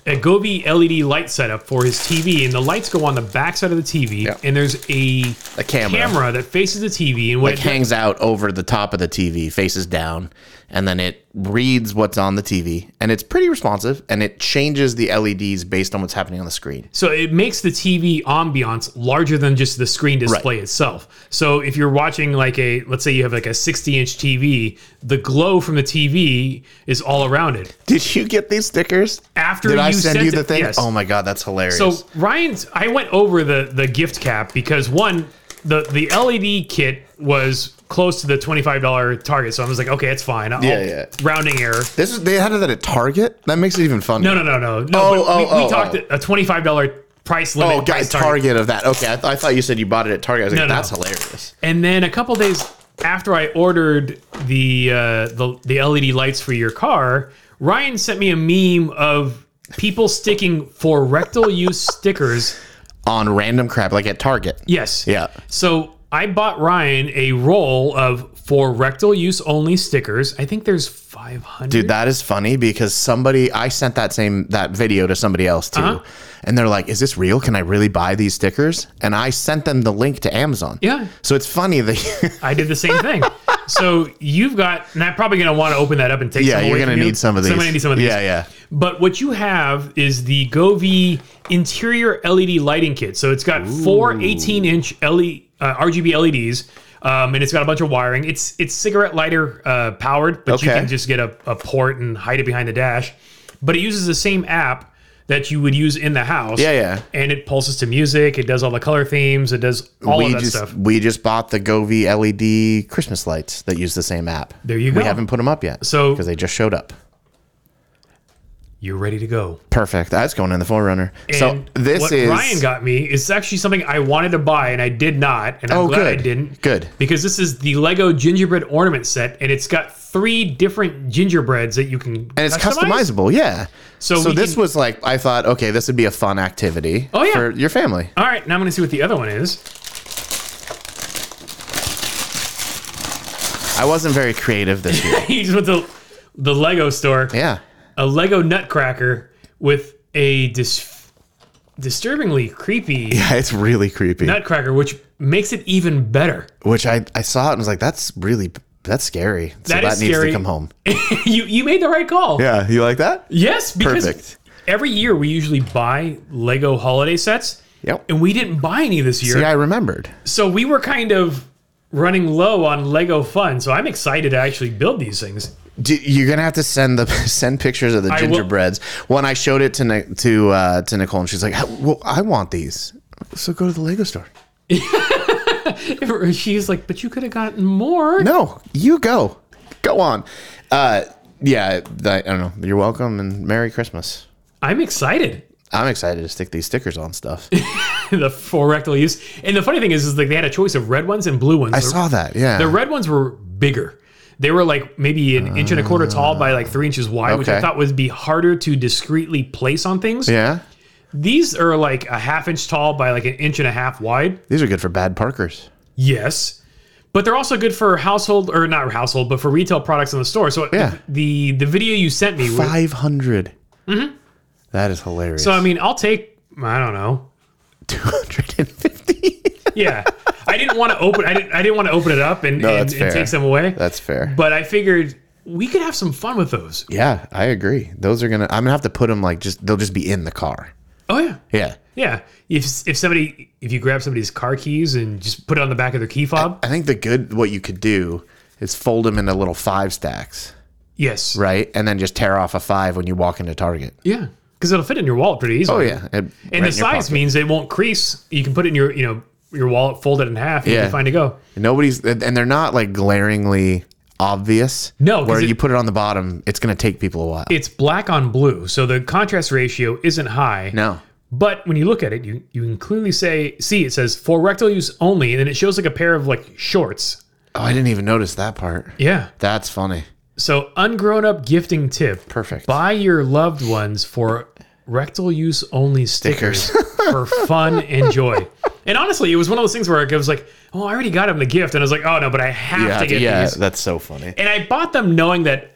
Speaker 2: a Gobi LED light setup for his TV, and the lights go on the backside of the TV,
Speaker 1: Yeah.
Speaker 2: and there's a
Speaker 1: A camera.
Speaker 2: that faces the TV, and what
Speaker 1: It
Speaker 2: it-
Speaker 1: hangs out over the top of the TV, faces down, and then it reads what's on the TV, and it's pretty responsive, and it changes the LEDs based on what's happening on the screen.
Speaker 2: so it makes the TV ambiance larger than just the screen display itself. So if you're watching like a let's say you have like a 60 inch TV, the glow from the TV is all around it.
Speaker 1: Did you get these stickers?
Speaker 2: After
Speaker 1: Did I
Speaker 2: you
Speaker 1: send
Speaker 2: sent
Speaker 1: you the
Speaker 2: it-
Speaker 1: thing?
Speaker 2: yes.
Speaker 1: Oh my god, that's hilarious.
Speaker 2: So Ryan's, I went over the the gift cap because one, the the LED kit was close to the twenty five dollar target, so I was like, okay, it's fine. I'll-
Speaker 1: Yeah, yeah.
Speaker 2: Rounding error.
Speaker 1: this is they had it at Target. That makes it even funnier.
Speaker 2: No, no, no, no,
Speaker 1: Oh,
Speaker 2: no. but we,
Speaker 1: oh,
Speaker 2: we
Speaker 1: oh,
Speaker 2: talked
Speaker 1: oh.
Speaker 2: a twenty five dollar price limit.
Speaker 1: Oh, guy,
Speaker 2: price
Speaker 1: Target. of that. Okay, I, th- I thought you said you bought it at Target. I was like,
Speaker 2: No, no.
Speaker 1: that's hilarious.
Speaker 2: And then a couple days after I ordered the uh, the the LED lights for your car, Ryan sent me a meme of people sticking for rectal use stickers.
Speaker 1: On random crap, like at Target.
Speaker 2: Yes.
Speaker 1: Yeah.
Speaker 2: So I bought Ryan a roll of for rectal use only stickers. I think there's 500.
Speaker 1: Dude, that is funny because somebody I sent that same that video to somebody else too.
Speaker 2: Uh-huh.
Speaker 1: And they're like, "Is this real? Can I really buy these stickers?" And I sent them the link to Amazon.
Speaker 2: Yeah.
Speaker 1: So it's funny that
Speaker 2: I did the same thing. so you've got, and I'm probably going to want to open that up and take.
Speaker 1: Yeah,
Speaker 2: some
Speaker 1: you're
Speaker 2: away
Speaker 1: going
Speaker 2: from
Speaker 1: to
Speaker 2: you.
Speaker 1: need some of
Speaker 2: So
Speaker 1: these.
Speaker 2: I'm going to need some of these.
Speaker 1: Yeah, yeah.
Speaker 2: But what you have is the Govi interior LED lighting kit. So it's got four 18 inch LED, uh, RGB LEDs, um, and it's got a bunch of wiring. It's it's cigarette lighter uh, powered, but you
Speaker 1: Okay.
Speaker 2: can just get a, a port and hide it behind the dash. But it uses the same app that you would use in the house.
Speaker 1: Yeah, yeah.
Speaker 2: And it pulses to music. It does all the color themes. It does all
Speaker 1: we
Speaker 2: of that
Speaker 1: just
Speaker 2: stuff.
Speaker 1: we just bought the Govi LED Christmas lights that use the same app.
Speaker 2: There you
Speaker 1: We
Speaker 2: go.
Speaker 1: haven't put them up yet.
Speaker 2: So-
Speaker 1: because they just showed up.
Speaker 2: You're ready to go.
Speaker 1: Perfect. That's going in the Forerunner. So
Speaker 2: And
Speaker 1: this
Speaker 2: what
Speaker 1: is
Speaker 2: Ryan got me is actually something I wanted to buy and I did not, and I'm
Speaker 1: Oh,
Speaker 2: glad
Speaker 1: good.
Speaker 2: I didn't.
Speaker 1: Good.
Speaker 2: because this is the Lego gingerbread ornament set, and it's got three different gingerbreads that you can
Speaker 1: and it's customizable. Yeah.
Speaker 2: So
Speaker 1: So,
Speaker 2: we
Speaker 1: this
Speaker 2: can-
Speaker 1: was like I thought. Okay, this would be a fun activity.
Speaker 2: Oh, yeah.
Speaker 1: for your family.
Speaker 2: All right, now I'm going to see what the other one is.
Speaker 1: I wasn't very creative this year.
Speaker 2: he just went to the Lego store,
Speaker 1: yeah.
Speaker 2: a Lego nutcracker with a dis- disturbingly creepy
Speaker 1: Yeah, it's really creepy.
Speaker 2: nutcracker, which makes it even better.
Speaker 1: Which I I saw it and was like, that's really that's scary. So
Speaker 2: That
Speaker 1: that,
Speaker 2: is
Speaker 1: needs
Speaker 2: scary.
Speaker 1: to come home.
Speaker 2: you you made the right call.
Speaker 1: Yeah, you like that?
Speaker 2: Yes, because
Speaker 1: Perfect.
Speaker 2: every year we usually buy Lego holiday sets.
Speaker 1: Yep.
Speaker 2: And we didn't buy any this year.
Speaker 1: See, I remembered.
Speaker 2: So we were kind of running low on Lego fun. So I'm excited to actually build these things.
Speaker 1: D you're gonna have to send the send pictures of the
Speaker 2: I will-
Speaker 1: gingerbreads. When I showed it to Ni- to uh, to Nicole, and she's like, "Well, I want these." So go to the Lego store.
Speaker 2: She's like, but you could have gotten more.
Speaker 1: No, you go. Go on. Uh, yeah, I, I don't know. You're welcome and Merry Christmas.
Speaker 2: I'm excited.
Speaker 1: I'm excited to stick these stickers on stuff.
Speaker 2: the for rectal use. And the funny thing is, is like they had a choice of red ones and blue ones.
Speaker 1: I
Speaker 2: the,
Speaker 1: saw that. Yeah.
Speaker 2: the red ones were bigger. They were like maybe an inch and a quarter tall by like three inches wide, which I
Speaker 1: Okay.
Speaker 2: thought would be harder to discreetly place on things.
Speaker 1: yeah.
Speaker 2: These are like a half inch tall by like an inch and a half wide.
Speaker 1: These are good for bad parkers.
Speaker 2: Yes. But they're also good for household or not household, but for retail products in the store. So
Speaker 1: Yeah.
Speaker 2: the the video you sent me was,
Speaker 1: 500. That is hilarious.
Speaker 2: Mm-hmm. so I mean, I'll take I don't know.
Speaker 1: 250.
Speaker 2: Yeah. I didn't want to open I didn't I didn't want to open it up and, and,
Speaker 1: that's
Speaker 2: and
Speaker 1: fair.
Speaker 2: take some away.
Speaker 1: That's fair.
Speaker 2: But I figured we could have some fun with those.
Speaker 1: yeah, I agree. Those are going to, I'm going to have to put them like just, they'll just be in the car.
Speaker 2: Oh yeah.
Speaker 1: Yeah.
Speaker 2: Yeah. If if somebody if you grab somebody's car keys and just put it on the back of their key fob.
Speaker 1: I think the good, what you could do is fold them into little five stacks,
Speaker 2: yes.
Speaker 1: right? And then just tear off a five when you walk into Target.
Speaker 2: Yeah. Because it'll fit in your wallet pretty easily.
Speaker 1: Oh, yeah. And,
Speaker 2: And the size means it won't crease. You can put it in your, you know, your wallet, fold it in half, and you
Speaker 1: Yeah.
Speaker 2: can find to go.
Speaker 1: Nobody's, and and they're not like glaringly obvious.
Speaker 2: No, 'cause
Speaker 1: Where
Speaker 2: it-
Speaker 1: you put it on the bottom, it's going to take people a while.
Speaker 2: It's black on blue, so the contrast ratio isn't high.
Speaker 1: no.
Speaker 2: But when you look at it, you you can clearly say see it says for rectal use only, and then it shows like a pair of like shorts.
Speaker 1: Oh, I didn't even notice that part.
Speaker 2: Yeah.
Speaker 1: That's funny.
Speaker 2: So ungrown up gifting tip.
Speaker 1: Perfect.
Speaker 2: Buy your loved ones for rectal use only stickers, for fun and joy. And honestly, it was one of those things where I was like, "Oh, I already got him the gift," and I was like, "Oh no, but I have
Speaker 1: Yeah,
Speaker 2: to get
Speaker 1: yeah,
Speaker 2: these."
Speaker 1: that's so funny.
Speaker 2: and I bought them knowing that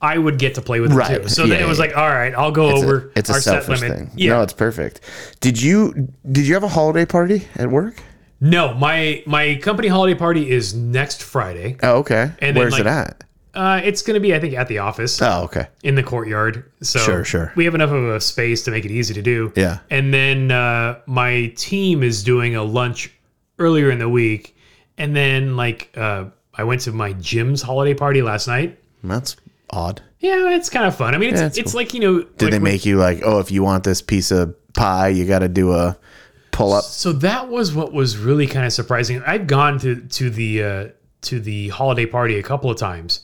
Speaker 2: I would get to play with them
Speaker 1: Right.
Speaker 2: too. So then
Speaker 1: Yeah,
Speaker 2: it was
Speaker 1: yeah.
Speaker 2: like, all right, I'll go over
Speaker 1: it's a
Speaker 2: our set
Speaker 1: selfish
Speaker 2: limit.
Speaker 1: thing.
Speaker 2: Yeah.
Speaker 1: No, it's perfect. Did you did you have a holiday party at work?
Speaker 2: No, my my company holiday party is next Friday.
Speaker 1: Oh, okay.
Speaker 2: And then,
Speaker 1: Where's it
Speaker 2: like-
Speaker 1: at?
Speaker 2: Uh, it's going to be, I think, at the office
Speaker 1: Oh, okay.
Speaker 2: in the courtyard. So
Speaker 1: Sure, sure.
Speaker 2: We have enough of a space to make it easy to do.
Speaker 1: Yeah.
Speaker 2: And then uh, my team is doing a lunch earlier in the week, and then like uh, I went to my gym's holiday party last night.
Speaker 1: That's odd.
Speaker 2: Yeah, it's kind of fun. I mean, it's
Speaker 1: Yeah,
Speaker 2: it's,
Speaker 1: it's
Speaker 2: like you know.
Speaker 1: Did they make you like, oh, if you want this piece of pie, you got to do a pull up?
Speaker 2: So that was what was really kind of surprising. I've gone to to the uh, to the holiday party a couple of times,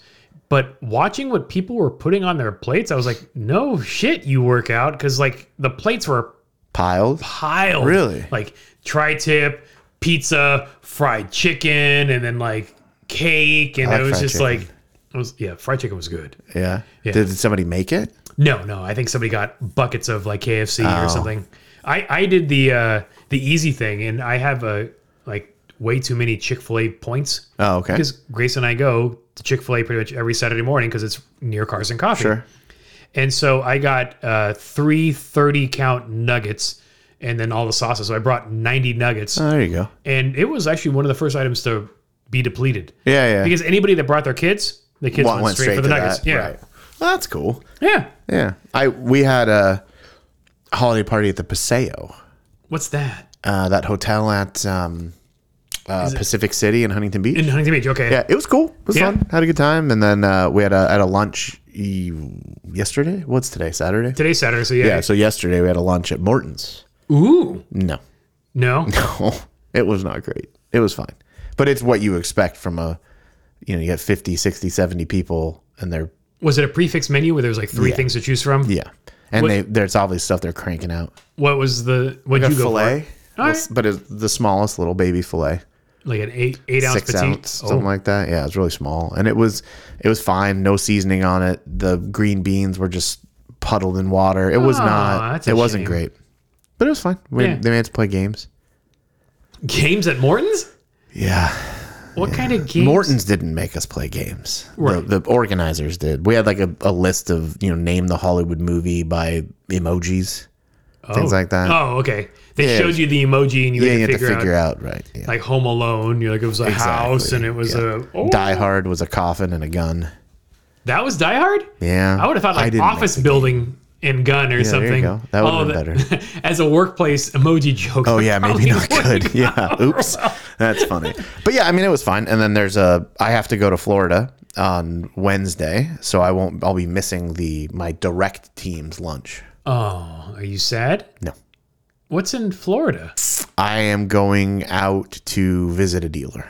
Speaker 2: but watching what people were putting on their plates, I was like, no shit, you work out because like the plates were
Speaker 1: Piled?
Speaker 2: piled,
Speaker 1: Really?
Speaker 2: like tri-tip, pizza, fried chicken, and then like cake, and
Speaker 1: like
Speaker 2: it was
Speaker 1: fried
Speaker 2: just
Speaker 1: chicken.
Speaker 2: like, it was yeah, fried chicken was good.
Speaker 1: Yeah. Did somebody make it?
Speaker 2: No, no. I think somebody got buckets of like
Speaker 1: Oh.
Speaker 2: KFC or something. I I did the uh the easy thing and I have a like way too many Chick Fil A points
Speaker 1: Oh, okay.
Speaker 2: because Grace and I go to Chick Fil A pretty much every Saturday morning because it's near Cars and Coffee.
Speaker 1: Sure.
Speaker 2: And so I got uh, three 30 count nuggets and then all the sauces. So I brought 90 nuggets.
Speaker 1: Oh, there you go.
Speaker 2: and it was actually one of the first items to be depleted.
Speaker 1: Yeah, yeah.
Speaker 2: Because anybody that brought their kids, the kids
Speaker 1: Wa-
Speaker 2: went, straight, for the
Speaker 1: to
Speaker 2: nuggets.
Speaker 1: that.
Speaker 2: Yeah.
Speaker 1: Right. Well, that's cool.
Speaker 2: Yeah.
Speaker 1: Yeah. I we had a holiday party at the Paseo,
Speaker 2: What's that?
Speaker 1: uh, that hotel at um, uh, Pacific City in Huntington Beach.
Speaker 2: In Huntington Beach. Okay.
Speaker 1: yeah, it was cool. It was
Speaker 2: Yeah.
Speaker 1: fun. Had a good time, and then uh, we had a at a lunch e- yesterday. What's today? Saturday.
Speaker 2: Today's Saturday. So yeah.
Speaker 1: Yeah. So yesterday we had a lunch at Morton's.
Speaker 2: Ooh.
Speaker 1: No,
Speaker 2: No.
Speaker 1: it was not great. It was fine, but it's what you expect from a, you know, you get 50, 60, 70 people, and they're
Speaker 2: Was it a prefix menu where there was like three things to choose from?
Speaker 1: yeah, and they there's obviously stuff they're cranking out.
Speaker 2: What was the what would you go
Speaker 1: fillet,
Speaker 2: All
Speaker 1: This- but it's the smallest little baby fillet,
Speaker 2: for? Like an eight eight ounce
Speaker 1: six
Speaker 2: petite.
Speaker 1: ounce,
Speaker 2: oh,
Speaker 1: something like that. Yeah, it's really small, and it was it was fine. No seasoning on it. The green beans were just puddled in water. It was
Speaker 2: Aw,
Speaker 1: not.
Speaker 2: that's
Speaker 1: It
Speaker 2: a
Speaker 1: wasn't
Speaker 2: shame.
Speaker 1: great, but it was fine. We,
Speaker 2: Yeah.
Speaker 1: They made us play games.
Speaker 2: games at Morton's?
Speaker 1: Yeah,
Speaker 2: What kind of games?
Speaker 1: Morton's didn't make us play games.
Speaker 2: Right.
Speaker 1: The, the organizers did. We had like a, a list of you know name the Hollywood movie by emojis, things like that.
Speaker 2: Oh, okay. They
Speaker 1: Yeah.
Speaker 2: showed you the emoji and you
Speaker 1: yeah,
Speaker 2: had
Speaker 1: you
Speaker 2: to
Speaker 1: have
Speaker 2: figure,
Speaker 1: to figure
Speaker 2: out,
Speaker 1: out, right? Yeah.
Speaker 2: like Home Alone. You're like it was a house and
Speaker 1: Exactly,
Speaker 2: it was
Speaker 1: yeah.
Speaker 2: a oh,
Speaker 1: Die Hard was a coffin and a gun.
Speaker 2: that was Die Hard.
Speaker 1: Yeah,
Speaker 2: I would have thought like
Speaker 1: didn't make
Speaker 2: office building and gun or
Speaker 1: there you
Speaker 2: something.
Speaker 1: go. That would've
Speaker 2: Oh,
Speaker 1: been
Speaker 2: as a workplace emoji joke.
Speaker 1: Oh yeah, maybe
Speaker 2: probably
Speaker 1: not
Speaker 2: wouldn't
Speaker 1: good. Yeah, oops, that's funny. But yeah, I mean it was fine. And then there's a I have to go to Florida on Wednesday, so I won't. I'll be missing the my direct team's lunch.
Speaker 2: Oh, are you sad?
Speaker 1: No.
Speaker 2: What's in Florida?
Speaker 1: I am going out to visit a dealer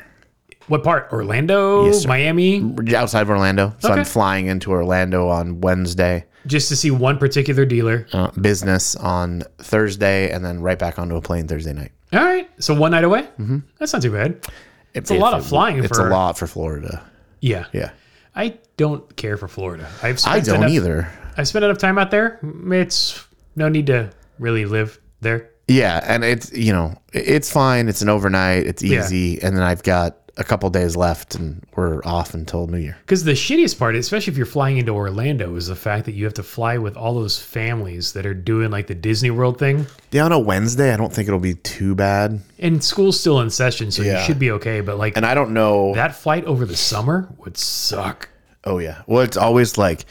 Speaker 2: What part? Orlando,
Speaker 1: Yes, sir.
Speaker 2: Miami,
Speaker 1: outside of Orlando. So I'm
Speaker 2: Okay.
Speaker 1: flying into Orlando on Wednesday,
Speaker 2: just to see one particular dealer.
Speaker 1: uh, business on Thursday, and then right back onto a plane Thursday night.
Speaker 2: All right, so one night away. Mm-hmm. That's not too bad.
Speaker 1: It's
Speaker 2: a lot of flying
Speaker 1: It's
Speaker 2: for-
Speaker 1: a lot for Florida.
Speaker 2: Yeah,
Speaker 1: Yeah,
Speaker 2: I don't care for Florida. I've spent
Speaker 1: I don't
Speaker 2: enough,
Speaker 1: either.
Speaker 2: I've spent enough time out there. It's no need to really live there.
Speaker 1: Yeah, and it's you know it's fine. It's an overnight. It's
Speaker 2: Yeah.
Speaker 1: easy, and then I've got a couple days left, and we're off until New Year.
Speaker 2: Because the shittiest part, especially if you're flying into Orlando, is the fact that you have to fly with all those families that are doing like the Disney World thing.
Speaker 1: Yeah, on a Wednesday, I don't think it'll be too bad,
Speaker 2: And school's still in session, so
Speaker 1: Yeah.
Speaker 2: you should be okay. But like
Speaker 1: and I don't know.
Speaker 2: that flight over the summer would suck.
Speaker 1: oh yeah, well, it's always like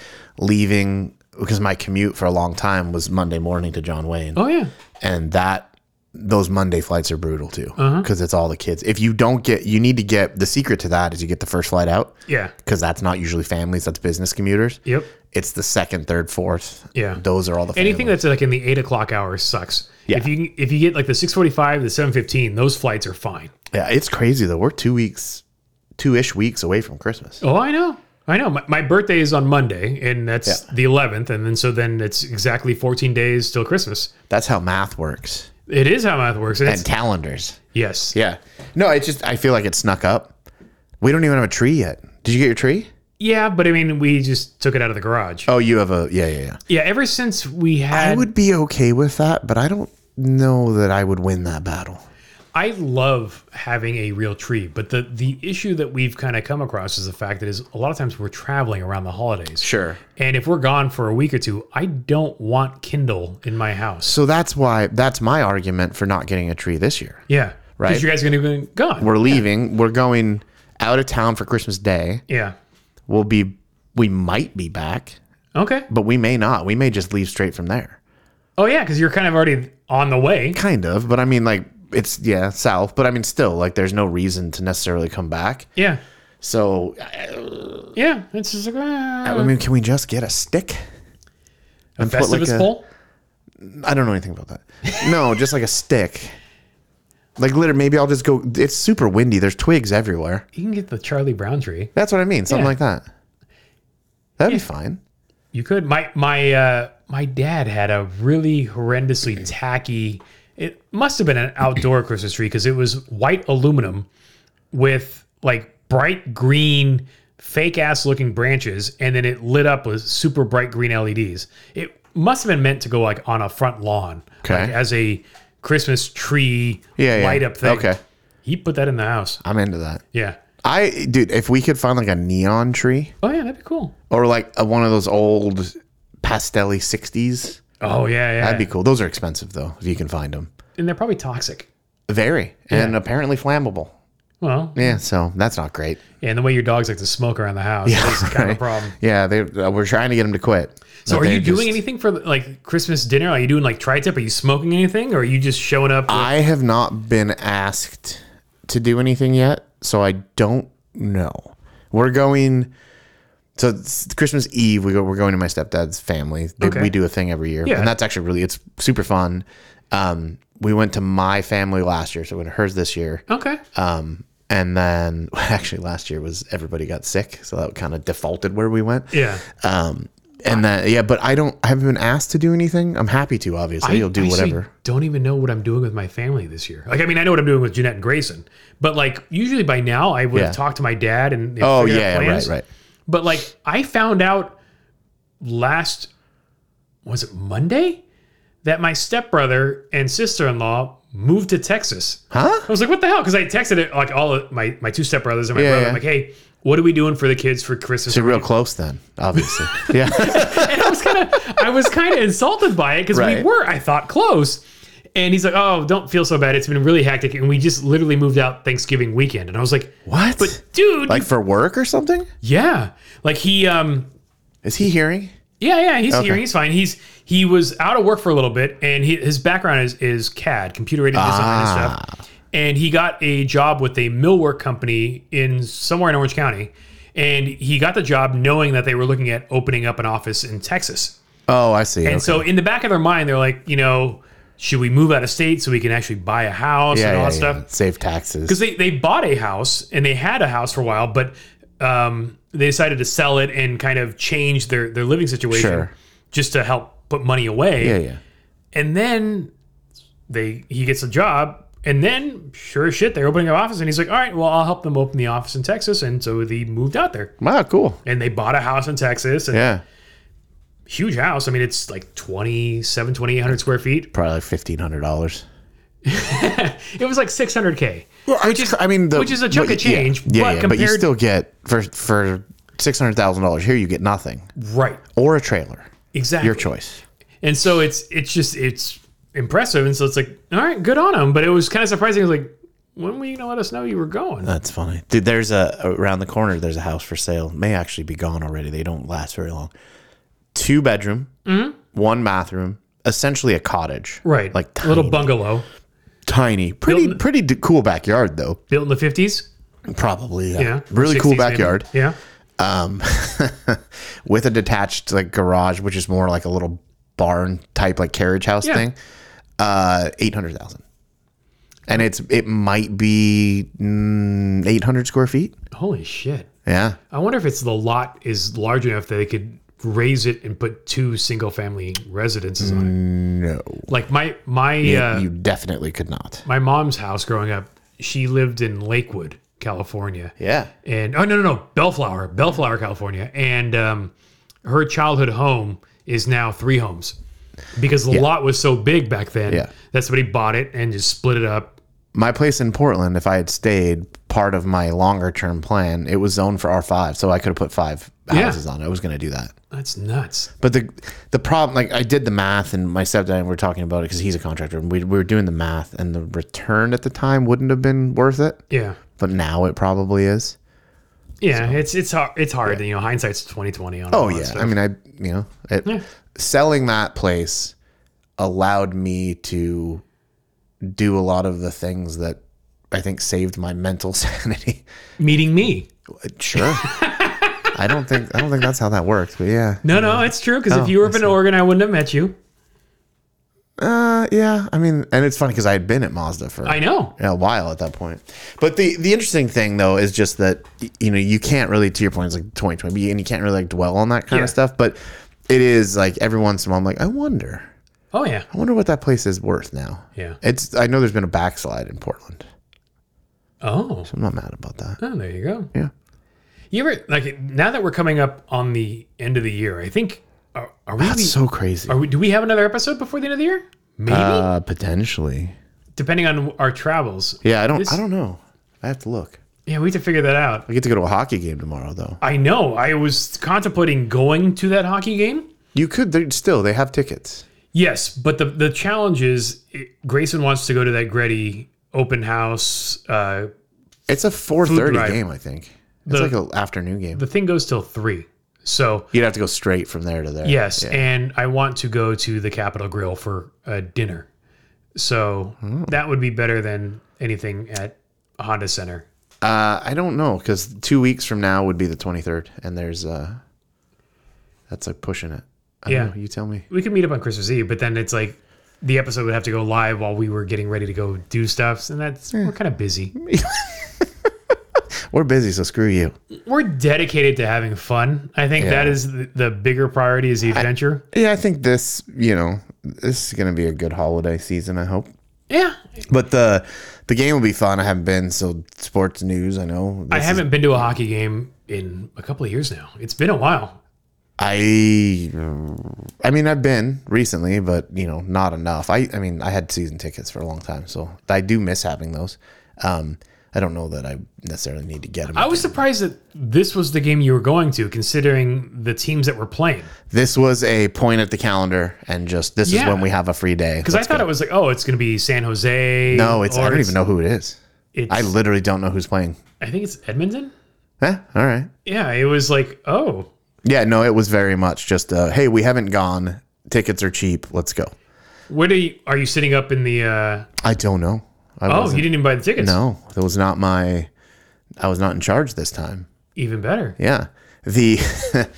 Speaker 1: leaving because my commute for a long time was Monday morning to John Wayne,
Speaker 2: Oh yeah,
Speaker 1: and that those Monday flights are brutal too
Speaker 2: Uh-huh.
Speaker 1: because it's all the kids. If you don't get, you need to get the secret to that is you get the first flight out
Speaker 2: yeah,
Speaker 1: because that's not usually families, that's business commuters.
Speaker 2: yep.
Speaker 1: It's the second, third, fourth.
Speaker 2: Yeah.
Speaker 1: those are all the
Speaker 2: Anything that's like in the eight o'clock hour sucks.
Speaker 1: Yeah.
Speaker 2: If you can- if you get like the six forty five, the seven fifteen, those flights are fine.
Speaker 1: Yeah, it's crazy though. We're two weeks, two ish weeks away from Christmas.
Speaker 2: Oh, I know. I know. My, my birthday is on Monday, and that's the 11th. And then so then it's exactly 14 days till Christmas.
Speaker 1: That's how math works
Speaker 2: It is how math works. and
Speaker 1: and
Speaker 2: It's,
Speaker 1: calendars.
Speaker 2: yes.
Speaker 1: Yeah. No, it's just I feel like it snuck up. We don't even have a tree yet. Did you get your tree?
Speaker 2: Yeah, but I mean, we just took it out of the garage.
Speaker 1: Oh, you have a yeah, yeah, yeah.
Speaker 2: Yeah, ever since we had,
Speaker 1: I
Speaker 2: I,
Speaker 1: would be okay with that, but I don't know that I would win that battle.
Speaker 2: love having a real tree. But the the issue that we've kind of come across is the fact that is a lot of times we're traveling around the holidays.
Speaker 1: Sure.
Speaker 2: And if we're gone for a week or two, I don't want Kindle in my house.
Speaker 1: So that's why that's my argument for not getting a tree this year.
Speaker 2: Yeah. Right. Because you guys are going to be gone.
Speaker 1: We're leaving. We're going out of town for Christmas Day.
Speaker 2: yeah.
Speaker 1: We'll be we might be back,
Speaker 2: Okay.
Speaker 1: but we may not. We may just leave straight from there.
Speaker 2: Oh, yeah, because you're kind of already on the way.
Speaker 1: kind of but i mean like it's yeah south but i mean still like there's no reason to necessarily come back
Speaker 2: Yeah.
Speaker 1: so
Speaker 2: Yeah. It's just like, ah.
Speaker 1: i mean can we just get a stick
Speaker 2: a
Speaker 1: put, like, uh,
Speaker 2: Festivus
Speaker 1: a-
Speaker 2: pole?
Speaker 1: i don't know anything about that no just like a stick like literally maybe i'll just go it's super windy there's twigs everywhere
Speaker 2: You can get the Charlie Brown tree.
Speaker 1: that's what i mean something
Speaker 2: Yeah.
Speaker 1: like that that'd be fine
Speaker 2: You could. My my uh, my dad had a really horrendously tacky. It must have been an outdoor Christmas tree because it was white aluminum with like bright green, fake ass looking branches, and then it lit up with super bright green LEDs. It must have been meant to go like on a front lawn,
Speaker 1: Okay.
Speaker 2: like as a Christmas tree
Speaker 1: yeah, yeah.
Speaker 2: light up thing.
Speaker 1: okay
Speaker 2: He put that in the house.
Speaker 1: I'm into that.
Speaker 2: Yeah.
Speaker 1: I dude, if we could find like a neon tree
Speaker 2: Oh yeah, that'd be cool.
Speaker 1: or like a, one of those old pastelly 60s,
Speaker 2: Oh yeah, yeah.
Speaker 1: that'd be cool. Those are expensive though if you can find them.
Speaker 2: and they're probably toxic.
Speaker 1: Very and apparently flammable.
Speaker 2: Well,
Speaker 1: Yeah, so that's not great.
Speaker 2: yeah, and the way your dogs like to smoke around the house is kind of a
Speaker 1: right.
Speaker 2: problem.
Speaker 1: Yeah, they uh, we're trying to get them to quit.
Speaker 2: So,
Speaker 1: But
Speaker 2: are
Speaker 1: they
Speaker 2: you
Speaker 1: just-
Speaker 2: doing anything for like Christmas dinner? Are you doing like tri-tip? Are you smoking anything, or are you just showing up? with-
Speaker 1: I have not been asked to do anything yet, so I don't know. We're going. So it's Christmas Eve, we go. We're going to my stepdad's family. They,
Speaker 2: Okay.
Speaker 1: We do a thing every year,
Speaker 2: Yeah.
Speaker 1: and that's actually really it's super fun. Um, we went to my family last year, so we went to hers this year.
Speaker 2: okay.
Speaker 1: Um, and then actually last year was everybody got sick, so that kind of defaulted where we went.
Speaker 2: Yeah.
Speaker 1: Um, and then yeah, but I don't. I haven't been asked to do anything. I'm happy to obviously.
Speaker 2: I
Speaker 1: You'll do
Speaker 2: actually
Speaker 1: whatever.
Speaker 2: Don't even know what I'm doing with my family this year. Like, I mean, I know what I'm doing with Jeanette and Grayson, but like, usually by now I would
Speaker 1: Yeah.
Speaker 2: have talked to my dad and and
Speaker 1: Oh
Speaker 2: figured out
Speaker 1: yeah, right,
Speaker 2: plans.
Speaker 1: right.
Speaker 2: But like, I found out last was it Monday that my stepbrother and sister-in-law moved to Texas.
Speaker 1: Huh?
Speaker 2: I was like, what the hell? Because I texted it like all of my my two stepbrothers and my
Speaker 1: Yeah,
Speaker 2: brother.
Speaker 1: yeah.
Speaker 2: I'm like, hey, what are we doing for the kids for Christmas?
Speaker 1: So real close then, obviously. yeah.
Speaker 2: and I was kind of I was kind of insulted by it because we
Speaker 1: Right.
Speaker 2: were I thought close. And he's like, "Oh, don't feel so bad. It's been really hectic, and we just literally moved out Thanksgiving weekend." And I was like,
Speaker 1: What?
Speaker 2: "But dude,
Speaker 1: like for work or something?
Speaker 2: yeah, like he, um,
Speaker 1: Is he hearing?
Speaker 2: yeah, yeah, he's hearing, he's fine. He's he was out of work for a little bit, and he, his background is is CAD, computer aided design
Speaker 1: Ah.
Speaker 2: and stuff. And he got a job with a millwork company in somewhere in Orange County, and he got the job knowing that they were looking at opening up an office in Texas.
Speaker 1: Oh, I see.
Speaker 2: And
Speaker 1: Okay.
Speaker 2: so in the back of their mind, they're like, you know, should we move out of state so we can actually buy a house
Speaker 1: yeah,
Speaker 2: and all
Speaker 1: yeah,
Speaker 2: that
Speaker 1: yeah.
Speaker 2: stuff?
Speaker 1: Save taxes.
Speaker 2: Because they, they bought a house and they had a house for a while, but um, they decided to sell it and kind of change their, their living situation
Speaker 1: Sure.
Speaker 2: just to help put money away.
Speaker 1: Yeah, yeah.
Speaker 2: And then they he gets a job. And then, sure as shit, they're opening an office, and he's like, "All right, well, I'll help them open the office in Texas." And so they moved out there,
Speaker 1: Wow, cool.
Speaker 2: and they bought a house in Texas, and
Speaker 1: Yeah.
Speaker 2: huge house. I mean, it's like 27, 2800 square feet.
Speaker 1: Probably like fifteen hundred dollars.
Speaker 2: It was like 600k.
Speaker 1: Well, which is, I mean, the,
Speaker 2: which is a chunk
Speaker 1: what-
Speaker 2: of change,
Speaker 1: Yeah, yeah,
Speaker 2: but
Speaker 1: yeah, but you
Speaker 2: compared-
Speaker 1: still get for for six hundred thousand dollars here, you get nothing
Speaker 2: Right.
Speaker 1: or a trailer.
Speaker 2: Exactly.
Speaker 1: Your choice.
Speaker 2: And so it's it's just it's impressive. And so it's like, all right, good on him. But it was kind of surprising. It was like, when were you gonna let us know you were going?
Speaker 1: That's funny, dude. There's a around the corner. There's a house for sale. May actually be gone already. They don't last very long. Two bedroom, one bathroom, essentially a cottage.
Speaker 2: Mm-hmm. right.
Speaker 1: like
Speaker 2: a little
Speaker 1: tiny.
Speaker 2: bungalow
Speaker 1: tiny, pretty pretty d- cool backyard though.
Speaker 2: built in the 50s.
Speaker 1: Probably, yeah.
Speaker 2: Yeah.
Speaker 1: Really cool
Speaker 2: 60s maybe.
Speaker 1: backyard.
Speaker 2: Yeah.
Speaker 1: Um, with a detached like garage, which is more like a little barn type, like carriage house
Speaker 2: Yeah.
Speaker 1: thing. Uh, eight hundred thousand, and it's it might be mm, eight hundred square feet.
Speaker 2: Holy shit.
Speaker 1: Yeah,
Speaker 2: I wonder if it's the lot is large enough that they could raise it and put two single family residences on it.
Speaker 1: no,
Speaker 2: Like my my uh,
Speaker 1: you definitely could not.
Speaker 2: my mom's house growing up, she lived in Lakewood, California.
Speaker 1: Yeah,
Speaker 2: and oh no no no Bellflower, Bellflower, California, and um, her childhood home is now three homes because the lot was so big back then
Speaker 1: Yeah.
Speaker 2: that somebody bought it and just split it up.
Speaker 1: my place in Portland. If I had stayed, part of my longer term plan, it was zoned for R five, so I could have put five
Speaker 2: Yeah.
Speaker 1: houses on. it. I was going to do that.
Speaker 2: That's nuts.
Speaker 1: But the the problem, like I did the math, and my stepdad and we were talking about it because he's a contractor, and we, we were doing the math, and the return at the time wouldn't have been worth it,
Speaker 2: Yeah,
Speaker 1: but now it probably is.
Speaker 2: yeah. it's it's hard. It's hard. You know, hindsight's twenty twenty on. all
Speaker 1: Oh
Speaker 2: that
Speaker 1: yeah,
Speaker 2: stuff.
Speaker 1: I mean I you know it, selling that place allowed me to do a lot of the things that I think saved my mental sanity.
Speaker 2: meeting me.
Speaker 1: sure. I don't think I don't think that's how that worked, but yeah. Oh,
Speaker 2: No, no, it's true. Because if you
Speaker 1: I
Speaker 2: were up in Oregon, I wouldn't have met you.
Speaker 1: Uh, yeah. I mean, and it's funny because I had been at Mazda for
Speaker 2: I know.
Speaker 1: a while at that point. But the the interesting thing though is just that y- you know you can't really to your point it's like 2020 but you- and you can't really like dwell on that kind
Speaker 2: Yeah.
Speaker 1: of stuff. But it is like every once in a while I'm like I wonder
Speaker 2: Oh yeah.
Speaker 1: I wonder what that place is worth now.
Speaker 2: Yeah.
Speaker 1: It's I know there's been a backslide in Portland.
Speaker 2: Oh.
Speaker 1: I'm not mad about that.
Speaker 2: Oh, there you go.
Speaker 1: Yeah.
Speaker 2: You ever like now that we're coming up on the end of the year? I think are, are we
Speaker 1: That's so crazy.
Speaker 2: Are we, do we have another episode before the end of the year? Maybe.
Speaker 1: Uh, potentially.
Speaker 2: depending on our travels.
Speaker 1: Yeah, I don't.
Speaker 2: This-
Speaker 1: I don't know. I have to look.
Speaker 2: Yeah, we have to figure that out.
Speaker 1: I get to go to a hockey game tomorrow, though.
Speaker 2: I know. I was contemplating going to that hockey game.
Speaker 1: You could. They, still, they have tickets.
Speaker 2: Yes, but the the challenge is it, Grayson wants to go to that Gretty open house. Uh,
Speaker 1: It's a four thirty
Speaker 2: drive.
Speaker 1: game, I think. It's like an afternoon game.
Speaker 2: the thing goes till three, so
Speaker 1: You'd have to go straight from there to there.
Speaker 2: yes, and I want to go to the Capitol Grill for a dinner, so that would be better than anything at Honda Center.
Speaker 1: Uh, I don't know because two weeks from now would be the twenty third, and there's uh, that's like pushing it. I don't
Speaker 2: Yeah.
Speaker 1: know, you tell me.
Speaker 2: We could meet up on Christmas Eve, but then it's like the episode would have to go live while we were getting ready to go do stuff, and that's we're kind of busy.
Speaker 1: We're busy, so screw you.
Speaker 2: We're dedicated to having fun. I think that is the, the bigger priority is the adventure.
Speaker 1: Yeah, I think this. You know, this is gonna be a good holiday season. I hope.
Speaker 2: yeah,
Speaker 1: But the the game will be fun. I haven't been so sports news. I know.
Speaker 2: I
Speaker 1: This
Speaker 2: haven't been to a hockey game in a couple of years now. It's been a while.
Speaker 1: I I mean I've been recently, but you know not enough. I I mean I had season tickets for a long time, so I do miss having those. Um, I don't know that I necessarily need to get them.
Speaker 2: I was surprised that this was the game you were going to, considering the teams that were playing.
Speaker 1: this was a point at the calendar, and just this is
Speaker 2: Yeah.
Speaker 1: when we have a free day.
Speaker 2: Because I thought it was like, oh, it's going to be San Jose.
Speaker 1: no, it's I
Speaker 2: or
Speaker 1: don't even know who it is.
Speaker 2: It's,
Speaker 1: I
Speaker 2: I,
Speaker 1: literally don't know who's playing.
Speaker 2: think it's Edmonton.
Speaker 1: Eh, all right.
Speaker 2: Yeah, it was like, oh,
Speaker 1: Yeah, no, it was very much just uh, hey, we haven't gone. Tickets are cheap. Let's go.
Speaker 2: what are you? Are you sitting up in the? Uh,
Speaker 1: I don't know. I
Speaker 2: oh,
Speaker 1: wasn't-
Speaker 2: you didn't even buy the tickets.
Speaker 1: No, that was not my. I was not in charge this time.
Speaker 2: even better.
Speaker 1: Yeah, the,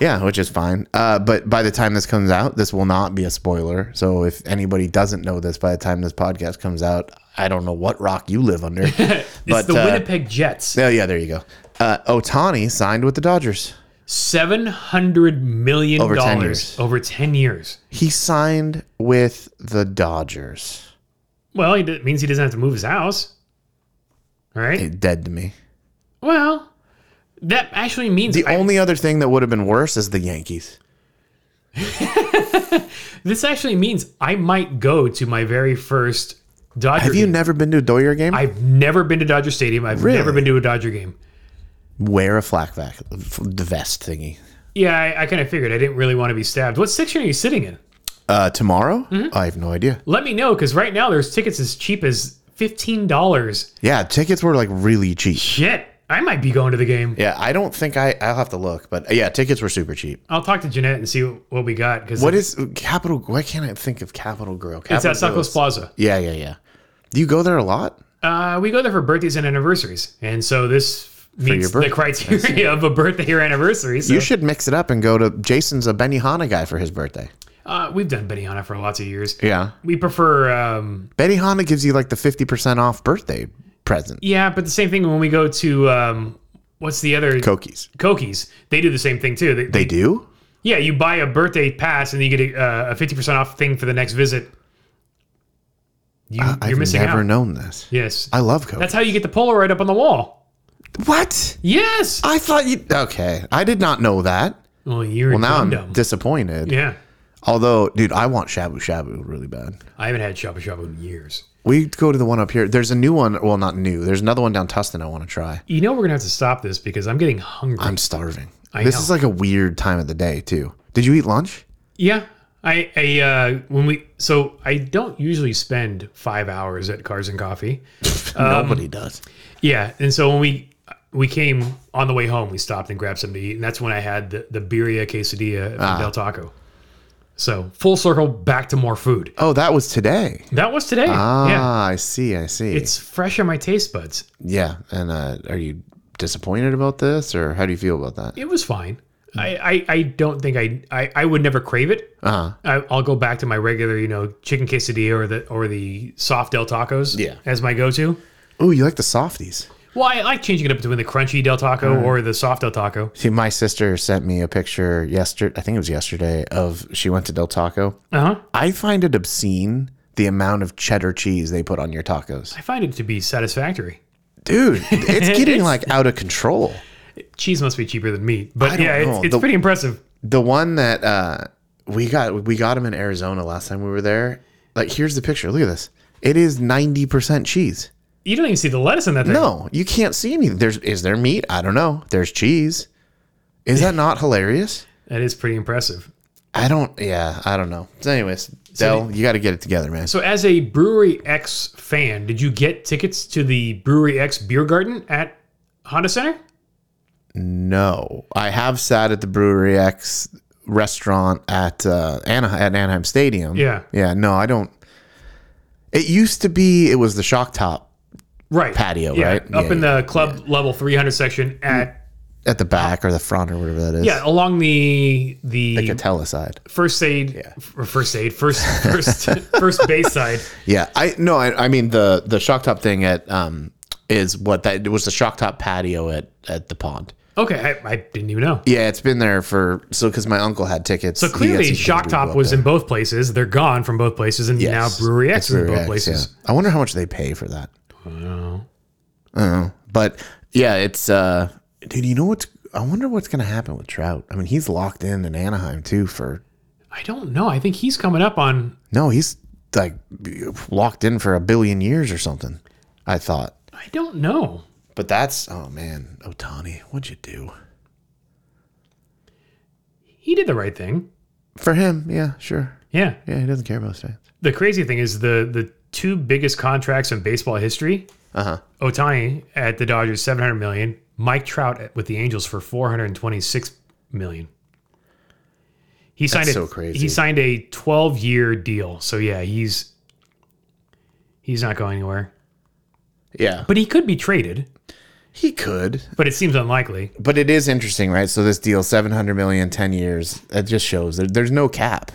Speaker 1: yeah, which is fine. Uh, but by the time this comes out, this will not be a spoiler. So if anybody doesn't know this by the time this podcast comes out, I don't know what rock you live under.
Speaker 2: It's
Speaker 1: but
Speaker 2: the
Speaker 1: uh,
Speaker 2: Winnipeg Jets.
Speaker 1: oh yeah, there you go. Uh, Otani signed with the Dodgers.
Speaker 2: Seven hundred million
Speaker 1: Over 10
Speaker 2: dollars
Speaker 1: years.
Speaker 2: over ten years.
Speaker 1: He signed with the Dodgers.
Speaker 2: Well, he d- means he doesn't have to move his house. All right.
Speaker 1: It dead to me.
Speaker 2: Well, that actually means
Speaker 1: The
Speaker 2: I-
Speaker 1: only other thing that would have been worse is the Yankees.
Speaker 2: this actually means I might go to my very first Dodger.
Speaker 1: Have you
Speaker 2: game.
Speaker 1: never been to a Doyer game?
Speaker 2: I've never been to Dodger Stadium. I've never
Speaker 1: Really?
Speaker 2: been to a Dodger game.
Speaker 1: Wear a flak vac, f- the vest thingy.
Speaker 2: Yeah, I, I kind of figured I didn't really want to be stabbed. What section are you sitting in?
Speaker 1: Uh, tomorrow?
Speaker 2: Hmm?
Speaker 1: I have no idea.
Speaker 2: Let me know because right now there's tickets as cheap as fifteen dollars.
Speaker 1: Yeah, tickets were like really cheap.
Speaker 2: Shit, I might be going to the game.
Speaker 1: Yeah, I don't think I. I'll have to look, but uh, yeah, tickets were super cheap.
Speaker 2: I'll talk to Jeanette and see what we got because
Speaker 1: What is Capital? Why can't I think of Capital Grill? Capital
Speaker 2: it's at
Speaker 1: Grill
Speaker 2: Suckles
Speaker 1: is-
Speaker 2: Plaza.
Speaker 1: Yeah, yeah, yeah. Do you go there a lot?
Speaker 2: Uh, we go there for birthdays and anniversaries, and so this meets the
Speaker 1: birthday.
Speaker 2: criteria of a birthday or anniversary. So.
Speaker 1: You should mix it up and go to Jason's a Benihana guy for his birthday.
Speaker 2: Uh, we've done Benihana for lots of years.
Speaker 1: Yeah,
Speaker 2: We prefer, um,
Speaker 1: Benihana gives you like the fifty percent off birthday present.
Speaker 2: yeah, but the same thing when we go to um, what's the other
Speaker 1: Cokies.
Speaker 2: Cokies? They do the same thing too. They,
Speaker 1: They do.
Speaker 2: yeah, you buy a birthday pass and you get a, uh, a fifty percent off thing for the next visit. You, you're
Speaker 1: I've
Speaker 2: missing
Speaker 1: never
Speaker 2: out.
Speaker 1: known this.
Speaker 2: Yes,
Speaker 1: I love Cokies.
Speaker 2: that's how you get the Polaroid up on the wall.
Speaker 1: what?
Speaker 2: Yes.
Speaker 1: I thought you. Okay, I did not know that.
Speaker 2: Well, you're
Speaker 1: Well, now
Speaker 2: dumb,
Speaker 1: I'm disappointed.
Speaker 2: Yeah,
Speaker 1: Although, dude, I want shabu shabu really bad.
Speaker 2: I haven't had shabu shabu in years.
Speaker 1: We go to the one up here. There's a new one. Well, not new. There's another one down Tustin I want to try.
Speaker 2: You know we're gonna have to stop this because I'm getting hungry.
Speaker 1: I'm starving. this is like a weird time of the day too. Did you eat lunch?
Speaker 2: Yeah. I, I uh, when we so I don't usually spend five hours at Cars and Coffee. Um,
Speaker 1: Nobody does.
Speaker 2: Yeah, and so when we we came on the way home, we stopped and grabbed something to eat, and that's when I had the, the birria quesadilla
Speaker 1: Ah.
Speaker 2: from Del Taco. So full circle back to more food.
Speaker 1: Oh, that was today.
Speaker 2: That was today.
Speaker 1: Ah,
Speaker 2: Yeah,
Speaker 1: I see. I see.
Speaker 2: it's fresh on my taste buds.
Speaker 1: yeah. And uh, are you disappointed about this, or how do you feel about that?
Speaker 2: It was fine. I, I, I don't think I, I I would never crave it.
Speaker 1: Uh huh.
Speaker 2: I, I'll go back to my regular, you know, chicken quesadilla or the or the soft Del Tacos
Speaker 1: Yeah.
Speaker 2: as my go to.
Speaker 1: Oh, you like the softies?
Speaker 2: Well, I like changing it up between the crunchy Del Taco
Speaker 1: Uh-huh.
Speaker 2: or the soft Del Taco.
Speaker 1: See, my sister sent me a picture yesterday. I think it was yesterday of she went to Del Taco.
Speaker 2: Uh huh.
Speaker 1: I find it obscene the amount of cheddar cheese they put on your tacos.
Speaker 2: I find it to be satisfactory.
Speaker 1: Dude, it's getting like out of control.
Speaker 2: Cheese must be cheaper than meat, but
Speaker 1: don't
Speaker 2: yeah, it's,
Speaker 1: know.
Speaker 2: it's
Speaker 1: The-
Speaker 2: pretty impressive.
Speaker 1: The one that uh, we got, we got him in Arizona last time we were there. Like, here's the picture. Look at this. It is 90% cheese.
Speaker 2: You don't even see the lettuce in that thing.
Speaker 1: No, you can't see anything. There's is there meat? I don't know. There's cheese. Is that not hilarious?
Speaker 2: That is pretty impressive.
Speaker 1: I don't. Yeah, I don't know. So anyways, Dell, you got to get it together, man.
Speaker 2: So, as a Brewery X fan, did you get tickets to the Brewery X Beer Garden at Honda Center?
Speaker 1: No, I have sat at the Brewery X restaurant at uh, Anahe- at Anaheim Stadium.
Speaker 2: Yeah.
Speaker 1: yeah. No, I don't. It used to be it was the Shock Top
Speaker 2: Right.
Speaker 1: Patio,
Speaker 2: yeah.
Speaker 1: right?
Speaker 2: Up
Speaker 1: Yeah, Mm.
Speaker 2: in the club level 300 section at,
Speaker 1: at the back or the front or whatever that is.
Speaker 2: yeah, along the the
Speaker 1: the Catella side.
Speaker 2: first aid, or first aid, first first first base side.
Speaker 1: Yeah, I no, I, I mean the the Shock Top thing at um is what that it was the Shock Top patio at at the pond.
Speaker 2: Okay, I, I didn't even know.
Speaker 1: Yeah, it's been there for so because my uncle had tickets.
Speaker 2: So clearly, Shock Top was in both places. They're gone from both places, and now Brewery X is in both places.
Speaker 1: I wonder how much they pay for that. I don't know. But yeah, it's uh dude, you know what's I wonder what's gonna happen with Trout. I mean, he's locked in in Anaheim too for
Speaker 2: I don't know. I think he's coming up on.
Speaker 1: no, he's like locked in for a billion years or something. I thought.
Speaker 2: I don't know.
Speaker 1: But that's oh man, Otani, what'd you do?
Speaker 2: He did the right thing.
Speaker 1: For him, yeah, sure.
Speaker 2: Yeah.
Speaker 1: Yeah, he doesn't care about his fans.
Speaker 2: The crazy thing is the the two biggest contracts in baseball history.
Speaker 1: Uh huh.
Speaker 2: Otani at the Dodgers, seven hundred million. Mike Trout at- with the Angels for four hundred twenty six million. He signed
Speaker 1: That's
Speaker 2: a,
Speaker 1: so crazy.
Speaker 2: He signed a twelve year deal. So yeah, he's he's not going anywhere.
Speaker 1: Yeah,
Speaker 2: But he could be traded.
Speaker 1: he could,
Speaker 2: But it seems unlikely.
Speaker 1: but it is interesting, right? So this deal, 700 million, 10 years. That just shows there, there's no cap.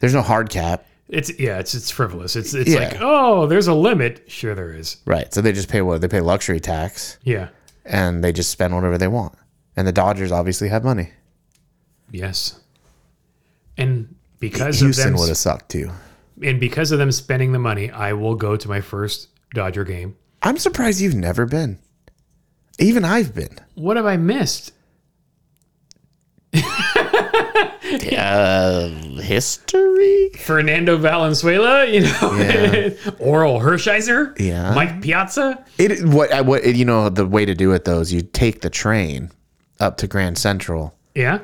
Speaker 1: There's no hard cap,
Speaker 2: It's yeah, it's it's frivolous. It's it's
Speaker 1: Yeah.
Speaker 2: like oh, there's a limit. Sure, there is.
Speaker 1: right? So they just pay what they pay luxury tax,
Speaker 2: Yeah.
Speaker 1: and they just spend whatever they want. And the Dodgers obviously have money.
Speaker 2: Yes. And because
Speaker 1: Houston
Speaker 2: of
Speaker 1: would
Speaker 2: them,
Speaker 1: have sucked too.
Speaker 2: and because of them spending the money, I will go to my first Dodger game.
Speaker 1: I'm surprised you've never been. Even I've been.
Speaker 2: What have I missed?
Speaker 1: Uh, history.
Speaker 2: Fernando Valenzuela, you know, Oral Hershiser,
Speaker 1: Yeah.
Speaker 2: Mike Piazza.
Speaker 1: It what I- what you know the way to do it though is you take the train up to Grand Central
Speaker 2: Yeah,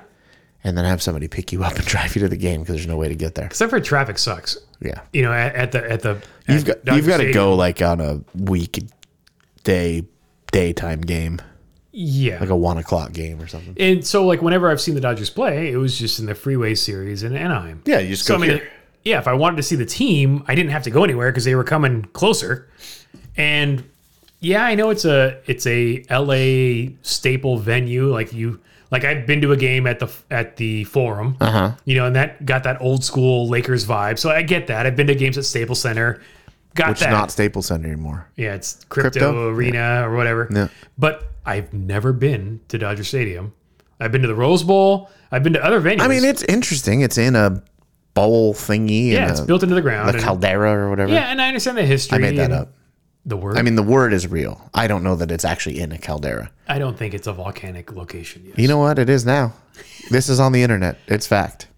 Speaker 1: and then have somebody pick you up and drive you to the game because there's no way to get there.
Speaker 2: except for traffic sucks.
Speaker 1: Yeah,
Speaker 2: You know, at, at the at the
Speaker 1: you've got you've got to go like on a weekday daytime game,
Speaker 2: Yeah,
Speaker 1: like a one o'clock game or something.
Speaker 2: and so like whenever I've seen the Dodgers play, it was just in the freeway series in Anaheim.
Speaker 1: Yeah, you just
Speaker 2: So I mean, yeah, if I wanted to see the team, I didn't have to go anywhere because they were coming closer. And yeah, I know it's a it's a LA staple venue. Like you, like I've been to a game at the at the Forum, uh-huh. you know, and that got that old school Lakers vibe. So I get that. I've been to games at Staples Center, got
Speaker 1: It's
Speaker 2: that.
Speaker 1: not Staples Center anymore.
Speaker 2: yeah, it's crypto,
Speaker 1: Crypto?
Speaker 2: arena or whatever. But I've never been to Dodger Stadium. I've been to the Rose Bowl. I've been to other venues.
Speaker 1: I mean, it's interesting. It's in a bowl thingy.
Speaker 2: yeah,
Speaker 1: in
Speaker 2: it's
Speaker 1: a-
Speaker 2: built into the ground.
Speaker 1: a
Speaker 2: and-
Speaker 1: caldera or whatever.
Speaker 2: Yeah, and I understand the history.
Speaker 1: I made that
Speaker 2: and
Speaker 1: up.
Speaker 2: The word.
Speaker 1: I mean, the word is real. I don't know that it's actually in a caldera.
Speaker 2: I don't think it's a volcanic location yet.
Speaker 1: You know what? It is now. This is on the internet. It's fact.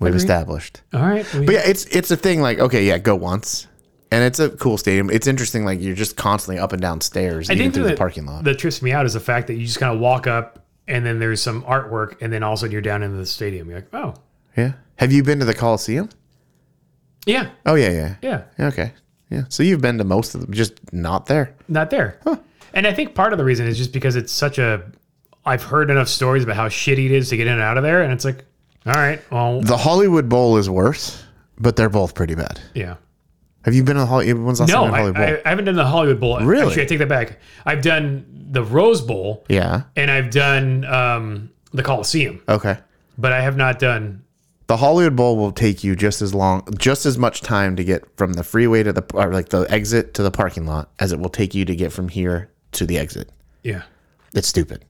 Speaker 1: We've established.
Speaker 2: All right. we-
Speaker 1: But yeah, it's it's a thing like, okay, yeah, go once. And it's a cool stadium. It's interesting, like you're just constantly up and down stairs,
Speaker 2: I
Speaker 1: even
Speaker 2: think
Speaker 1: through
Speaker 2: that,
Speaker 1: the parking lot.
Speaker 2: That trips me out is the fact that you just kind of walk up and then there's some artwork and then all of a sudden you're down into the stadium. You're like, oh,
Speaker 1: yeah. Have you been to the Coliseum?
Speaker 2: yeah,
Speaker 1: Oh yeah, yeah.
Speaker 2: yeah,
Speaker 1: Yeah, Okay. Yeah. So you've been to most of them, just not there.
Speaker 2: not there. And I think part of the reason is just because it's such a. I've heard enough stories about how shitty it is to get in and out of there, and it's like, all right, well,
Speaker 1: The Hollywood Bowl is worse, but they're both pretty bad.
Speaker 2: yeah.
Speaker 1: Have you been to the Hollywood? When's the last
Speaker 2: No,
Speaker 1: time you
Speaker 2: I,
Speaker 1: went to the Hollywood Bowl?
Speaker 2: I, I haven't done the Hollywood Bowl.
Speaker 1: Really?
Speaker 2: Actually, I take that back. I've done the Rose Bowl
Speaker 1: yeah.
Speaker 2: and I've done um, the Coliseum.
Speaker 1: Okay.
Speaker 2: but I have not done.
Speaker 1: The Hollywood Bowl will take you just as long, just as much time to get from the freeway to the or like the exit to the parking lot as it will take you to get from here to the exit.
Speaker 2: Yeah,
Speaker 1: It's stupid.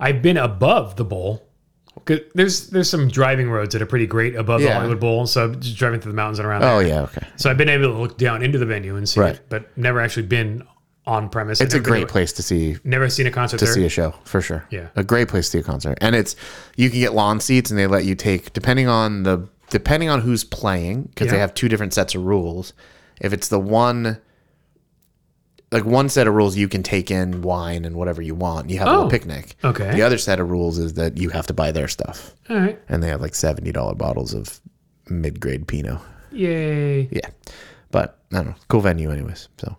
Speaker 2: I've been above the bowl. 'Cause There's there's some driving roads that are pretty great above the
Speaker 1: Yeah.
Speaker 2: Hollywood Bowl, so I'm just driving through the mountains and around.
Speaker 1: Oh
Speaker 2: there.
Speaker 1: yeah, okay.
Speaker 2: So I've been able to look down into the venue and see
Speaker 1: Right.
Speaker 2: it, but never actually been on premise.
Speaker 1: It's a great place to see
Speaker 2: Never seen a concert
Speaker 1: to
Speaker 2: there.
Speaker 1: see a show for sure.
Speaker 2: Yeah.
Speaker 1: a great place to see a concert, and it's you can get lawn seats, and they let you take depending on the depending on who's playing because they
Speaker 2: Yeah.
Speaker 1: have two different sets of rules. if it's the one like one set of rules you can take in wine and whatever you want and you have a
Speaker 2: Oh,
Speaker 1: little picnic
Speaker 2: okay.
Speaker 1: the other set of rules is that you have to buy their stuff
Speaker 2: All right.
Speaker 1: and they have like $70 bottles of mid-grade pinot
Speaker 2: Yay.
Speaker 1: yeah but i don't know cool venue anyways so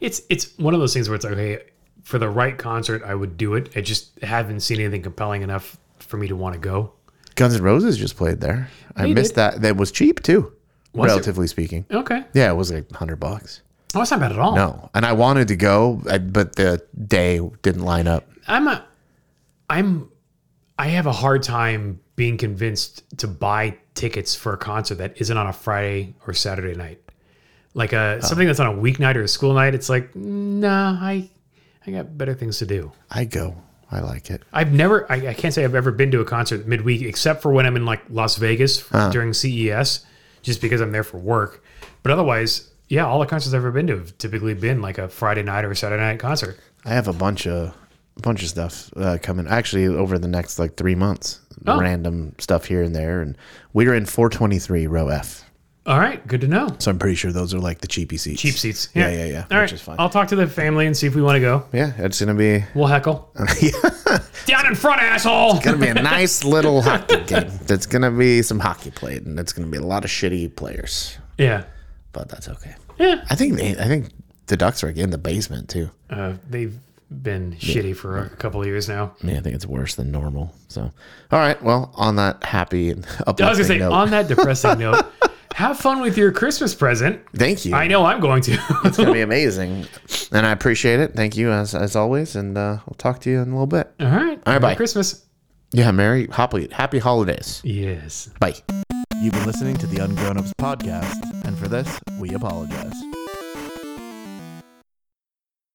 Speaker 2: It's it's one of those things where it's like, hey, for the right concert, I would do it. I just haven't seen anything compelling enough for me to want to go.
Speaker 1: guns N' roses just played there i
Speaker 2: They
Speaker 1: missed
Speaker 2: did.
Speaker 1: that that was cheap too
Speaker 2: Was it?
Speaker 1: relatively speaking
Speaker 2: Okay.
Speaker 1: yeah it was like 100 bucks
Speaker 2: Oh, that's not bad at all.
Speaker 1: no and i wanted to go I- but the day didn't line up
Speaker 2: I'm a, I'm, I have a hard time being convinced to buy tickets for a concert that isn't on a Friday or Saturday night. Like a something that's on a weeknight or a school night. It's like, nah, I, I got better things to do.
Speaker 1: i go i like it
Speaker 2: I've never, I, I can't say I've ever been to a concert midweek except for when I'm in like Las Vegas during CES, just because I'm there for work. But otherwise, yeah, all the concerts I've ever been to have typically been like a Friday night or a Saturday night concert.
Speaker 1: I have a bunch of bunch of stuff uh, coming actually over the next like three months.
Speaker 2: Oh.
Speaker 1: Random stuff here and there, and we're in 423 row F,
Speaker 2: All right, good to know.
Speaker 1: so I'm pretty sure those are like the cheapy seats.
Speaker 2: Cheap seats.
Speaker 1: Yeah, yeah, yeah,
Speaker 2: All right.
Speaker 1: which is fine.
Speaker 2: I'll talk to the family and see if we want to go.
Speaker 1: Yeah, it's gonna be
Speaker 2: We'll heckle. Down in front, asshole.
Speaker 1: gonna be a nice little hockey game. That's gonna be some hockey played, and it's gonna be a lot of shitty players,
Speaker 2: Yeah.
Speaker 1: but that's okay.
Speaker 2: Yeah.
Speaker 1: I think they, I think the Ducks are like, in the basement too.
Speaker 2: Uh, they've been shitty for a couple of years now.
Speaker 1: Yeah, I think it's worse than normal. So, all right. Well, on that happy and uplifting
Speaker 2: I was gonna say,
Speaker 1: note,
Speaker 2: on that depressing note, have fun with your Christmas present.
Speaker 1: thank you.
Speaker 2: I know I'm going to.
Speaker 1: It's gonna be amazing, and I appreciate it. Thank you as as always, and uh, I'll talk to you in a little bit.
Speaker 2: All right.
Speaker 1: All right,
Speaker 2: Merry
Speaker 1: bye.
Speaker 2: Christmas.
Speaker 1: Yeah, Merry happy happy holidays.
Speaker 2: Yes.
Speaker 1: Bye.
Speaker 3: You've been listening to the Ungrown Ups podcast, and for this, we apologize.